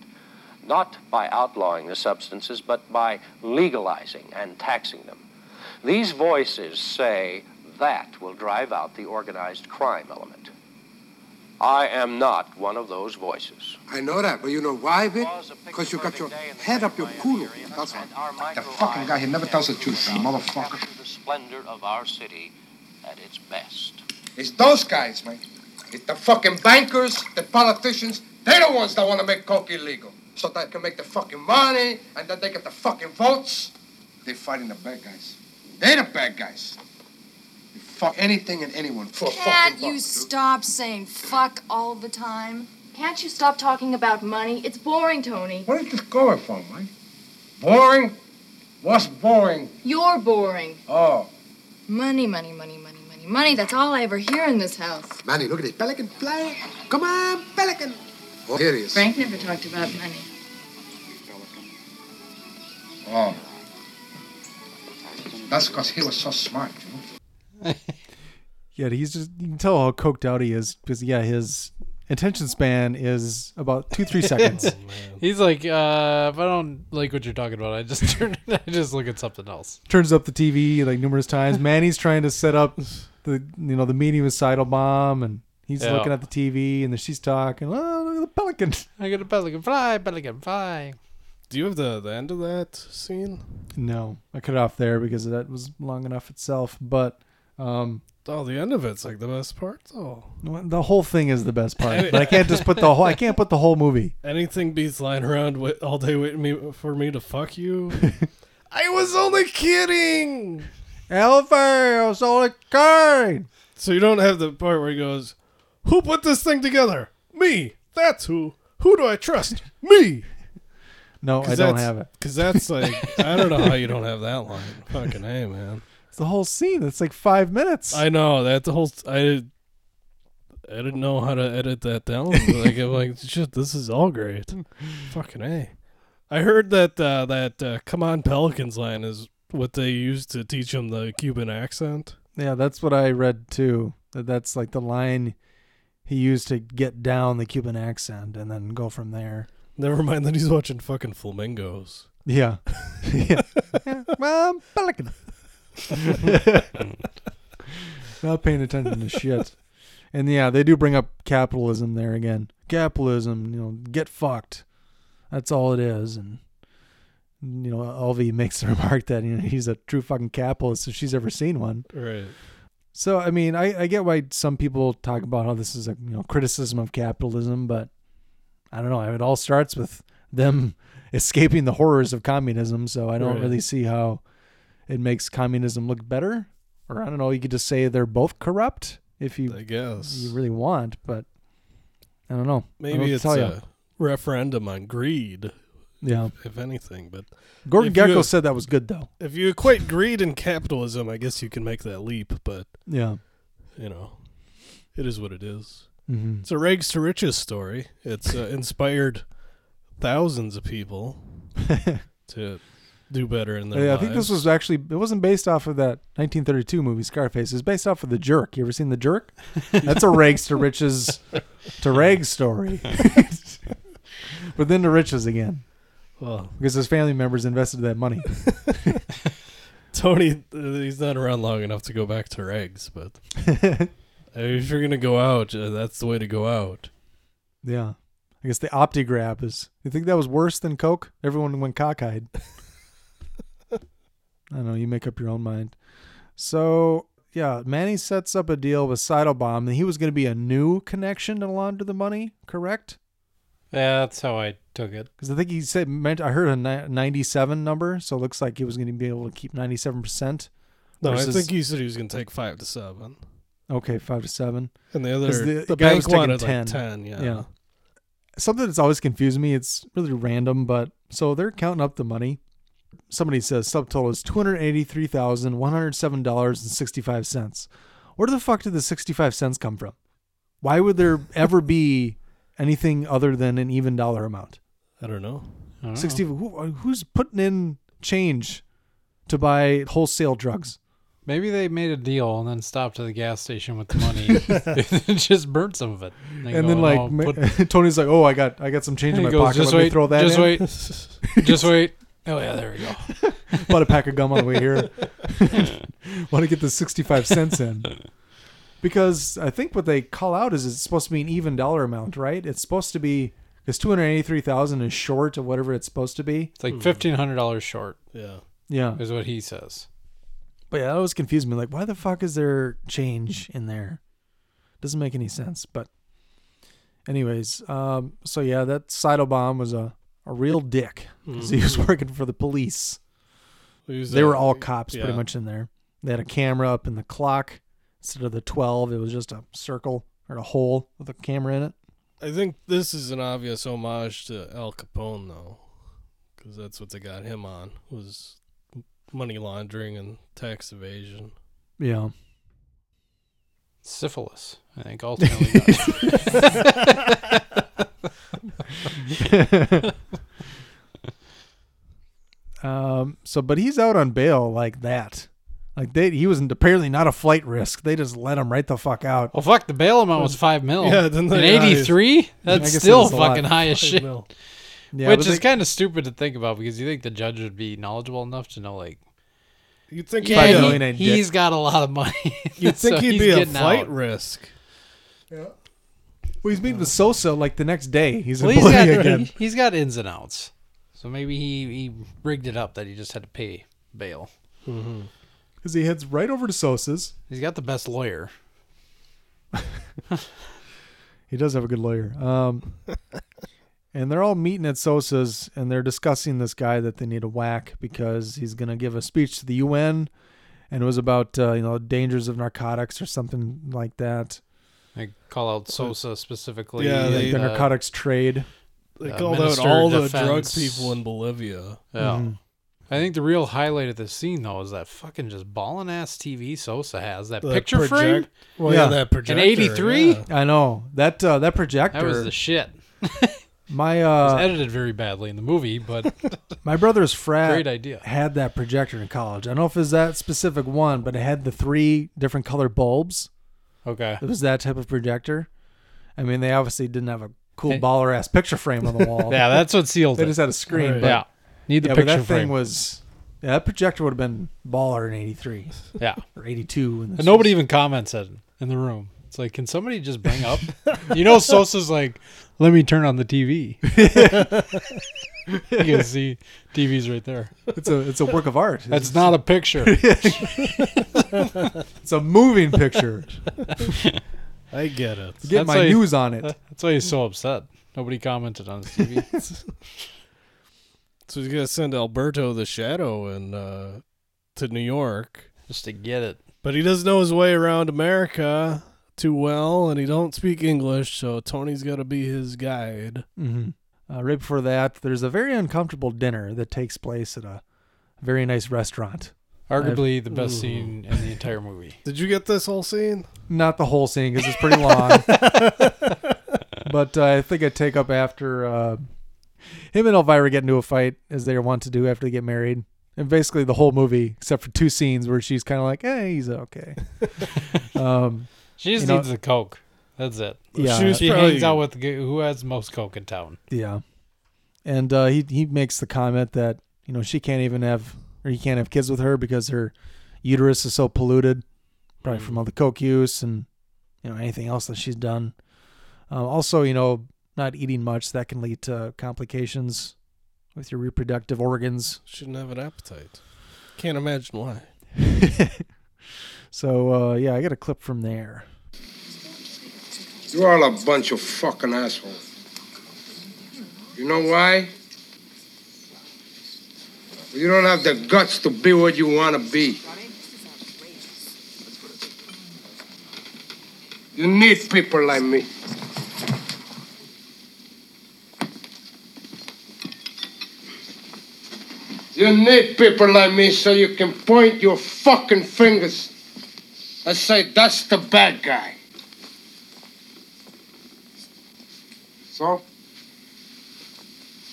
Speaker 24: not by outlawing the substances, but by legalizing and taxing them. These voices say that will drive out the organized crime element. I am not one of those voices.
Speaker 15: I know that, but you know why, Vic? Because you got your head up your culo. That's why. That fucking guy, he never tells the truth, that motherfucker.
Speaker 24: The splendor of our city at its best.
Speaker 15: It's those guys, man. It's the fucking bankers, the politicians. They're the ones that want to make coke illegal. So they can make the fucking money, and then they get the fucking votes. They're fighting the bad guys. They're the bad guys. They fuck anything and anyone for a fucking
Speaker 12: Can't
Speaker 15: buck.
Speaker 12: you stop saying fuck all the time? Can't you stop talking about money? It's boring, Tony.
Speaker 15: Where is this going from, man? Boring? What's boring?
Speaker 12: You're boring.
Speaker 15: Oh,
Speaker 12: Money, money, money, money, money, Money, money, that's all I ever hear in this house.
Speaker 15: Manny, look at it. Pelican fly. Come on, Pelican. Oh, here he is.
Speaker 12: Frank never talked about money.
Speaker 3: Oh. That's because he was so smart, you know?
Speaker 8: Yeah, he's just you can tell how coked out he is because yeah, his attention span is about two three seconds.
Speaker 10: He's like, uh, if I don't like what you're talking about, I just turn. I just look at something else.
Speaker 8: Turns up the TV like numerous times. Manny's trying to set up the you know the meeting with Seidel Bomb, and he's
Speaker 10: Yeah.
Speaker 8: looking at the TV, and then she's talking. Oh, look at the pelican!
Speaker 10: I got a pelican fly, pelican fly.
Speaker 9: Do you have the, the end of that scene?
Speaker 8: No, I cut it off there because that was long enough itself. But um,
Speaker 9: Oh, the end of it's like the best part. Oh,
Speaker 8: the whole thing is the best part. But I can't just put the whole. I can't put the whole movie.
Speaker 9: anything beats lying around wait, all day waiting me, for me to fuck you. I was only kidding.
Speaker 8: Elfer, I was only kidding.
Speaker 9: So you don't have the part where he goes, "Who put this thing together? Me. That's who. Who do I trust? Me."
Speaker 8: No, Oh, I don't have it.
Speaker 9: Because that's like I don't know how you don't have that line. Fucking hey, man.
Speaker 8: It's the whole scene. It's like five minutes.
Speaker 9: I know that the whole I I didn't know how to edit that down. like I'm like shit, this is all great. Fucking a. I heard that uh, that uh, "Come on Pelicans" line is what they used to teach him the Cuban accent.
Speaker 8: Yeah, that's what I read too. That that's like the line he used to get down the Cuban accent and then go from there.
Speaker 9: Never mind that he's watching fucking flamingos.
Speaker 8: Yeah. yeah. Mom, pelican. Not paying attention to shit. And yeah, they do bring up capitalism there again. Capitalism, you know, get fucked. That's all it is. And you know, Elvie makes the remark that you know he's a true fucking capitalist if she's ever seen one.
Speaker 9: Right.
Speaker 8: So I mean, I, I get why some people talk about how this is a you know criticism of capitalism, but I don't know. It all starts with them escaping the horrors of communism, so I don't
Speaker 9: Right.
Speaker 8: really see how it makes communism look better. Or I don't know. You could just say they're both corrupt if you
Speaker 9: I guess.
Speaker 8: you really want, but I don't know. I don't
Speaker 9: Maybe it's
Speaker 8: tell ya.
Speaker 9: a referendum on greed.
Speaker 8: Yeah.
Speaker 9: If, if anything, but
Speaker 8: Gordon
Speaker 9: if you-
Speaker 8: Gekko said that was good though.
Speaker 9: If you equate greed and capitalism, I guess you can make that leap, but
Speaker 8: Yeah.
Speaker 9: you know, it is what it is.
Speaker 8: Mhm.
Speaker 9: It's a rags to riches story. It's uh, inspired thousands of people to do better in their
Speaker 8: Yeah, I
Speaker 9: lives.
Speaker 8: think this was actually it wasn't based off of that 1932 movie Scarface. It's based off of The Jerk. You ever seen The Jerk? That's a rags to riches to rags story. but then to riches again.
Speaker 9: Well.
Speaker 8: because his family members invested that money.
Speaker 9: Tony. uh, He's not around long enough to go back to rags, but I mean, if you're gonna go out, uh, that's the way to go out.
Speaker 8: yeah. I guess the OptiGrab is. You think that was worse than Coke? Everyone went cockeyed. I don't know. You make up your own mind. So yeah, Manny sets up a deal with Sidlebomb, and he was going to be a new connection to launder the money, correct?
Speaker 10: That's how I took it.
Speaker 8: Because I think he said meant I heard a ni- 97 number, so it looks like he was going to be able to keep 97 percent.
Speaker 9: No, I think he said he was gonna take five to seven.
Speaker 8: okay, five to seven,
Speaker 9: And the other-
Speaker 8: 'Cause
Speaker 9: the
Speaker 8: guy was
Speaker 9: bank
Speaker 8: taking
Speaker 9: wanted, like, 10, yeah.
Speaker 8: Something that's always confused me. It's really random, but so they're counting up the money. Somebody says subtotal is two hundred eighty-three thousand one hundred seven dollars and sixty-five cents. Where the fuck did the sixty-five cents come from? Why would there ever be anything other than an even dollar amount?
Speaker 9: I don't know.
Speaker 10: Oh.
Speaker 8: Sixty. Who, uh, who's putting in change to buy wholesale drugs?
Speaker 10: Maybe they made a deal and then stopped at the gas station with the money and just burnt some of it. They
Speaker 8: and
Speaker 10: go,
Speaker 8: then like
Speaker 10: "Oh,
Speaker 8: ma-
Speaker 10: put-
Speaker 8: Tony's like, "Oh, I got I got some change in
Speaker 10: He
Speaker 8: my
Speaker 10: goes,
Speaker 8: pocket.
Speaker 10: "Just
Speaker 8: Let me
Speaker 10: wait,
Speaker 8: throw that
Speaker 10: just
Speaker 8: in."
Speaker 10: wait, just wait. Oh, yeah, there we go.
Speaker 8: Bought a pack of gum on the way here. Want to get the sixty-five cents in because I think what they call out is it's supposed to be an even dollar amount, right? It's supposed to be because two hundred eighty-three thousand is short of whatever it's supposed to be.
Speaker 10: it's like fifteen hundred dollars short.
Speaker 9: Hmm. Yeah,
Speaker 8: Yeah.
Speaker 10: is what he says.
Speaker 8: But yeah, that always confused me. Like, why the fuck is there change in there? Doesn't make any sense. But, anyways, um, so yeah, that Sidle Bomb was a, a real dick 'cause he was
Speaker 9: Mhm.
Speaker 8: working for the police.
Speaker 9: He was
Speaker 8: They
Speaker 9: a-
Speaker 8: were all cops pretty
Speaker 9: yeah.
Speaker 8: much in there. They had a camera up in the clock instead of the 12, it was just a circle or a hole with a camera in it.
Speaker 9: I think this is an obvious homage to Al Capone, though, because that's what they got him on was money laundering and tax evasion.
Speaker 8: Yeah.
Speaker 10: syphilis. I think ultimately. died.
Speaker 8: Um, so, but he's out on bail like that. Like they, he was apparently not a flight risk. They just let him right the fuck out.
Speaker 10: Well, fuck, the bail amount was five mil.
Speaker 8: Yeah,
Speaker 10: in
Speaker 8: didn't they- yeah,
Speaker 10: '83,
Speaker 8: he's- I guess
Speaker 10: that's
Speaker 8: it
Speaker 10: still
Speaker 8: is a lot.
Speaker 10: fucking high as
Speaker 8: Five
Speaker 10: shit.
Speaker 8: mil. Yeah,
Speaker 10: Which
Speaker 8: but
Speaker 10: is
Speaker 8: they-
Speaker 10: kind of stupid to think about because you think the judge would be knowledgeable enough to know, like,
Speaker 9: You'd think
Speaker 10: yeah,
Speaker 9: he'd
Speaker 10: he,
Speaker 9: be a-
Speaker 10: has got a lot of money.
Speaker 9: You'd think
Speaker 10: So
Speaker 9: he'd
Speaker 10: he's
Speaker 9: be a
Speaker 10: getting
Speaker 9: flight
Speaker 10: out.
Speaker 9: risk.
Speaker 8: Well, he's meeting with Sosa like the next day. He's in
Speaker 10: Well, he's got,
Speaker 8: Bolivia again.
Speaker 10: he- he's got ins and outs, so maybe he he rigged it up that he just had to pay bail.
Speaker 8: Because he heads right over to Sosa's.
Speaker 10: He's got the best lawyer.
Speaker 8: He does have a good lawyer. Um, and they're all meeting at Sosa's and they're discussing this guy that they need to whack because he's going to give a speech to the UN and it was about, uh, you know, dangers of narcotics or something like that.
Speaker 10: They call
Speaker 8: Uh,
Speaker 10: out Sosa specifically.
Speaker 9: Yeah,
Speaker 8: Like
Speaker 9: they-
Speaker 8: the
Speaker 9: uh,
Speaker 8: narcotics trade.
Speaker 9: They
Speaker 10: Uh,
Speaker 9: called out
Speaker 10: Minister
Speaker 9: all
Speaker 10: of
Speaker 9: the drug
Speaker 10: Defense. Uh,
Speaker 9: people in Bolivia.
Speaker 10: Yeah.
Speaker 8: Mm-hmm.
Speaker 10: I think the real highlight of the scene though is that fucking just ballin' ass TV Sosa has that
Speaker 9: The
Speaker 10: picture
Speaker 9: project-
Speaker 10: frame.
Speaker 9: well, yeah, that projector,
Speaker 10: In '83,
Speaker 9: yeah.
Speaker 8: I know that uh, that projector.
Speaker 10: that was the shit.
Speaker 8: my
Speaker 10: it was
Speaker 8: uh,
Speaker 10: edited very badly in the movie, but
Speaker 8: my brother's frat
Speaker 10: Great idea.
Speaker 8: had that projector in college. I don't know if it was that specific one, but it had the three different color bulbs.
Speaker 10: okay.
Speaker 8: It was that type of projector. I mean, they obviously didn't have a cool
Speaker 10: Hey.
Speaker 8: baller ass picture frame on the wall.
Speaker 10: Yeah, that's what sealed
Speaker 8: they
Speaker 10: it.
Speaker 8: just had a screen.
Speaker 10: Right.
Speaker 8: but-
Speaker 10: Yeah. Need the
Speaker 8: yeah, But
Speaker 10: picture
Speaker 8: that thing
Speaker 10: frame.
Speaker 8: was yeah, that projector would have been baller in '83.
Speaker 10: Yeah.
Speaker 8: or '82.
Speaker 10: And nobody even comments at in the room. It's like, can somebody just bring up? you know, Sosa's like, let me turn on the TV. you can see TV's right there.
Speaker 8: It's a it's a work of art.
Speaker 10: That's not a picture.
Speaker 8: it's a moving picture.
Speaker 9: I get it.
Speaker 8: Get my
Speaker 10: why he-
Speaker 8: news on it.
Speaker 10: That's why he's so upset. Nobody commented on his TV.
Speaker 9: So he's gonna send Alberto the Shadow and uh, to New York
Speaker 10: just to get it.
Speaker 9: But he doesn't know his way around America too well, and he don't speak English, so Tony's got to be his guide.
Speaker 8: hmm Uh, right before that, there's a very uncomfortable dinner that takes place at a very nice restaurant.
Speaker 10: Arguably the
Speaker 8: I've-
Speaker 10: best scene in the entire movie.
Speaker 9: Did you get this whole scene?
Speaker 8: Not the whole scene because it's pretty long. but uh, I think I take up after uh, him and Elvira get into a fight as they want to do after they get married. And basically the whole movie, except for two scenes where she's kind of like, "Hey, he's okay." um,
Speaker 10: She just
Speaker 8: you know-
Speaker 10: needs the coke. That's it. She,
Speaker 8: Yeah. She was
Speaker 10: hangs
Speaker 8: probably-
Speaker 10: out with the g- who has most coke in town.
Speaker 8: Yeah. And uh, he he makes the comment that you know she can't even have or he can't have kids with her because her uterus is so polluted, probably from all the coke use and you know anything else that she's done. Uh, also, you know, not eating much that can lead to complications with your reproductive organs.
Speaker 9: Shouldn't have an appetite. Can't imagine why.
Speaker 8: So uh, yeah, I got a clip from there.
Speaker 15: You're all a bunch of fucking assholes. You know why? You don't have the guts to be what you want to be. You need people like me. You need people like me so you can point your fucking fingers and say, that's the bad guy. So?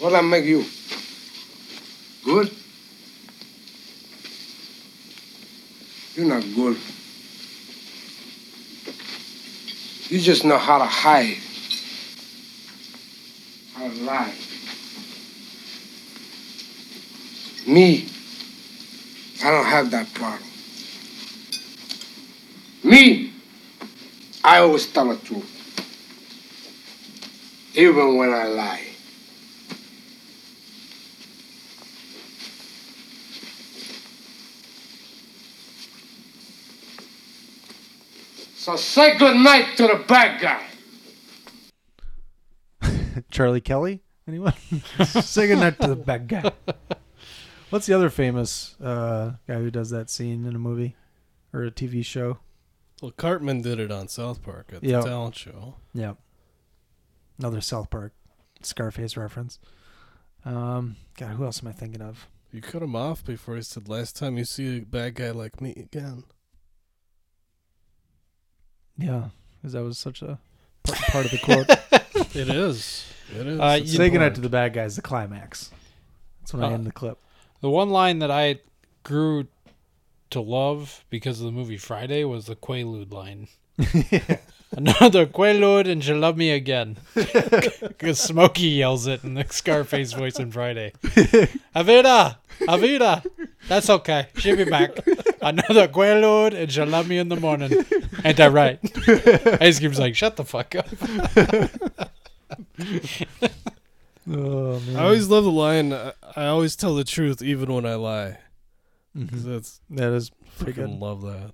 Speaker 15: What I make you? Good? You're not good. You just know how to hide. How to lie. Me, I don't have that problem. Me, I always tell the truth even when I lie. So say goodnight to the bad guy.
Speaker 8: Charlie Kelly, anyone? Say goodnight to the bad guy. What's the other famous uh, guy who does that scene in a movie or a TV show?
Speaker 9: Well, Cartman did it on South Park at
Speaker 8: Yeah.
Speaker 9: the talent show.
Speaker 8: Yeah. Another South Park Scarface reference. Um, God, who else am I thinking of?
Speaker 9: You cut him off before he said, "Last time you see a bad guy like me again."
Speaker 8: Yeah, because that was such a p- part of the quote.
Speaker 9: It is. It is.
Speaker 8: Uh,
Speaker 9: It's
Speaker 8: say
Speaker 9: important.
Speaker 8: goodnight to the bad guys. The climax. That's when I
Speaker 10: Uh,
Speaker 8: end the clip.
Speaker 10: The one line that I grew to love because of the movie Friday was the Quaalude line. Another Quaalude and she'll love me again. Because Smokey yells it in the Scarface voice in Friday. Avira! Avira! That's okay. She'll be back. Another Quaalude and she'll love me in the morning. Ain't that right? Ice Cube's like, shut the fuck up.
Speaker 8: Oh, man.
Speaker 9: I always love the line. I, I always tell the truth even when I lie.
Speaker 8: Mm-hmm.
Speaker 9: 'Cause That's
Speaker 8: that is pretty
Speaker 9: fucking
Speaker 8: good.
Speaker 9: Love that.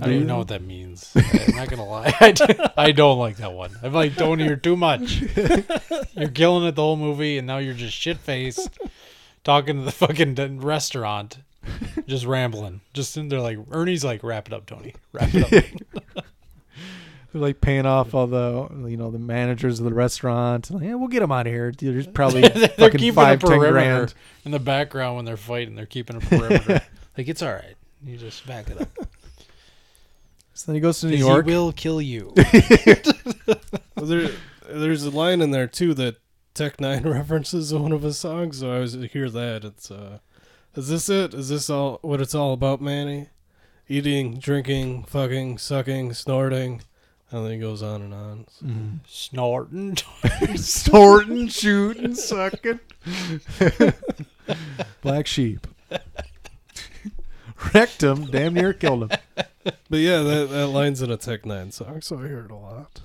Speaker 10: I don't even know what that means. I'm not gonna lie. I, d- I don't like that one. I'm like, Tony, you're too much. you're killing it the whole movie, and now you're just shit faced, talking to the fucking d- restaurant, just rambling, just in there like Ernie's like, wrap it up, Tony, wrap it up.
Speaker 8: They're like paying off all the you know the managers of the restaurant. Like, yeah, we'll get them out of here. There's probably
Speaker 10: they're
Speaker 8: fucking
Speaker 10: keeping
Speaker 8: five
Speaker 10: a
Speaker 8: ten
Speaker 10: perimeter
Speaker 8: grand.
Speaker 10: in the background when they're fighting. They're keeping a perimeter. like it's all right. You just back it up.
Speaker 8: So then he goes to New
Speaker 10: He
Speaker 8: York.
Speaker 10: will kill you.
Speaker 9: Well, there, there's a line in there too that Tech Nine references in one of his songs, so I always hear that. It's uh, is this it? Is this all what it's all about, Manny? Eating, drinking, fucking, sucking, snorting, and then he goes on and on.
Speaker 10: Snorting,
Speaker 8: snorting, shooting, sucking. Black sheep. Wrecked him. Damn near killed him.
Speaker 9: But yeah, that that line's in a Tech Nine song, so I hear it a lot.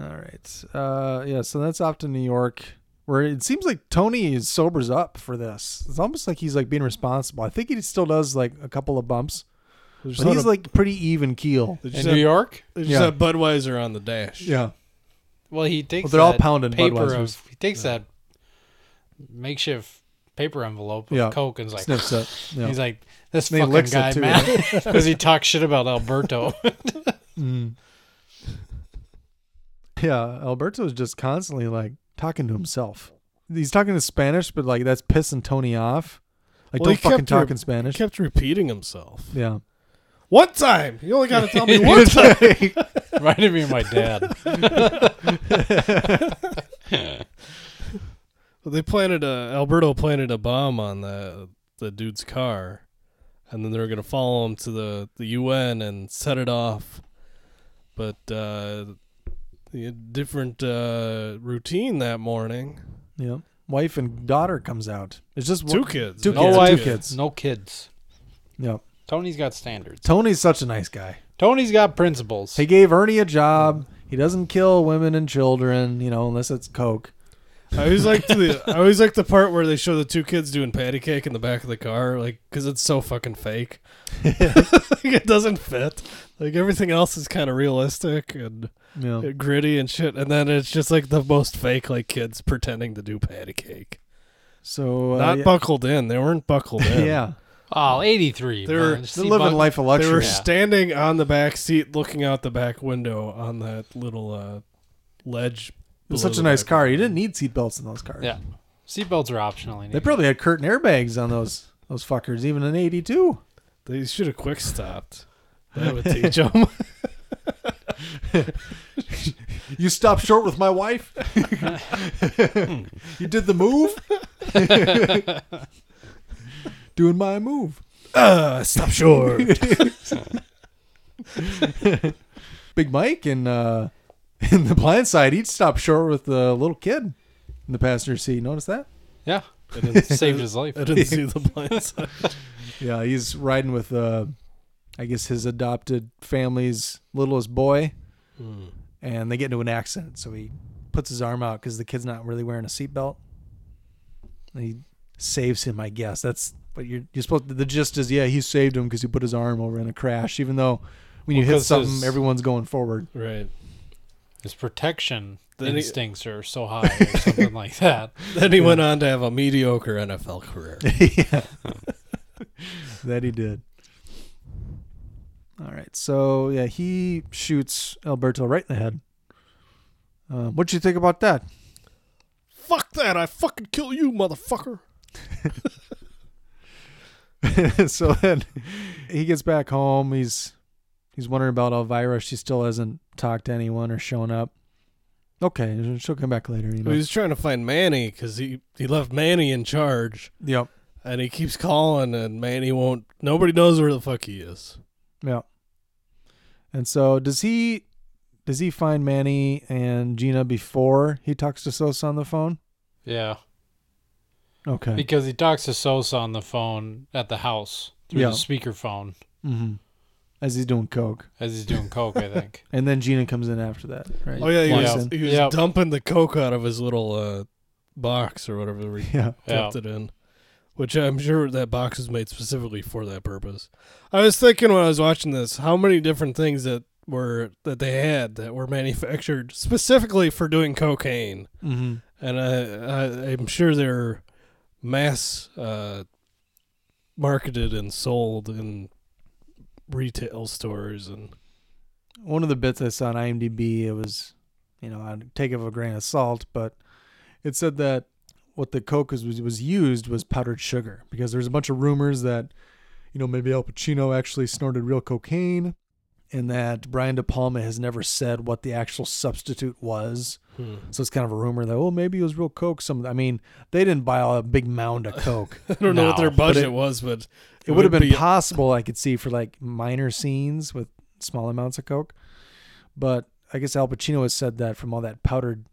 Speaker 8: All right. Uh, yeah. So that's off to New York, where it seems like Tony is sobers up for this. It's almost like he's like being responsible. I think he still does like a couple of bumps,
Speaker 9: There's
Speaker 8: but
Speaker 9: not
Speaker 8: he's
Speaker 9: a-
Speaker 8: like pretty even keel.
Speaker 9: They just have- They just have Budweiser on the dash.
Speaker 8: Yeah.
Speaker 10: Well, he takes.
Speaker 8: Well, they're all
Speaker 10: that
Speaker 8: pounding
Speaker 10: paper
Speaker 8: Budweisers.
Speaker 10: Of, he takes that makeshift paper envelope of
Speaker 8: Yeah.
Speaker 10: Coke and's like
Speaker 8: Sniffs it. Yeah.
Speaker 10: He's like this
Speaker 8: And he
Speaker 10: fucking
Speaker 8: licks it
Speaker 10: guy,
Speaker 8: too,
Speaker 10: man,
Speaker 8: yeah.
Speaker 10: because he talks shit about Alberto.
Speaker 8: Mm. Yeah, Alberto's just constantly like talking to himself. He's talking in Spanish, but like that's pissing Tony off. Like
Speaker 9: Well, he
Speaker 8: don't fucking
Speaker 9: kept re-
Speaker 8: talk in Spanish.
Speaker 9: He kept repeating himself.
Speaker 8: Yeah.
Speaker 9: One time. You only got to tell me one time.
Speaker 10: Reminded me of my dad.
Speaker 9: Well, they planted a Alberto planted a bomb on the the dude's car, and then they were gonna follow him to the the UN and set it off. But uh, the different uh, routine that morning.
Speaker 8: Yeah. Wife and daughter comes out. It's just
Speaker 9: Two
Speaker 8: one-
Speaker 9: kids.
Speaker 8: Two
Speaker 9: No
Speaker 8: kids.
Speaker 9: wife.
Speaker 8: Two kids.
Speaker 10: no kids.
Speaker 8: Yeah.
Speaker 10: Tony's got standards.
Speaker 8: Tony's such a nice guy.
Speaker 10: Tony's got principles.
Speaker 8: He gave Ernie a job. He doesn't kill women and children, you know, unless it's coke.
Speaker 9: I always like the I always like the part where they show the two kids doing patty cake in the back of the car, like because it's so fucking fake. like, it doesn't fit. Like everything else is kind of realistic and
Speaker 8: Yeah.
Speaker 9: and gritty and shit, and then it's just like the most fake, like kids pretending to do patty cake.
Speaker 8: So uh,
Speaker 9: Not
Speaker 8: yeah.
Speaker 9: buckled in. They weren't buckled in.
Speaker 8: Yeah.
Speaker 10: Oh, 83.
Speaker 9: They were
Speaker 10: man. See,
Speaker 9: they
Speaker 10: Buck-
Speaker 9: They were standing on the back seat, looking out the back window on that little uh, ledge.
Speaker 8: It was
Speaker 9: below
Speaker 8: such a
Speaker 9: the
Speaker 8: nice
Speaker 9: back.
Speaker 8: car. You didn't need seatbelts in those cars.
Speaker 10: Yeah. Seatbelts are optional.
Speaker 8: They probably had curtain airbags on those those fuckers, even in '82.
Speaker 9: They should have quick stopped. That would teach 'em.
Speaker 8: you stopped short with my wife. you did the move. Doing my move.
Speaker 9: Uh, stop short.
Speaker 8: Big Mike and uh, in the blind side, he'd stop short with the little kid in the passenger seat. Notice that?
Speaker 10: Yeah. It saved his life.
Speaker 9: I didn't see the blind side.
Speaker 8: Yeah, he's riding with, uh, I guess, his adopted family's littlest boy,
Speaker 9: Hmm.
Speaker 8: and they get into an accident. So he puts his arm out because the kid's not really wearing a seatbelt. And He saves him, I guess. That's what you're you're supposed. The gist is, yeah, he saved him because he put his arm over in a crash. Even though when you
Speaker 10: Well,
Speaker 8: hit
Speaker 10: 'cause
Speaker 8: something,
Speaker 10: his-
Speaker 8: everyone's going forward.
Speaker 9: Right.
Speaker 10: His protection
Speaker 9: Then he-
Speaker 10: instincts are so high or something like that.
Speaker 9: Then he went on to have a mediocre NFL career.
Speaker 8: that he did. All right, so yeah, he shoots Alberto right in the head. Uh, what you think about that?
Speaker 9: Fuck that! I fucking kill you, motherfucker.
Speaker 8: so then he gets back home. He's He's wondering about Elvira. She still hasn't talked to anyone or shown up. Okay, she'll come back later. You know.
Speaker 9: He was trying to find Manny because he, he left Manny in charge.
Speaker 8: Yep.
Speaker 9: And he keeps calling, and Manny won't. Nobody knows where the fuck he is.
Speaker 8: Yeah. And so does he does he find Manny and Gina before he talks to Sosa on the phone?
Speaker 10: Yeah.
Speaker 8: Okay.
Speaker 10: Because he talks to Sosa on the phone at the house through
Speaker 8: Yeah.
Speaker 10: the speakerphone
Speaker 8: Mm-hmm. As he's doing coke.
Speaker 10: as he's doing coke, I think.
Speaker 8: And then Gina comes in after that. Right.
Speaker 9: Oh yeah, he
Speaker 8: Walks
Speaker 9: was,
Speaker 8: in.
Speaker 9: he was dumping the coke out of his little uh, box or whatever he
Speaker 8: Yeah.
Speaker 9: kept
Speaker 10: Yeah.
Speaker 9: it in, which I'm sure that box was made specifically for that purpose. I was thinking when I was watching this, how many different things that were that they had that were manufactured specifically for doing cocaine,
Speaker 8: Mhm.
Speaker 9: and I, I I'm sure they're mass uh, marketed and sold in retail stores and
Speaker 8: one of the bits I saw on IMDb, it was, you know, I'd take it with a grain of salt, but it said that what the coke was, was used was powdered sugar because there's a bunch of rumors that, you know, maybe Al Pacino actually snorted real cocaine and that Brian De Palma has never said what the actual substitute was.
Speaker 10: Hmm.
Speaker 8: So it's kind of a rumor that, oh, maybe it was real coke. Some, I mean, they didn't buy a big mound of coke.
Speaker 9: I don't know what their
Speaker 8: But
Speaker 9: budget
Speaker 8: it-
Speaker 9: was, but it,
Speaker 8: it would have
Speaker 9: would
Speaker 8: been
Speaker 9: be-
Speaker 8: possible I could see for like minor scenes with small amounts of coke, but I guess Al Pacino has said that from all that powdered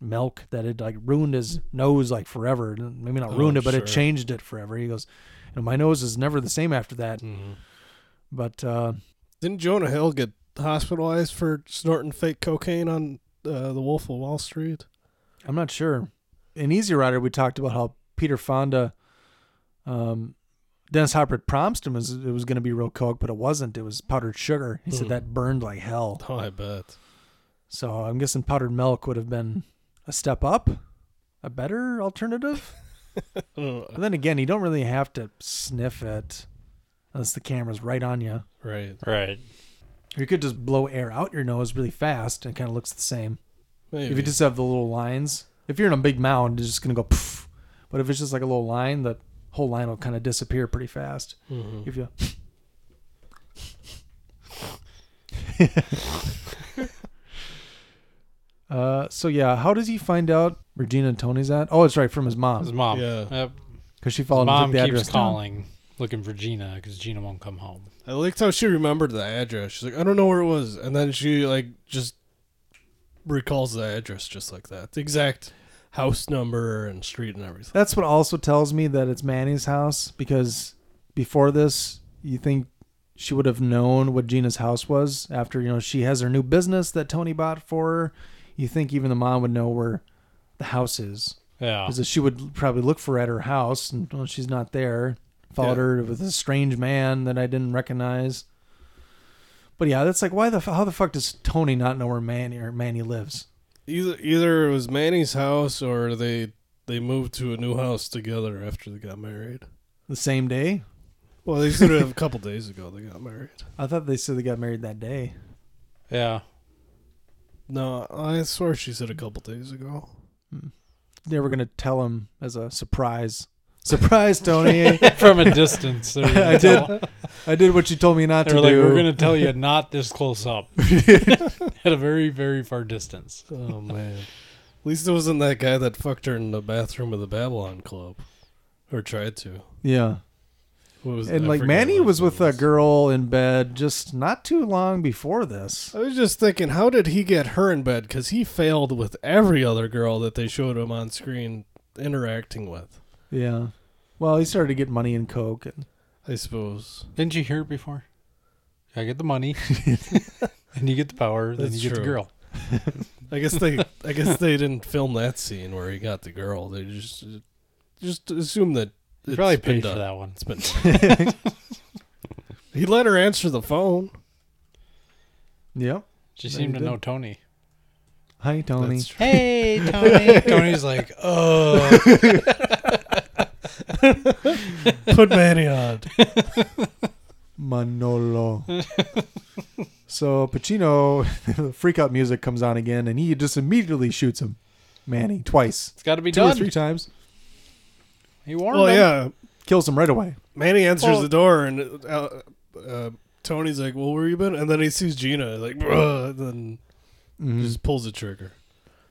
Speaker 8: milk that it like ruined his nose like forever. Maybe not
Speaker 10: Oh,
Speaker 8: ruined it, but
Speaker 10: sure.
Speaker 8: it changed it forever. He goes, you know, my nose is never the same after that. But uh,
Speaker 9: Didn't Jonah Hill get hospitalized for snorting fake cocaine on uh, the Wolf of Wall Street?
Speaker 8: I'm not sure. In Easy Rider, we talked about how Peter Fonda, um, Dennis Hopper promised him it was, it was going to be real coke, but it wasn't. It was powdered sugar. He said
Speaker 9: Mhm.
Speaker 8: that burned like hell.
Speaker 9: Oh, I bet.
Speaker 8: So I'm guessing powdered milk would have been a step up, a better alternative. but then again, you don't really have to sniff it unless the camera's right on you.
Speaker 9: Right.
Speaker 10: Right.
Speaker 8: You could just blow air out your nose really fast and it kind of looks the same. If
Speaker 10: Maybe.
Speaker 8: you just have the little lines, if you're in a big mound, it's just going to go poof. But if it's just like a little line, the whole line will kind of disappear pretty fast.
Speaker 10: Mhm.
Speaker 8: If you Uh, so yeah, how does he find out where Gina and Tony's at? Oh, it's right from his mom.
Speaker 10: His mom.
Speaker 9: Yeah.
Speaker 10: Yep.
Speaker 8: 'Cause she
Speaker 10: His
Speaker 8: followed him,
Speaker 10: Mom
Speaker 8: took the
Speaker 10: keeps
Speaker 8: address down.
Speaker 10: calling, looking for Gina because Gina won't come home.
Speaker 9: I liked how she remembered the address. She's like, I don't know where it was, and then she like just recalls the address just like that, the exact house number and street and everything.
Speaker 8: That's what also tells me that it's Manny's house because before this, you think she would have known what Gina's house was after, you know, she has her new business that Tony bought for her. You think even the mom would know where the house is.
Speaker 10: Yeah.
Speaker 8: Because she would probably look for her at her house and well, she's not there. Followed
Speaker 10: Yeah.
Speaker 8: her with a strange man that I didn't recognize. But yeah, that's like why the f- how the fuck does Tony not know where Manny or Manny lives?
Speaker 9: Either either it was Manny's house or they they moved to a new house together after they got married.
Speaker 8: The same day?
Speaker 9: Well, they sort of a couple days ago they got married.
Speaker 8: I thought they said they got married that day.
Speaker 10: Yeah.
Speaker 9: No, I swear she said a couple days ago.
Speaker 8: they were gonna tell him as a surprise. Surprise, Tony!
Speaker 10: From a distance, they're gonna
Speaker 8: I
Speaker 10: tell-
Speaker 8: did. I did what you told me not
Speaker 10: They're
Speaker 8: to
Speaker 10: like,
Speaker 8: do.
Speaker 10: we're gonna tell you not this close up, at a very very far distance.
Speaker 9: Oh man. At least it wasn't that guy that fucked her in the bathroom of the Babylon Club, or tried to.
Speaker 8: Yeah.
Speaker 9: What was
Speaker 8: and
Speaker 9: I
Speaker 8: like
Speaker 9: forget
Speaker 8: Manny
Speaker 9: what-
Speaker 8: was with a girl in bed just not too long before this.
Speaker 9: I was just thinking, how did he get her in bed? Because he failed with every other girl that they showed him on screen interacting with.
Speaker 8: Yeah. Well, he started to get money and coke, and
Speaker 9: I suppose.
Speaker 10: Didn't you hear it before? I get the money, and you get the power, then
Speaker 9: That's
Speaker 10: you get the
Speaker 9: true.
Speaker 10: girl.
Speaker 9: I guess they, I guess they didn't film that scene where he got the girl. They just, just assume that
Speaker 10: They probably
Speaker 9: been
Speaker 10: paid for
Speaker 9: done.
Speaker 10: that one.
Speaker 9: It's been. done. he let her answer the phone.
Speaker 8: Yep.
Speaker 10: She
Speaker 8: Yeah,
Speaker 10: seemed
Speaker 8: he
Speaker 10: to
Speaker 8: did.
Speaker 10: know Tony.
Speaker 8: Hi, Tony.
Speaker 9: That's true.
Speaker 10: Hey, Tony. Tony's like, oh.
Speaker 9: Put Manny on.
Speaker 8: Manolo. so Pacino, the freak out music comes on again, and he just immediately shoots him, Manny, twice. It's
Speaker 10: gotta be
Speaker 8: two or
Speaker 10: done.
Speaker 8: three times.
Speaker 10: He warned
Speaker 9: Well,
Speaker 10: him.
Speaker 9: yeah.
Speaker 8: Kills him right away.
Speaker 9: Manny answers
Speaker 10: Well-
Speaker 9: the door, and uh, uh, Tony's like, "Well, where you been?" And then he sees Gina, like, "Bruh," and then
Speaker 8: Mhm.
Speaker 9: just pulls the trigger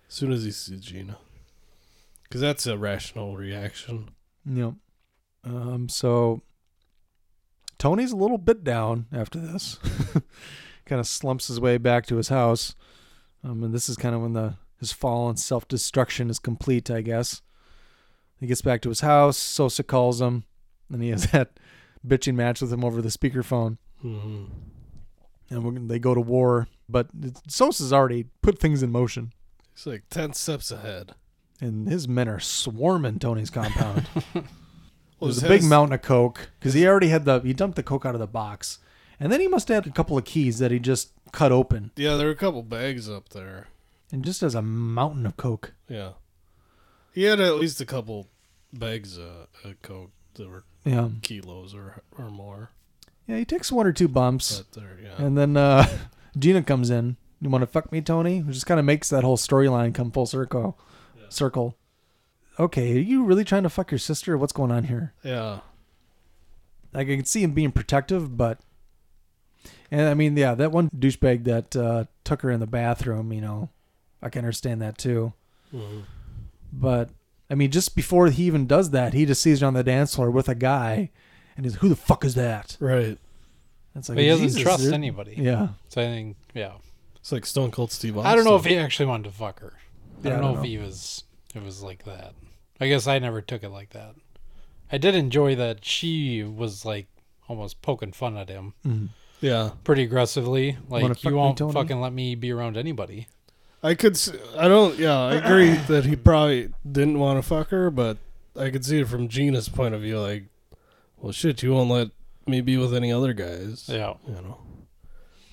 Speaker 9: as soon as he sees Gina, because that's a rational reaction.
Speaker 8: Yep. Um, so Tony's a little bit down after this. kind of slumps his way back to his house. Um, and this is kind of when the his fall and self destruction is complete, I guess. He gets back to his house. Sosa calls him, and he has that bitching match with him over the speakerphone.
Speaker 9: Mhm.
Speaker 8: And we're, gonna- they go to war, but it's- Sosa's already put things in motion,
Speaker 9: He's like ten steps ahead.
Speaker 8: and his men are swarming Tony's compound.
Speaker 9: Well,
Speaker 8: There's
Speaker 9: his
Speaker 8: a big
Speaker 9: head's-
Speaker 8: mountain of coke because he already had the he dumped the coke out of the box, and then he must have had a couple of keys that he just cut open,
Speaker 9: Yeah, there were a couple bags up there.
Speaker 8: and just as a mountain of coke.
Speaker 9: Yeah, he had at least a couple bags of, of coke that were
Speaker 8: Yeah.
Speaker 9: kilos or or more.
Speaker 8: Yeah, he takes one or two bumps,
Speaker 9: But there- yeah.
Speaker 8: and then uh, Gina comes in. You want to fuck me, Tony? Which just kind of makes that whole storyline come full circle. Circle. Okay, are you really trying to fuck your sister? What's going on here?
Speaker 9: Yeah,
Speaker 8: like I can see him being protective, but and I mean, yeah, that one douchebag that uh, took her in the bathroom, you know, I can understand that too.
Speaker 9: Mhm.
Speaker 8: But I mean, just before he even does that, he just sees her on the dance floor with a guy, and he's who the fuck is that?
Speaker 9: Right.
Speaker 8: That's
Speaker 10: but he doesn't
Speaker 8: Jesus,
Speaker 10: trust
Speaker 8: dude.
Speaker 10: anybody.
Speaker 8: Yeah.
Speaker 10: So I think, yeah.
Speaker 9: it's like Stone Cold Steve Austin.
Speaker 10: I don't know if he actually wanted to fuck her. I
Speaker 9: Yeah,
Speaker 10: don't, know, if he was. It was like that. I guess I never took it like that. I did enjoy that she was like almost poking fun at him.
Speaker 9: Mhm. Yeah.
Speaker 10: pretty aggressively. Like
Speaker 9: Wanna fuck
Speaker 10: you
Speaker 9: me,
Speaker 10: won't
Speaker 9: Tony?"
Speaker 10: fucking let me be around anybody.
Speaker 9: I could. s I don't. Yeah, I agree that he probably didn't want to fuck her, but I could see it from Gina's point of view. Like, well, shit, you won't let me be with any other guys.
Speaker 10: Yeah,
Speaker 9: you know.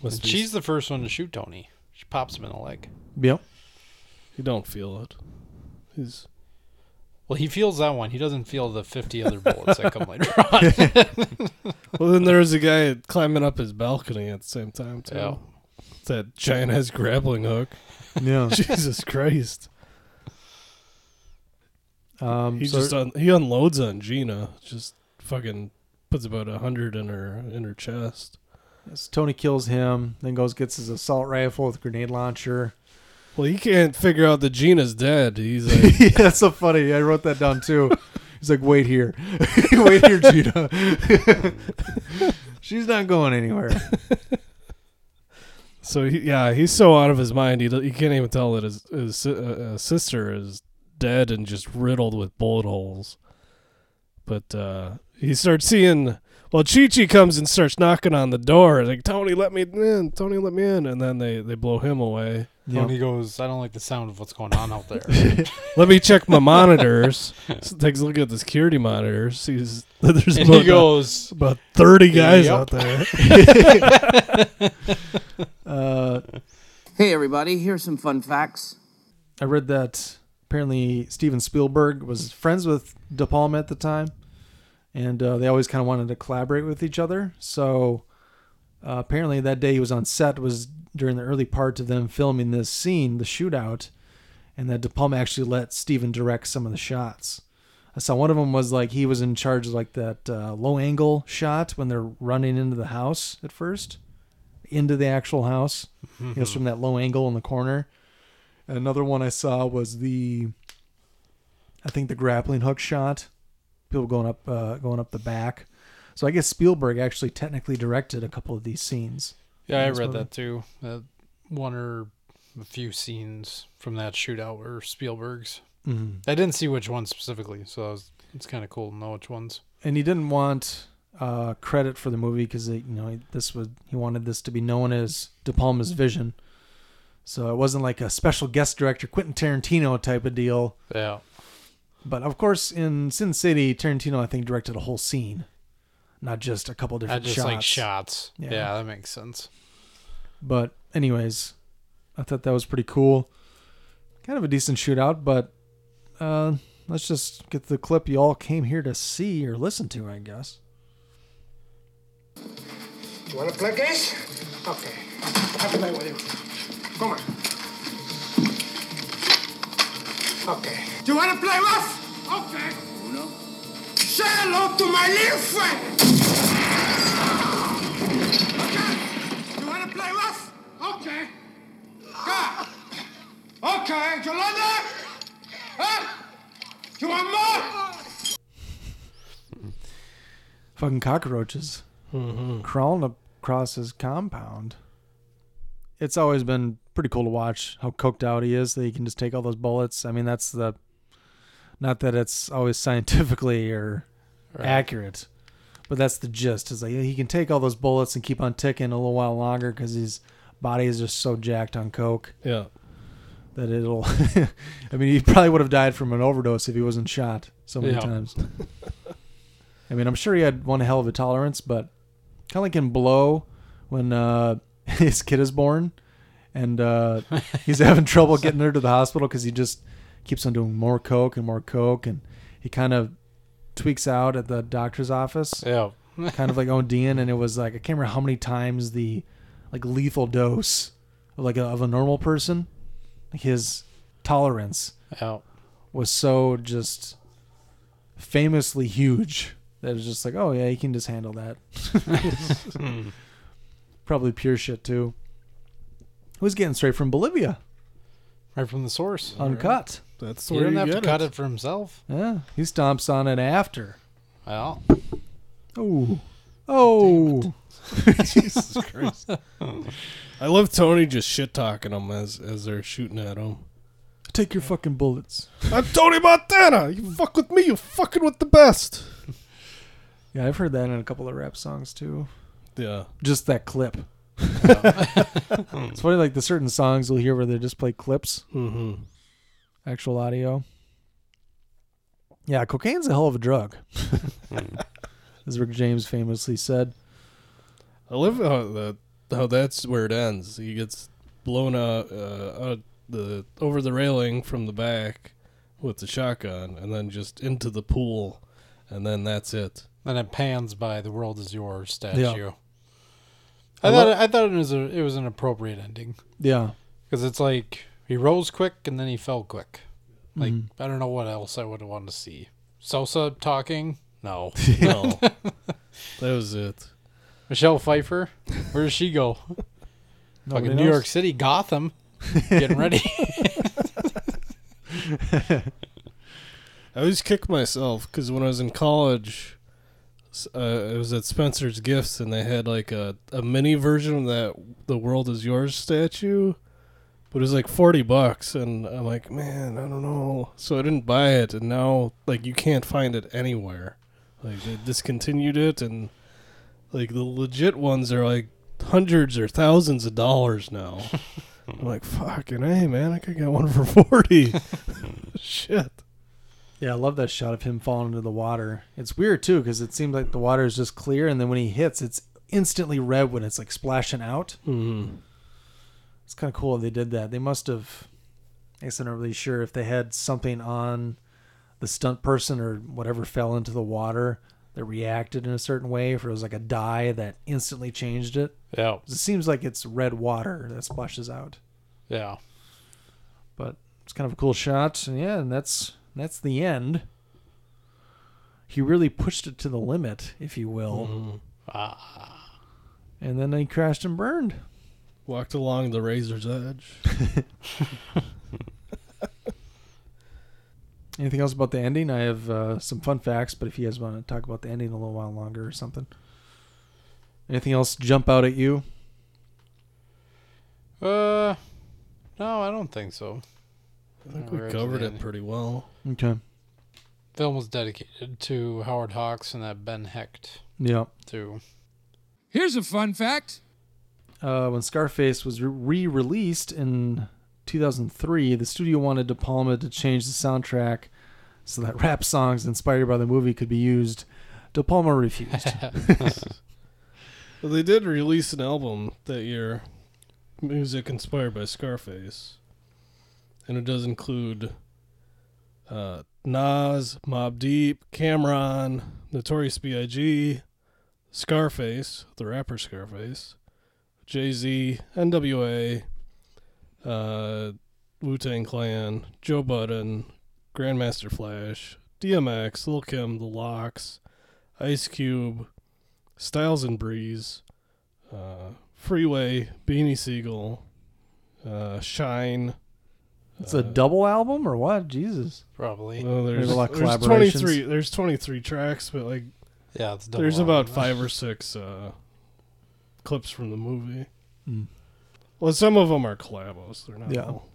Speaker 10: And she's the first one to shoot Tony. She pops him in the leg.
Speaker 8: Yep.
Speaker 9: You don't feel it. He's
Speaker 10: Well, he feels that one. He doesn't feel the fifty other bullets that come later on.
Speaker 9: well, then there was a guy climbing up his balcony at the same time too.
Speaker 10: Yeah.
Speaker 9: That giant ass grappling hook.
Speaker 8: Yeah.
Speaker 9: Jesus Christ.
Speaker 8: Um,
Speaker 9: he
Speaker 8: so-
Speaker 10: uh,
Speaker 9: just un- he unloads on Gina. Just fucking puts about a hundred in her in her chest.
Speaker 8: So Tony kills him, then goes gets his assault rifle with a grenade launcher.
Speaker 9: Well, he can't figure out that Gina's dead. He's like,
Speaker 8: yeah, that's so funny. I wrote that down too. He's like, wait here. wait here, Gina. She's not going anywhere.
Speaker 9: so he, yeah, he's so out of his mind. He, do- he can't even tell that his his si- uh, uh, sister is dead and just riddled with bullet holes. But uh, he starts seeing. Well, Chi Chi comes and starts knocking on the door. Like Tony, let me in. Tony, let me in. And then they they blow him away.
Speaker 10: Tony goes, "I don't like the sound of what's going on out there."
Speaker 9: Let me check my monitors. So takes a look at the security monitors. Sees that there's
Speaker 10: And he
Speaker 9: about, uh,
Speaker 10: goes,
Speaker 9: about thirty guys
Speaker 10: "Yep."
Speaker 9: out there.
Speaker 8: Uh,
Speaker 7: hey, everybody, here's some fun facts.
Speaker 8: I read that apparently Steven Spielberg was friends with De Palma at the time, and uh, they always kind of wanted to collaborate with each other. So uh, apparently that day he was on set was during the early part of them filming this scene, the shootout, and that De Palma actually let Steven direct some of the shots. I saw one of them was like he was in charge of like that uh, low angle shot when they're running into the house at first, into the actual house. It was from that low angle in the corner. Another one I saw was the, I think the grappling hook shot, people going up uh, going up the back. So I guess Spielberg actually technically directed a couple of these scenes.
Speaker 10: Yeah, I
Speaker 8: That's
Speaker 10: read
Speaker 8: what-
Speaker 10: that too. That one or a few scenes from that shootout were Spielberg's.
Speaker 8: Mhm.
Speaker 10: I didn't see which one specifically, so that was, it's kind of cool to know which ones.
Speaker 8: And he didn't want uh, credit for the movie because you know this was he wanted this to be known as De Palma's vision. So it wasn't like a special guest director Quentin Tarantino type of deal.
Speaker 10: Yeah.
Speaker 8: But of course, in Sin City, Tarantino I think directed a whole scene, not just a couple different
Speaker 10: Not just
Speaker 8: shots.
Speaker 10: like shots.
Speaker 8: Yeah.
Speaker 10: Yeah. that makes sense.
Speaker 8: But anyways, I thought that was pretty cool. Kind of a decent shootout, but uh, let's just get the clip you all came here to see or listen to, I guess.
Speaker 15: You want to play games? Okay. I'll play with you. Come on. Okay.
Speaker 3: Do you want to play rough? Okay. Say hello to my little friend. fucker, eh, Jolanda? Huh? You want more?
Speaker 8: Fucking cockroaches crawling across his compound. It's always been pretty cool to watch how coked out he is that he can just take all those bullets. I mean, that's the. Not that it's always scientifically or accurate, but that's the gist. Is like he can take all those bullets and keep on ticking a little while longer because his body is just so jacked on coke.
Speaker 9: Yeah.
Speaker 8: That it'll. I mean, he probably would have died from an overdose if he wasn't shot so many
Speaker 9: Yeah.
Speaker 8: times. I mean, I'm sure he had one hell of a tolerance, but kind of like in Blow, when uh, his kid is born, and uh, he's having trouble getting her to the hospital because he just keeps on doing more coke and more coke, and he kind of tweaks out at the doctor's office.
Speaker 10: Yeah.
Speaker 8: kind of like ODing, and it was like I can't remember how many times the like lethal dose of like a, of a normal person, like his tolerance was so just famously huge that it was just like, oh yeah, he can just handle that. Probably pure shit too. Who's getting straight from Bolivia?
Speaker 10: Right from the source.
Speaker 8: Uh, Uncut.
Speaker 10: That's He didn't have to cut it for himself.
Speaker 8: Yeah, he stomps on it after.
Speaker 10: Well,
Speaker 8: Oh, oh.
Speaker 9: Jesus Christ. I love Tony just shit talking them as as they're shooting at him.
Speaker 8: Take your fucking bullets.
Speaker 9: I'm Tony Montana. You fuck with me, you fucking with the best.
Speaker 8: Yeah, I've heard that in a couple of rap songs too.
Speaker 9: Yeah.
Speaker 8: Just that clip. it's funny, like the certain songs you'll hear where they just play clips,
Speaker 9: mm-hmm.
Speaker 8: actual audio. Yeah, cocaine's a hell of a drug, as Rick James famously said.
Speaker 9: I love how that how that's where it ends. He gets blown out, uh, out the over the railing from the back with the shotgun, and then just into the pool, and then that's it.
Speaker 10: Then it pans by the world is yours statue.
Speaker 9: I
Speaker 10: I thought
Speaker 9: lo-
Speaker 10: I thought it was a, it was an appropriate ending.
Speaker 8: Yeah.
Speaker 10: because it's like he rose quick and then he fell quick. Like
Speaker 9: Mm-hmm.
Speaker 10: I don't know what else I would want to see. Sosa talking? No,
Speaker 9: no, that was it.
Speaker 10: Michelle Pfeiffer, where does she go?
Speaker 9: Nobody
Speaker 10: Fucking New York
Speaker 9: knows.
Speaker 10: City, Gotham, getting ready.
Speaker 9: I always kick myself because when I was in college, s- uh, it was at Spencer's Gifts, and they had like a, a mini version of that "The World Is Yours" statue, but it was like forty bucks, and I'm like, man, I don't know. So I didn't buy it, and now like you can't find it anywhere. Like they discontinued it, and like the legit ones are like hundreds or thousands of dollars now. I'm like, fucking hey, man, I could get one for forty. Shit.
Speaker 8: Yeah, I love that shot of him falling into the water. It's weird too because it seems like the water is just clear, and then when he hits, it's instantly red when it's like splashing out.
Speaker 9: Mm-hmm.
Speaker 8: It's kind of cool they did that. They must have. I guess I'm not really sure if they had something on the stunt person or whatever fell into the water that reacted in a certain way, if it was like a dye that instantly changed it.
Speaker 10: Yeah.
Speaker 8: 'Cause It seems like it's red water that splashes out.
Speaker 10: yeah.
Speaker 8: but it's kind of a cool shot. And yeah, and that's that's the end. He really pushed it to the limit, if you will. And then he crashed and burned.
Speaker 9: Walked along the razor's edge.
Speaker 8: Anything else about the ending? I have uh, some fun facts, but if you guys want to talk about the ending a little while longer or something, anything else jump out at you?
Speaker 10: Uh, no, I don't think so.
Speaker 9: I think we covered it pretty well.
Speaker 8: Okay.
Speaker 10: Film was dedicated to Howard Hawks and that Ben Hecht.
Speaker 8: Yeah.
Speaker 10: Too.
Speaker 1: Here's a fun fact.
Speaker 8: uh, when Scarface was re released in 2003, the studio wanted De Palma to change the soundtrack so that rap songs inspired by the movie could be used. De Palma refused.
Speaker 9: Well, they did release an album that year, music inspired by Scarface, and it does include uh, Nas, Mob Deep, Cameron, Notorious B.I.G., Scarface, the rapper Scarface, Jay Z, N.W.A., uh, Wu Tang Clan, Joe Budden, Grandmaster Flash, DMX, Lil Kim, The Locks, Ice Cube, Styles and Breeze, uh, Freeway, Beanie Siegel, uh, Shine,
Speaker 8: It's a double album or what? Jesus.
Speaker 10: Probably.
Speaker 9: Well, Oh, there's,
Speaker 8: a lot of
Speaker 9: there's
Speaker 8: collaborations.
Speaker 9: 23 there's 23 tracks, but like
Speaker 10: Yeah, it's double
Speaker 9: There's about
Speaker 10: album.
Speaker 9: 5 or 6 uh, clips from the movie.
Speaker 8: Mm.
Speaker 9: Well, some of them are collabos. They're not
Speaker 8: Yeah.
Speaker 9: all.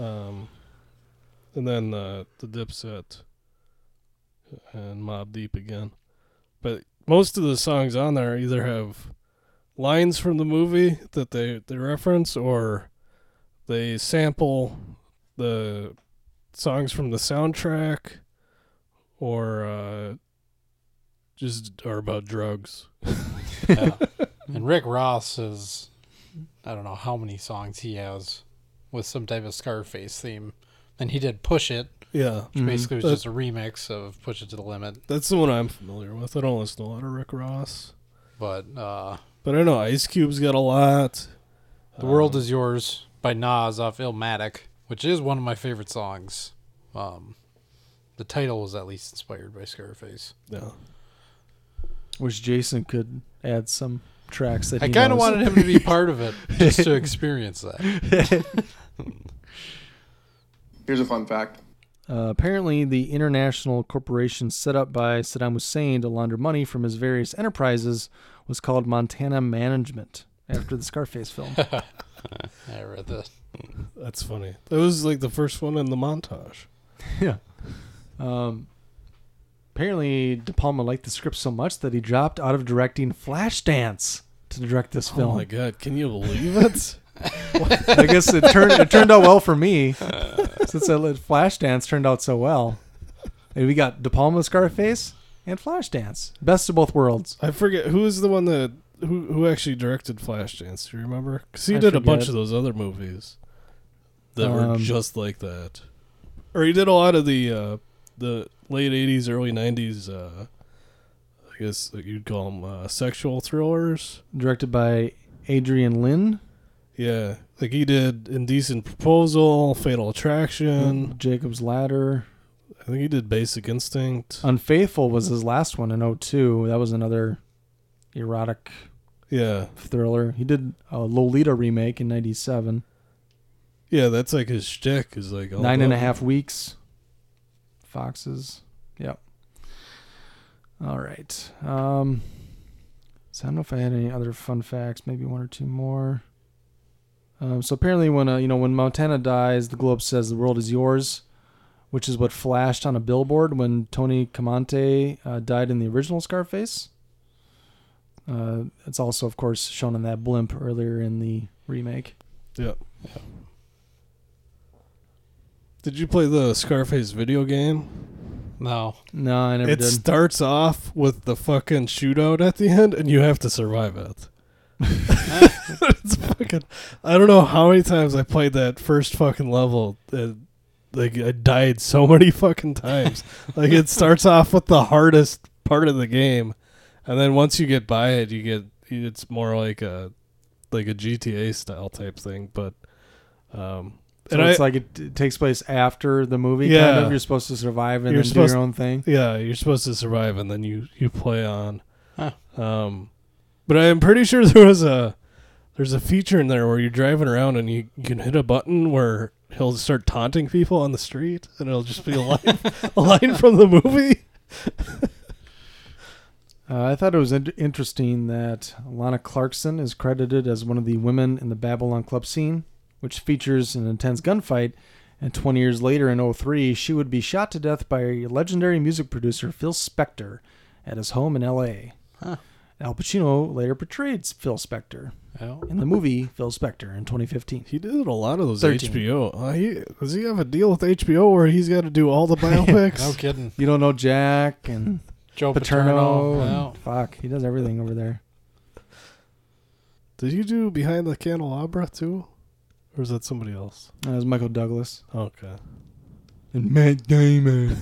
Speaker 9: Um and then uh, the Dipset and Mob Deep again. But most of the songs on there either have lines from the movie that they, they reference or they sample the songs from the soundtrack or uh, just are about drugs.
Speaker 10: yeah. And Rick Ross is, I don't know how many songs he has with some type of Scarface theme. And he did Push It.
Speaker 9: Yeah.
Speaker 10: Which
Speaker 9: Mhm.
Speaker 10: basically was
Speaker 9: That-
Speaker 10: just a remix of Push It to the Limit.
Speaker 9: That's the one I'm familiar with. I don't listen to a lot of Rick Ross.
Speaker 10: But uh,
Speaker 9: But I know Ice Cube's got a lot.
Speaker 8: Um,
Speaker 10: The World Is Yours by Nas off Illmatic, which is one of my favorite songs. Um, the title was at least inspired by Scarface.
Speaker 9: Yeah.
Speaker 8: Wish Jason could add some tracks that
Speaker 10: I
Speaker 8: he
Speaker 10: kind of
Speaker 8: knows.
Speaker 10: wanted him to be part of it just to experience that.
Speaker 20: Here's a fun fact.
Speaker 8: Uh, apparently, the international corporation set up by Saddam Hussein to launder money from his various enterprises was called Montana Management after the Scarface film.
Speaker 10: I read that.
Speaker 9: That's funny. That was like the first one in the montage.
Speaker 8: yeah. Um, apparently, De Palma liked the script so much that he dropped out of directing Flashdance to direct this film.
Speaker 9: Oh my god, can you believe it?
Speaker 8: I guess it turned it turned out well for me since I let Flashdance turned out so well. And we got De Palma Scarface and Flashdance. Best of both worlds.
Speaker 9: I forget who is the one that who who actually directed Flashdance. Do you remember? Because he
Speaker 8: I
Speaker 9: did a bunch
Speaker 8: forget.
Speaker 9: of those other movies that were
Speaker 8: Um,
Speaker 9: just like that, or he did a lot of the uh, the late '80s, early '90s. Uh, I guess like you'd call them uh, sexual thrillers.
Speaker 8: Directed by Adrian Lynn,
Speaker 9: Yeah, like he did Indecent Proposal, Fatal
Speaker 8: Mm-hmm.
Speaker 9: Attraction.
Speaker 8: Jacob's Ladder.
Speaker 9: I think he did Basic Instinct.
Speaker 8: Unfaithful was his last one in 02. That was another erotic
Speaker 9: Yeah.
Speaker 8: thriller. He did a Lolita remake in 97.
Speaker 9: Yeah, that's like his shtick is like all
Speaker 8: Nine and a
Speaker 9: about-
Speaker 8: half weeks. Foxes. Yep. All right. Um, so I don't know if I had any other fun facts. Maybe one or two more. Um, so apparently, when uh, you know when Montana dies, the globe says the world is yours, which is what flashed on a billboard when Tony Camonte uh, died in the original Scarface. Uh, it's also, of course, shown in that blimp earlier in the remake.
Speaker 9: Yeah. Did you play the Scarface video game?
Speaker 10: No.
Speaker 8: No, I never
Speaker 9: it
Speaker 8: did.
Speaker 9: starts off with the fucking shootout at the end, and you have to survive it. it's fucking. I don't know how many times I played that first fucking level. And, like I died so many fucking times. like it starts off with the hardest part of the game, and then once you get by it, you get it's more like a like a GTA style type thing. But um,
Speaker 8: So
Speaker 9: and
Speaker 8: it's
Speaker 9: I-
Speaker 8: like it, it takes place after the movie. Kind of. You're supposed to survive and
Speaker 9: You're
Speaker 8: then do
Speaker 9: supposed-
Speaker 8: your own thing.
Speaker 9: Yeah, you're supposed to survive and then you you play on. Um, but I'm pretty sure there was a there's a feature in there where you're driving around and you, you can hit a button where he'll start taunting people on the street and it'll just be a line, a line from the movie.
Speaker 8: Uh, I thought it was in- interesting that Lana Clarkson is credited as one of the women in the Babylon Club scene, which features an intense gunfight. And 20 years later, in 03, she would be shot to death by legendary music producer Phil Spector at his home in L.A.
Speaker 10: Huh.
Speaker 8: Al Pacino later portrayed Phil Spector
Speaker 10: Oh.
Speaker 8: in the movie Phil Spector in 2015.
Speaker 9: He did a lot of those
Speaker 8: 13.
Speaker 9: HBO. Uh, he, does he have a deal with HBO where he's got to do all the biopics?
Speaker 10: No kidding.
Speaker 8: You don't know Jack and
Speaker 10: Joe
Speaker 8: Paterno.
Speaker 10: Paterno,
Speaker 8: and-
Speaker 10: no.
Speaker 8: Fuck, he does everything over there.
Speaker 9: Did you do Behind the Candelabra too, or is that somebody else?
Speaker 8: Uh, That was Michael Douglas
Speaker 9: Okay.
Speaker 8: and Matt Damon.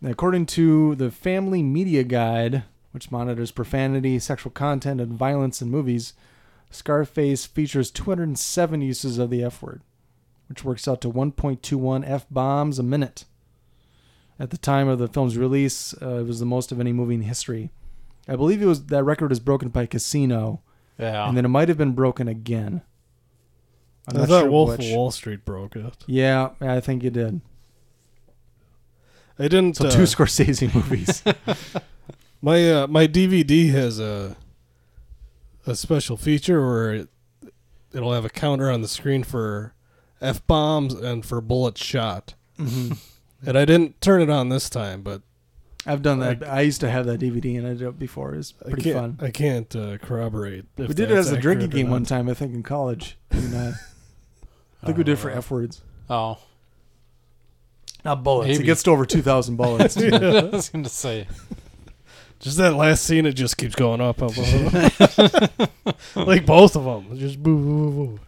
Speaker 8: Now, according to the Family Media Guide, which monitors profanity, sexual content, and violence in movies, Scarface features 207 uses of the F word, which works out to 1.21 F bombs a minute. At the time of the film's release, uh, it was the most of any movie in history. I believe it was that record was broken by Casino,
Speaker 10: Yeah.
Speaker 8: and then it might have been broken again. I'm
Speaker 9: I
Speaker 8: not
Speaker 9: thought
Speaker 8: sure
Speaker 9: Wolf
Speaker 8: which.
Speaker 9: of Wall Street broke it.
Speaker 8: Yeah, I think you did.
Speaker 9: I didn't. uh,
Speaker 8: So two Scorsese movies.
Speaker 9: my uh, my DVD has a a special feature where it, it'll have a counter on the screen for f bombs and for bullets shot.
Speaker 8: Mhm.
Speaker 9: And I didn't turn it on this time, but
Speaker 8: I've done that. I, used to have that DVD and I did it before. It was
Speaker 9: I
Speaker 8: pretty fun.
Speaker 9: can't, I can't uh, corroborate.
Speaker 8: We
Speaker 9: if
Speaker 8: did it
Speaker 9: that's
Speaker 8: as a
Speaker 9: accurate
Speaker 8: drinking
Speaker 9: or
Speaker 8: game one
Speaker 9: not.
Speaker 8: time, I think, in college. And, uh, I think we did it for F words.
Speaker 10: Oh.
Speaker 8: Uh, Not bullets. It
Speaker 10: Maybe.
Speaker 8: gets to over 2,000 bullets.
Speaker 10: Yeah, I was going to say.
Speaker 9: Just that last scene, it just keeps going up, up, up. up. like both of them. Just boo, boo, boo, boo.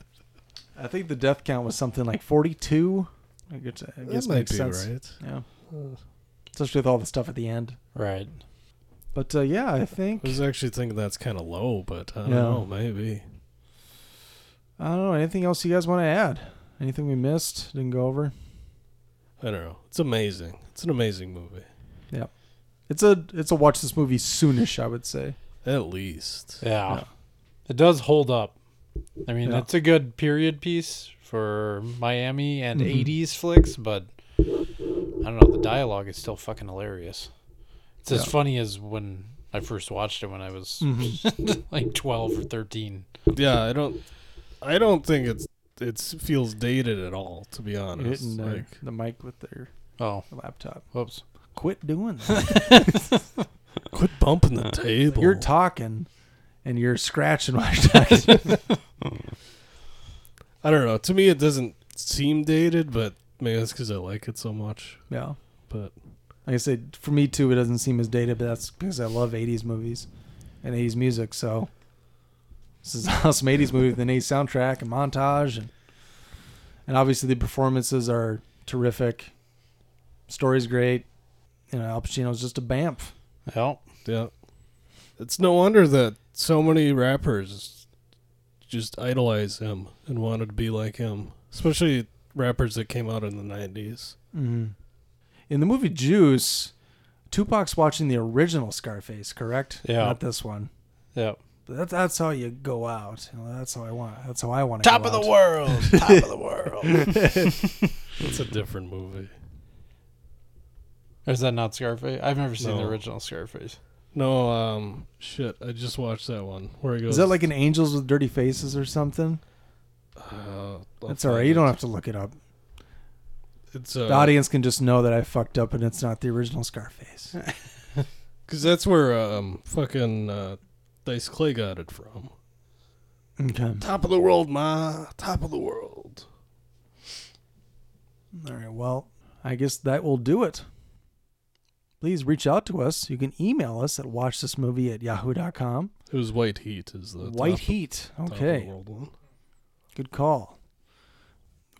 Speaker 8: I think the death count was something like 42. I guess, I
Speaker 9: That
Speaker 8: guess
Speaker 9: might
Speaker 8: makes
Speaker 9: be
Speaker 8: sense.
Speaker 9: right.
Speaker 8: Yeah. Especially with all the stuff at the end.
Speaker 10: Right.
Speaker 8: But uh, yeah, I think.
Speaker 9: I was actually thinking that's kind of low, but I don't
Speaker 8: Yeah.
Speaker 9: know, maybe.
Speaker 8: I don't know. Anything else you guys want to add? Anything we missed? Didn't go over?
Speaker 9: I don't know. It's amazing. It's an amazing movie.
Speaker 8: Yeah. It's a it's a watch this movie soonish, I would say.
Speaker 9: At least.
Speaker 10: Yeah. It does hold up. I mean,
Speaker 8: Yeah.
Speaker 10: it's a good period piece for Miami and
Speaker 8: Mhm.
Speaker 10: 80s flicks, but I don't know. The dialogue is still fucking hilarious. It's as
Speaker 8: Yeah.
Speaker 10: funny as when I first watched it when I was like 12 or 13.
Speaker 9: Yeah, I don't I don't think it's it's feels dated at all, to be
Speaker 8: You're
Speaker 9: honest.
Speaker 8: hitting the,
Speaker 9: Like
Speaker 8: the mic with their
Speaker 10: Oh.
Speaker 8: laptop.
Speaker 10: Whoops.
Speaker 8: Quit doing that.
Speaker 9: Quit bumping the table.
Speaker 8: You're talking and you're scratching while you're talking.
Speaker 9: I don't know. To me it doesn't seem dated, but maybe that's because I like it so much.
Speaker 8: yeah.
Speaker 9: But
Speaker 8: Like I said, for me too, it doesn't seem as dated, but that's because I love 80s movies and 80s music. So this is an awesome 80s movie with an 80s soundtrack and montage. And, and obviously the performances are terrific. Story's great. You know, Al Pacino's just a bamf.
Speaker 10: Yeah.
Speaker 9: yeah. It's no wonder that so many rappers just idolize him and wanted to be like him. Especially rappers that came out in the nineties.
Speaker 8: Mhm. In the movie Juice, Tupac's watching the original Scarface, correct?
Speaker 10: Yeah.
Speaker 8: Not this one.
Speaker 10: Yeah.
Speaker 8: But that, that's how you go out. You know, that's how I want. That's how I want to.
Speaker 10: Top
Speaker 8: go
Speaker 10: of the
Speaker 8: out.
Speaker 10: world. Top of the world.
Speaker 9: That's a different movie.
Speaker 10: Or is that not Scarface? I've never seen
Speaker 9: No.
Speaker 10: the original Scarface.
Speaker 9: No, um, shit. I just watched that one where he goes.
Speaker 8: Is that like an Angels with Dirty Faces or something?
Speaker 9: Uh,
Speaker 8: That's all right. You don't have to look it up.
Speaker 9: It's uh,
Speaker 8: the audience can just know that I fucked up and it's not the original Scarface.
Speaker 9: because that's where um fucking uh, Dice Clay got it from.
Speaker 8: okay.
Speaker 9: Top of the world, ma. Top of the world.
Speaker 8: All right. Well, I guess that will do it. Please reach out to us. You can email us at watchthismovie at yahoo.com.
Speaker 9: It was White Heat. Is the
Speaker 8: White
Speaker 9: top-
Speaker 8: Heat.
Speaker 9: top of the
Speaker 8: Okay.
Speaker 9: world one.
Speaker 8: Good call.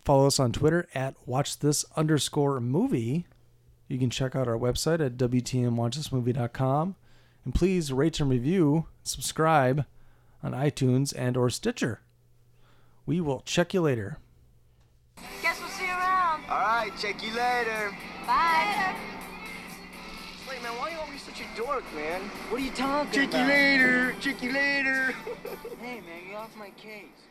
Speaker 8: Follow us on Twitter at watch this underscore movie. You can check out our website at WTMWatchThisMovie.com. And please rate and review, subscribe on iTunes and or Stitcher. We will check you later.
Speaker 2: Guess we'll see you around. All right, check you later. Bye. Wait, man, why are you always such a dork, man? What are you talking
Speaker 13: Check you
Speaker 2: about?
Speaker 13: later. Check you later.
Speaker 2: hey, man, get off my case.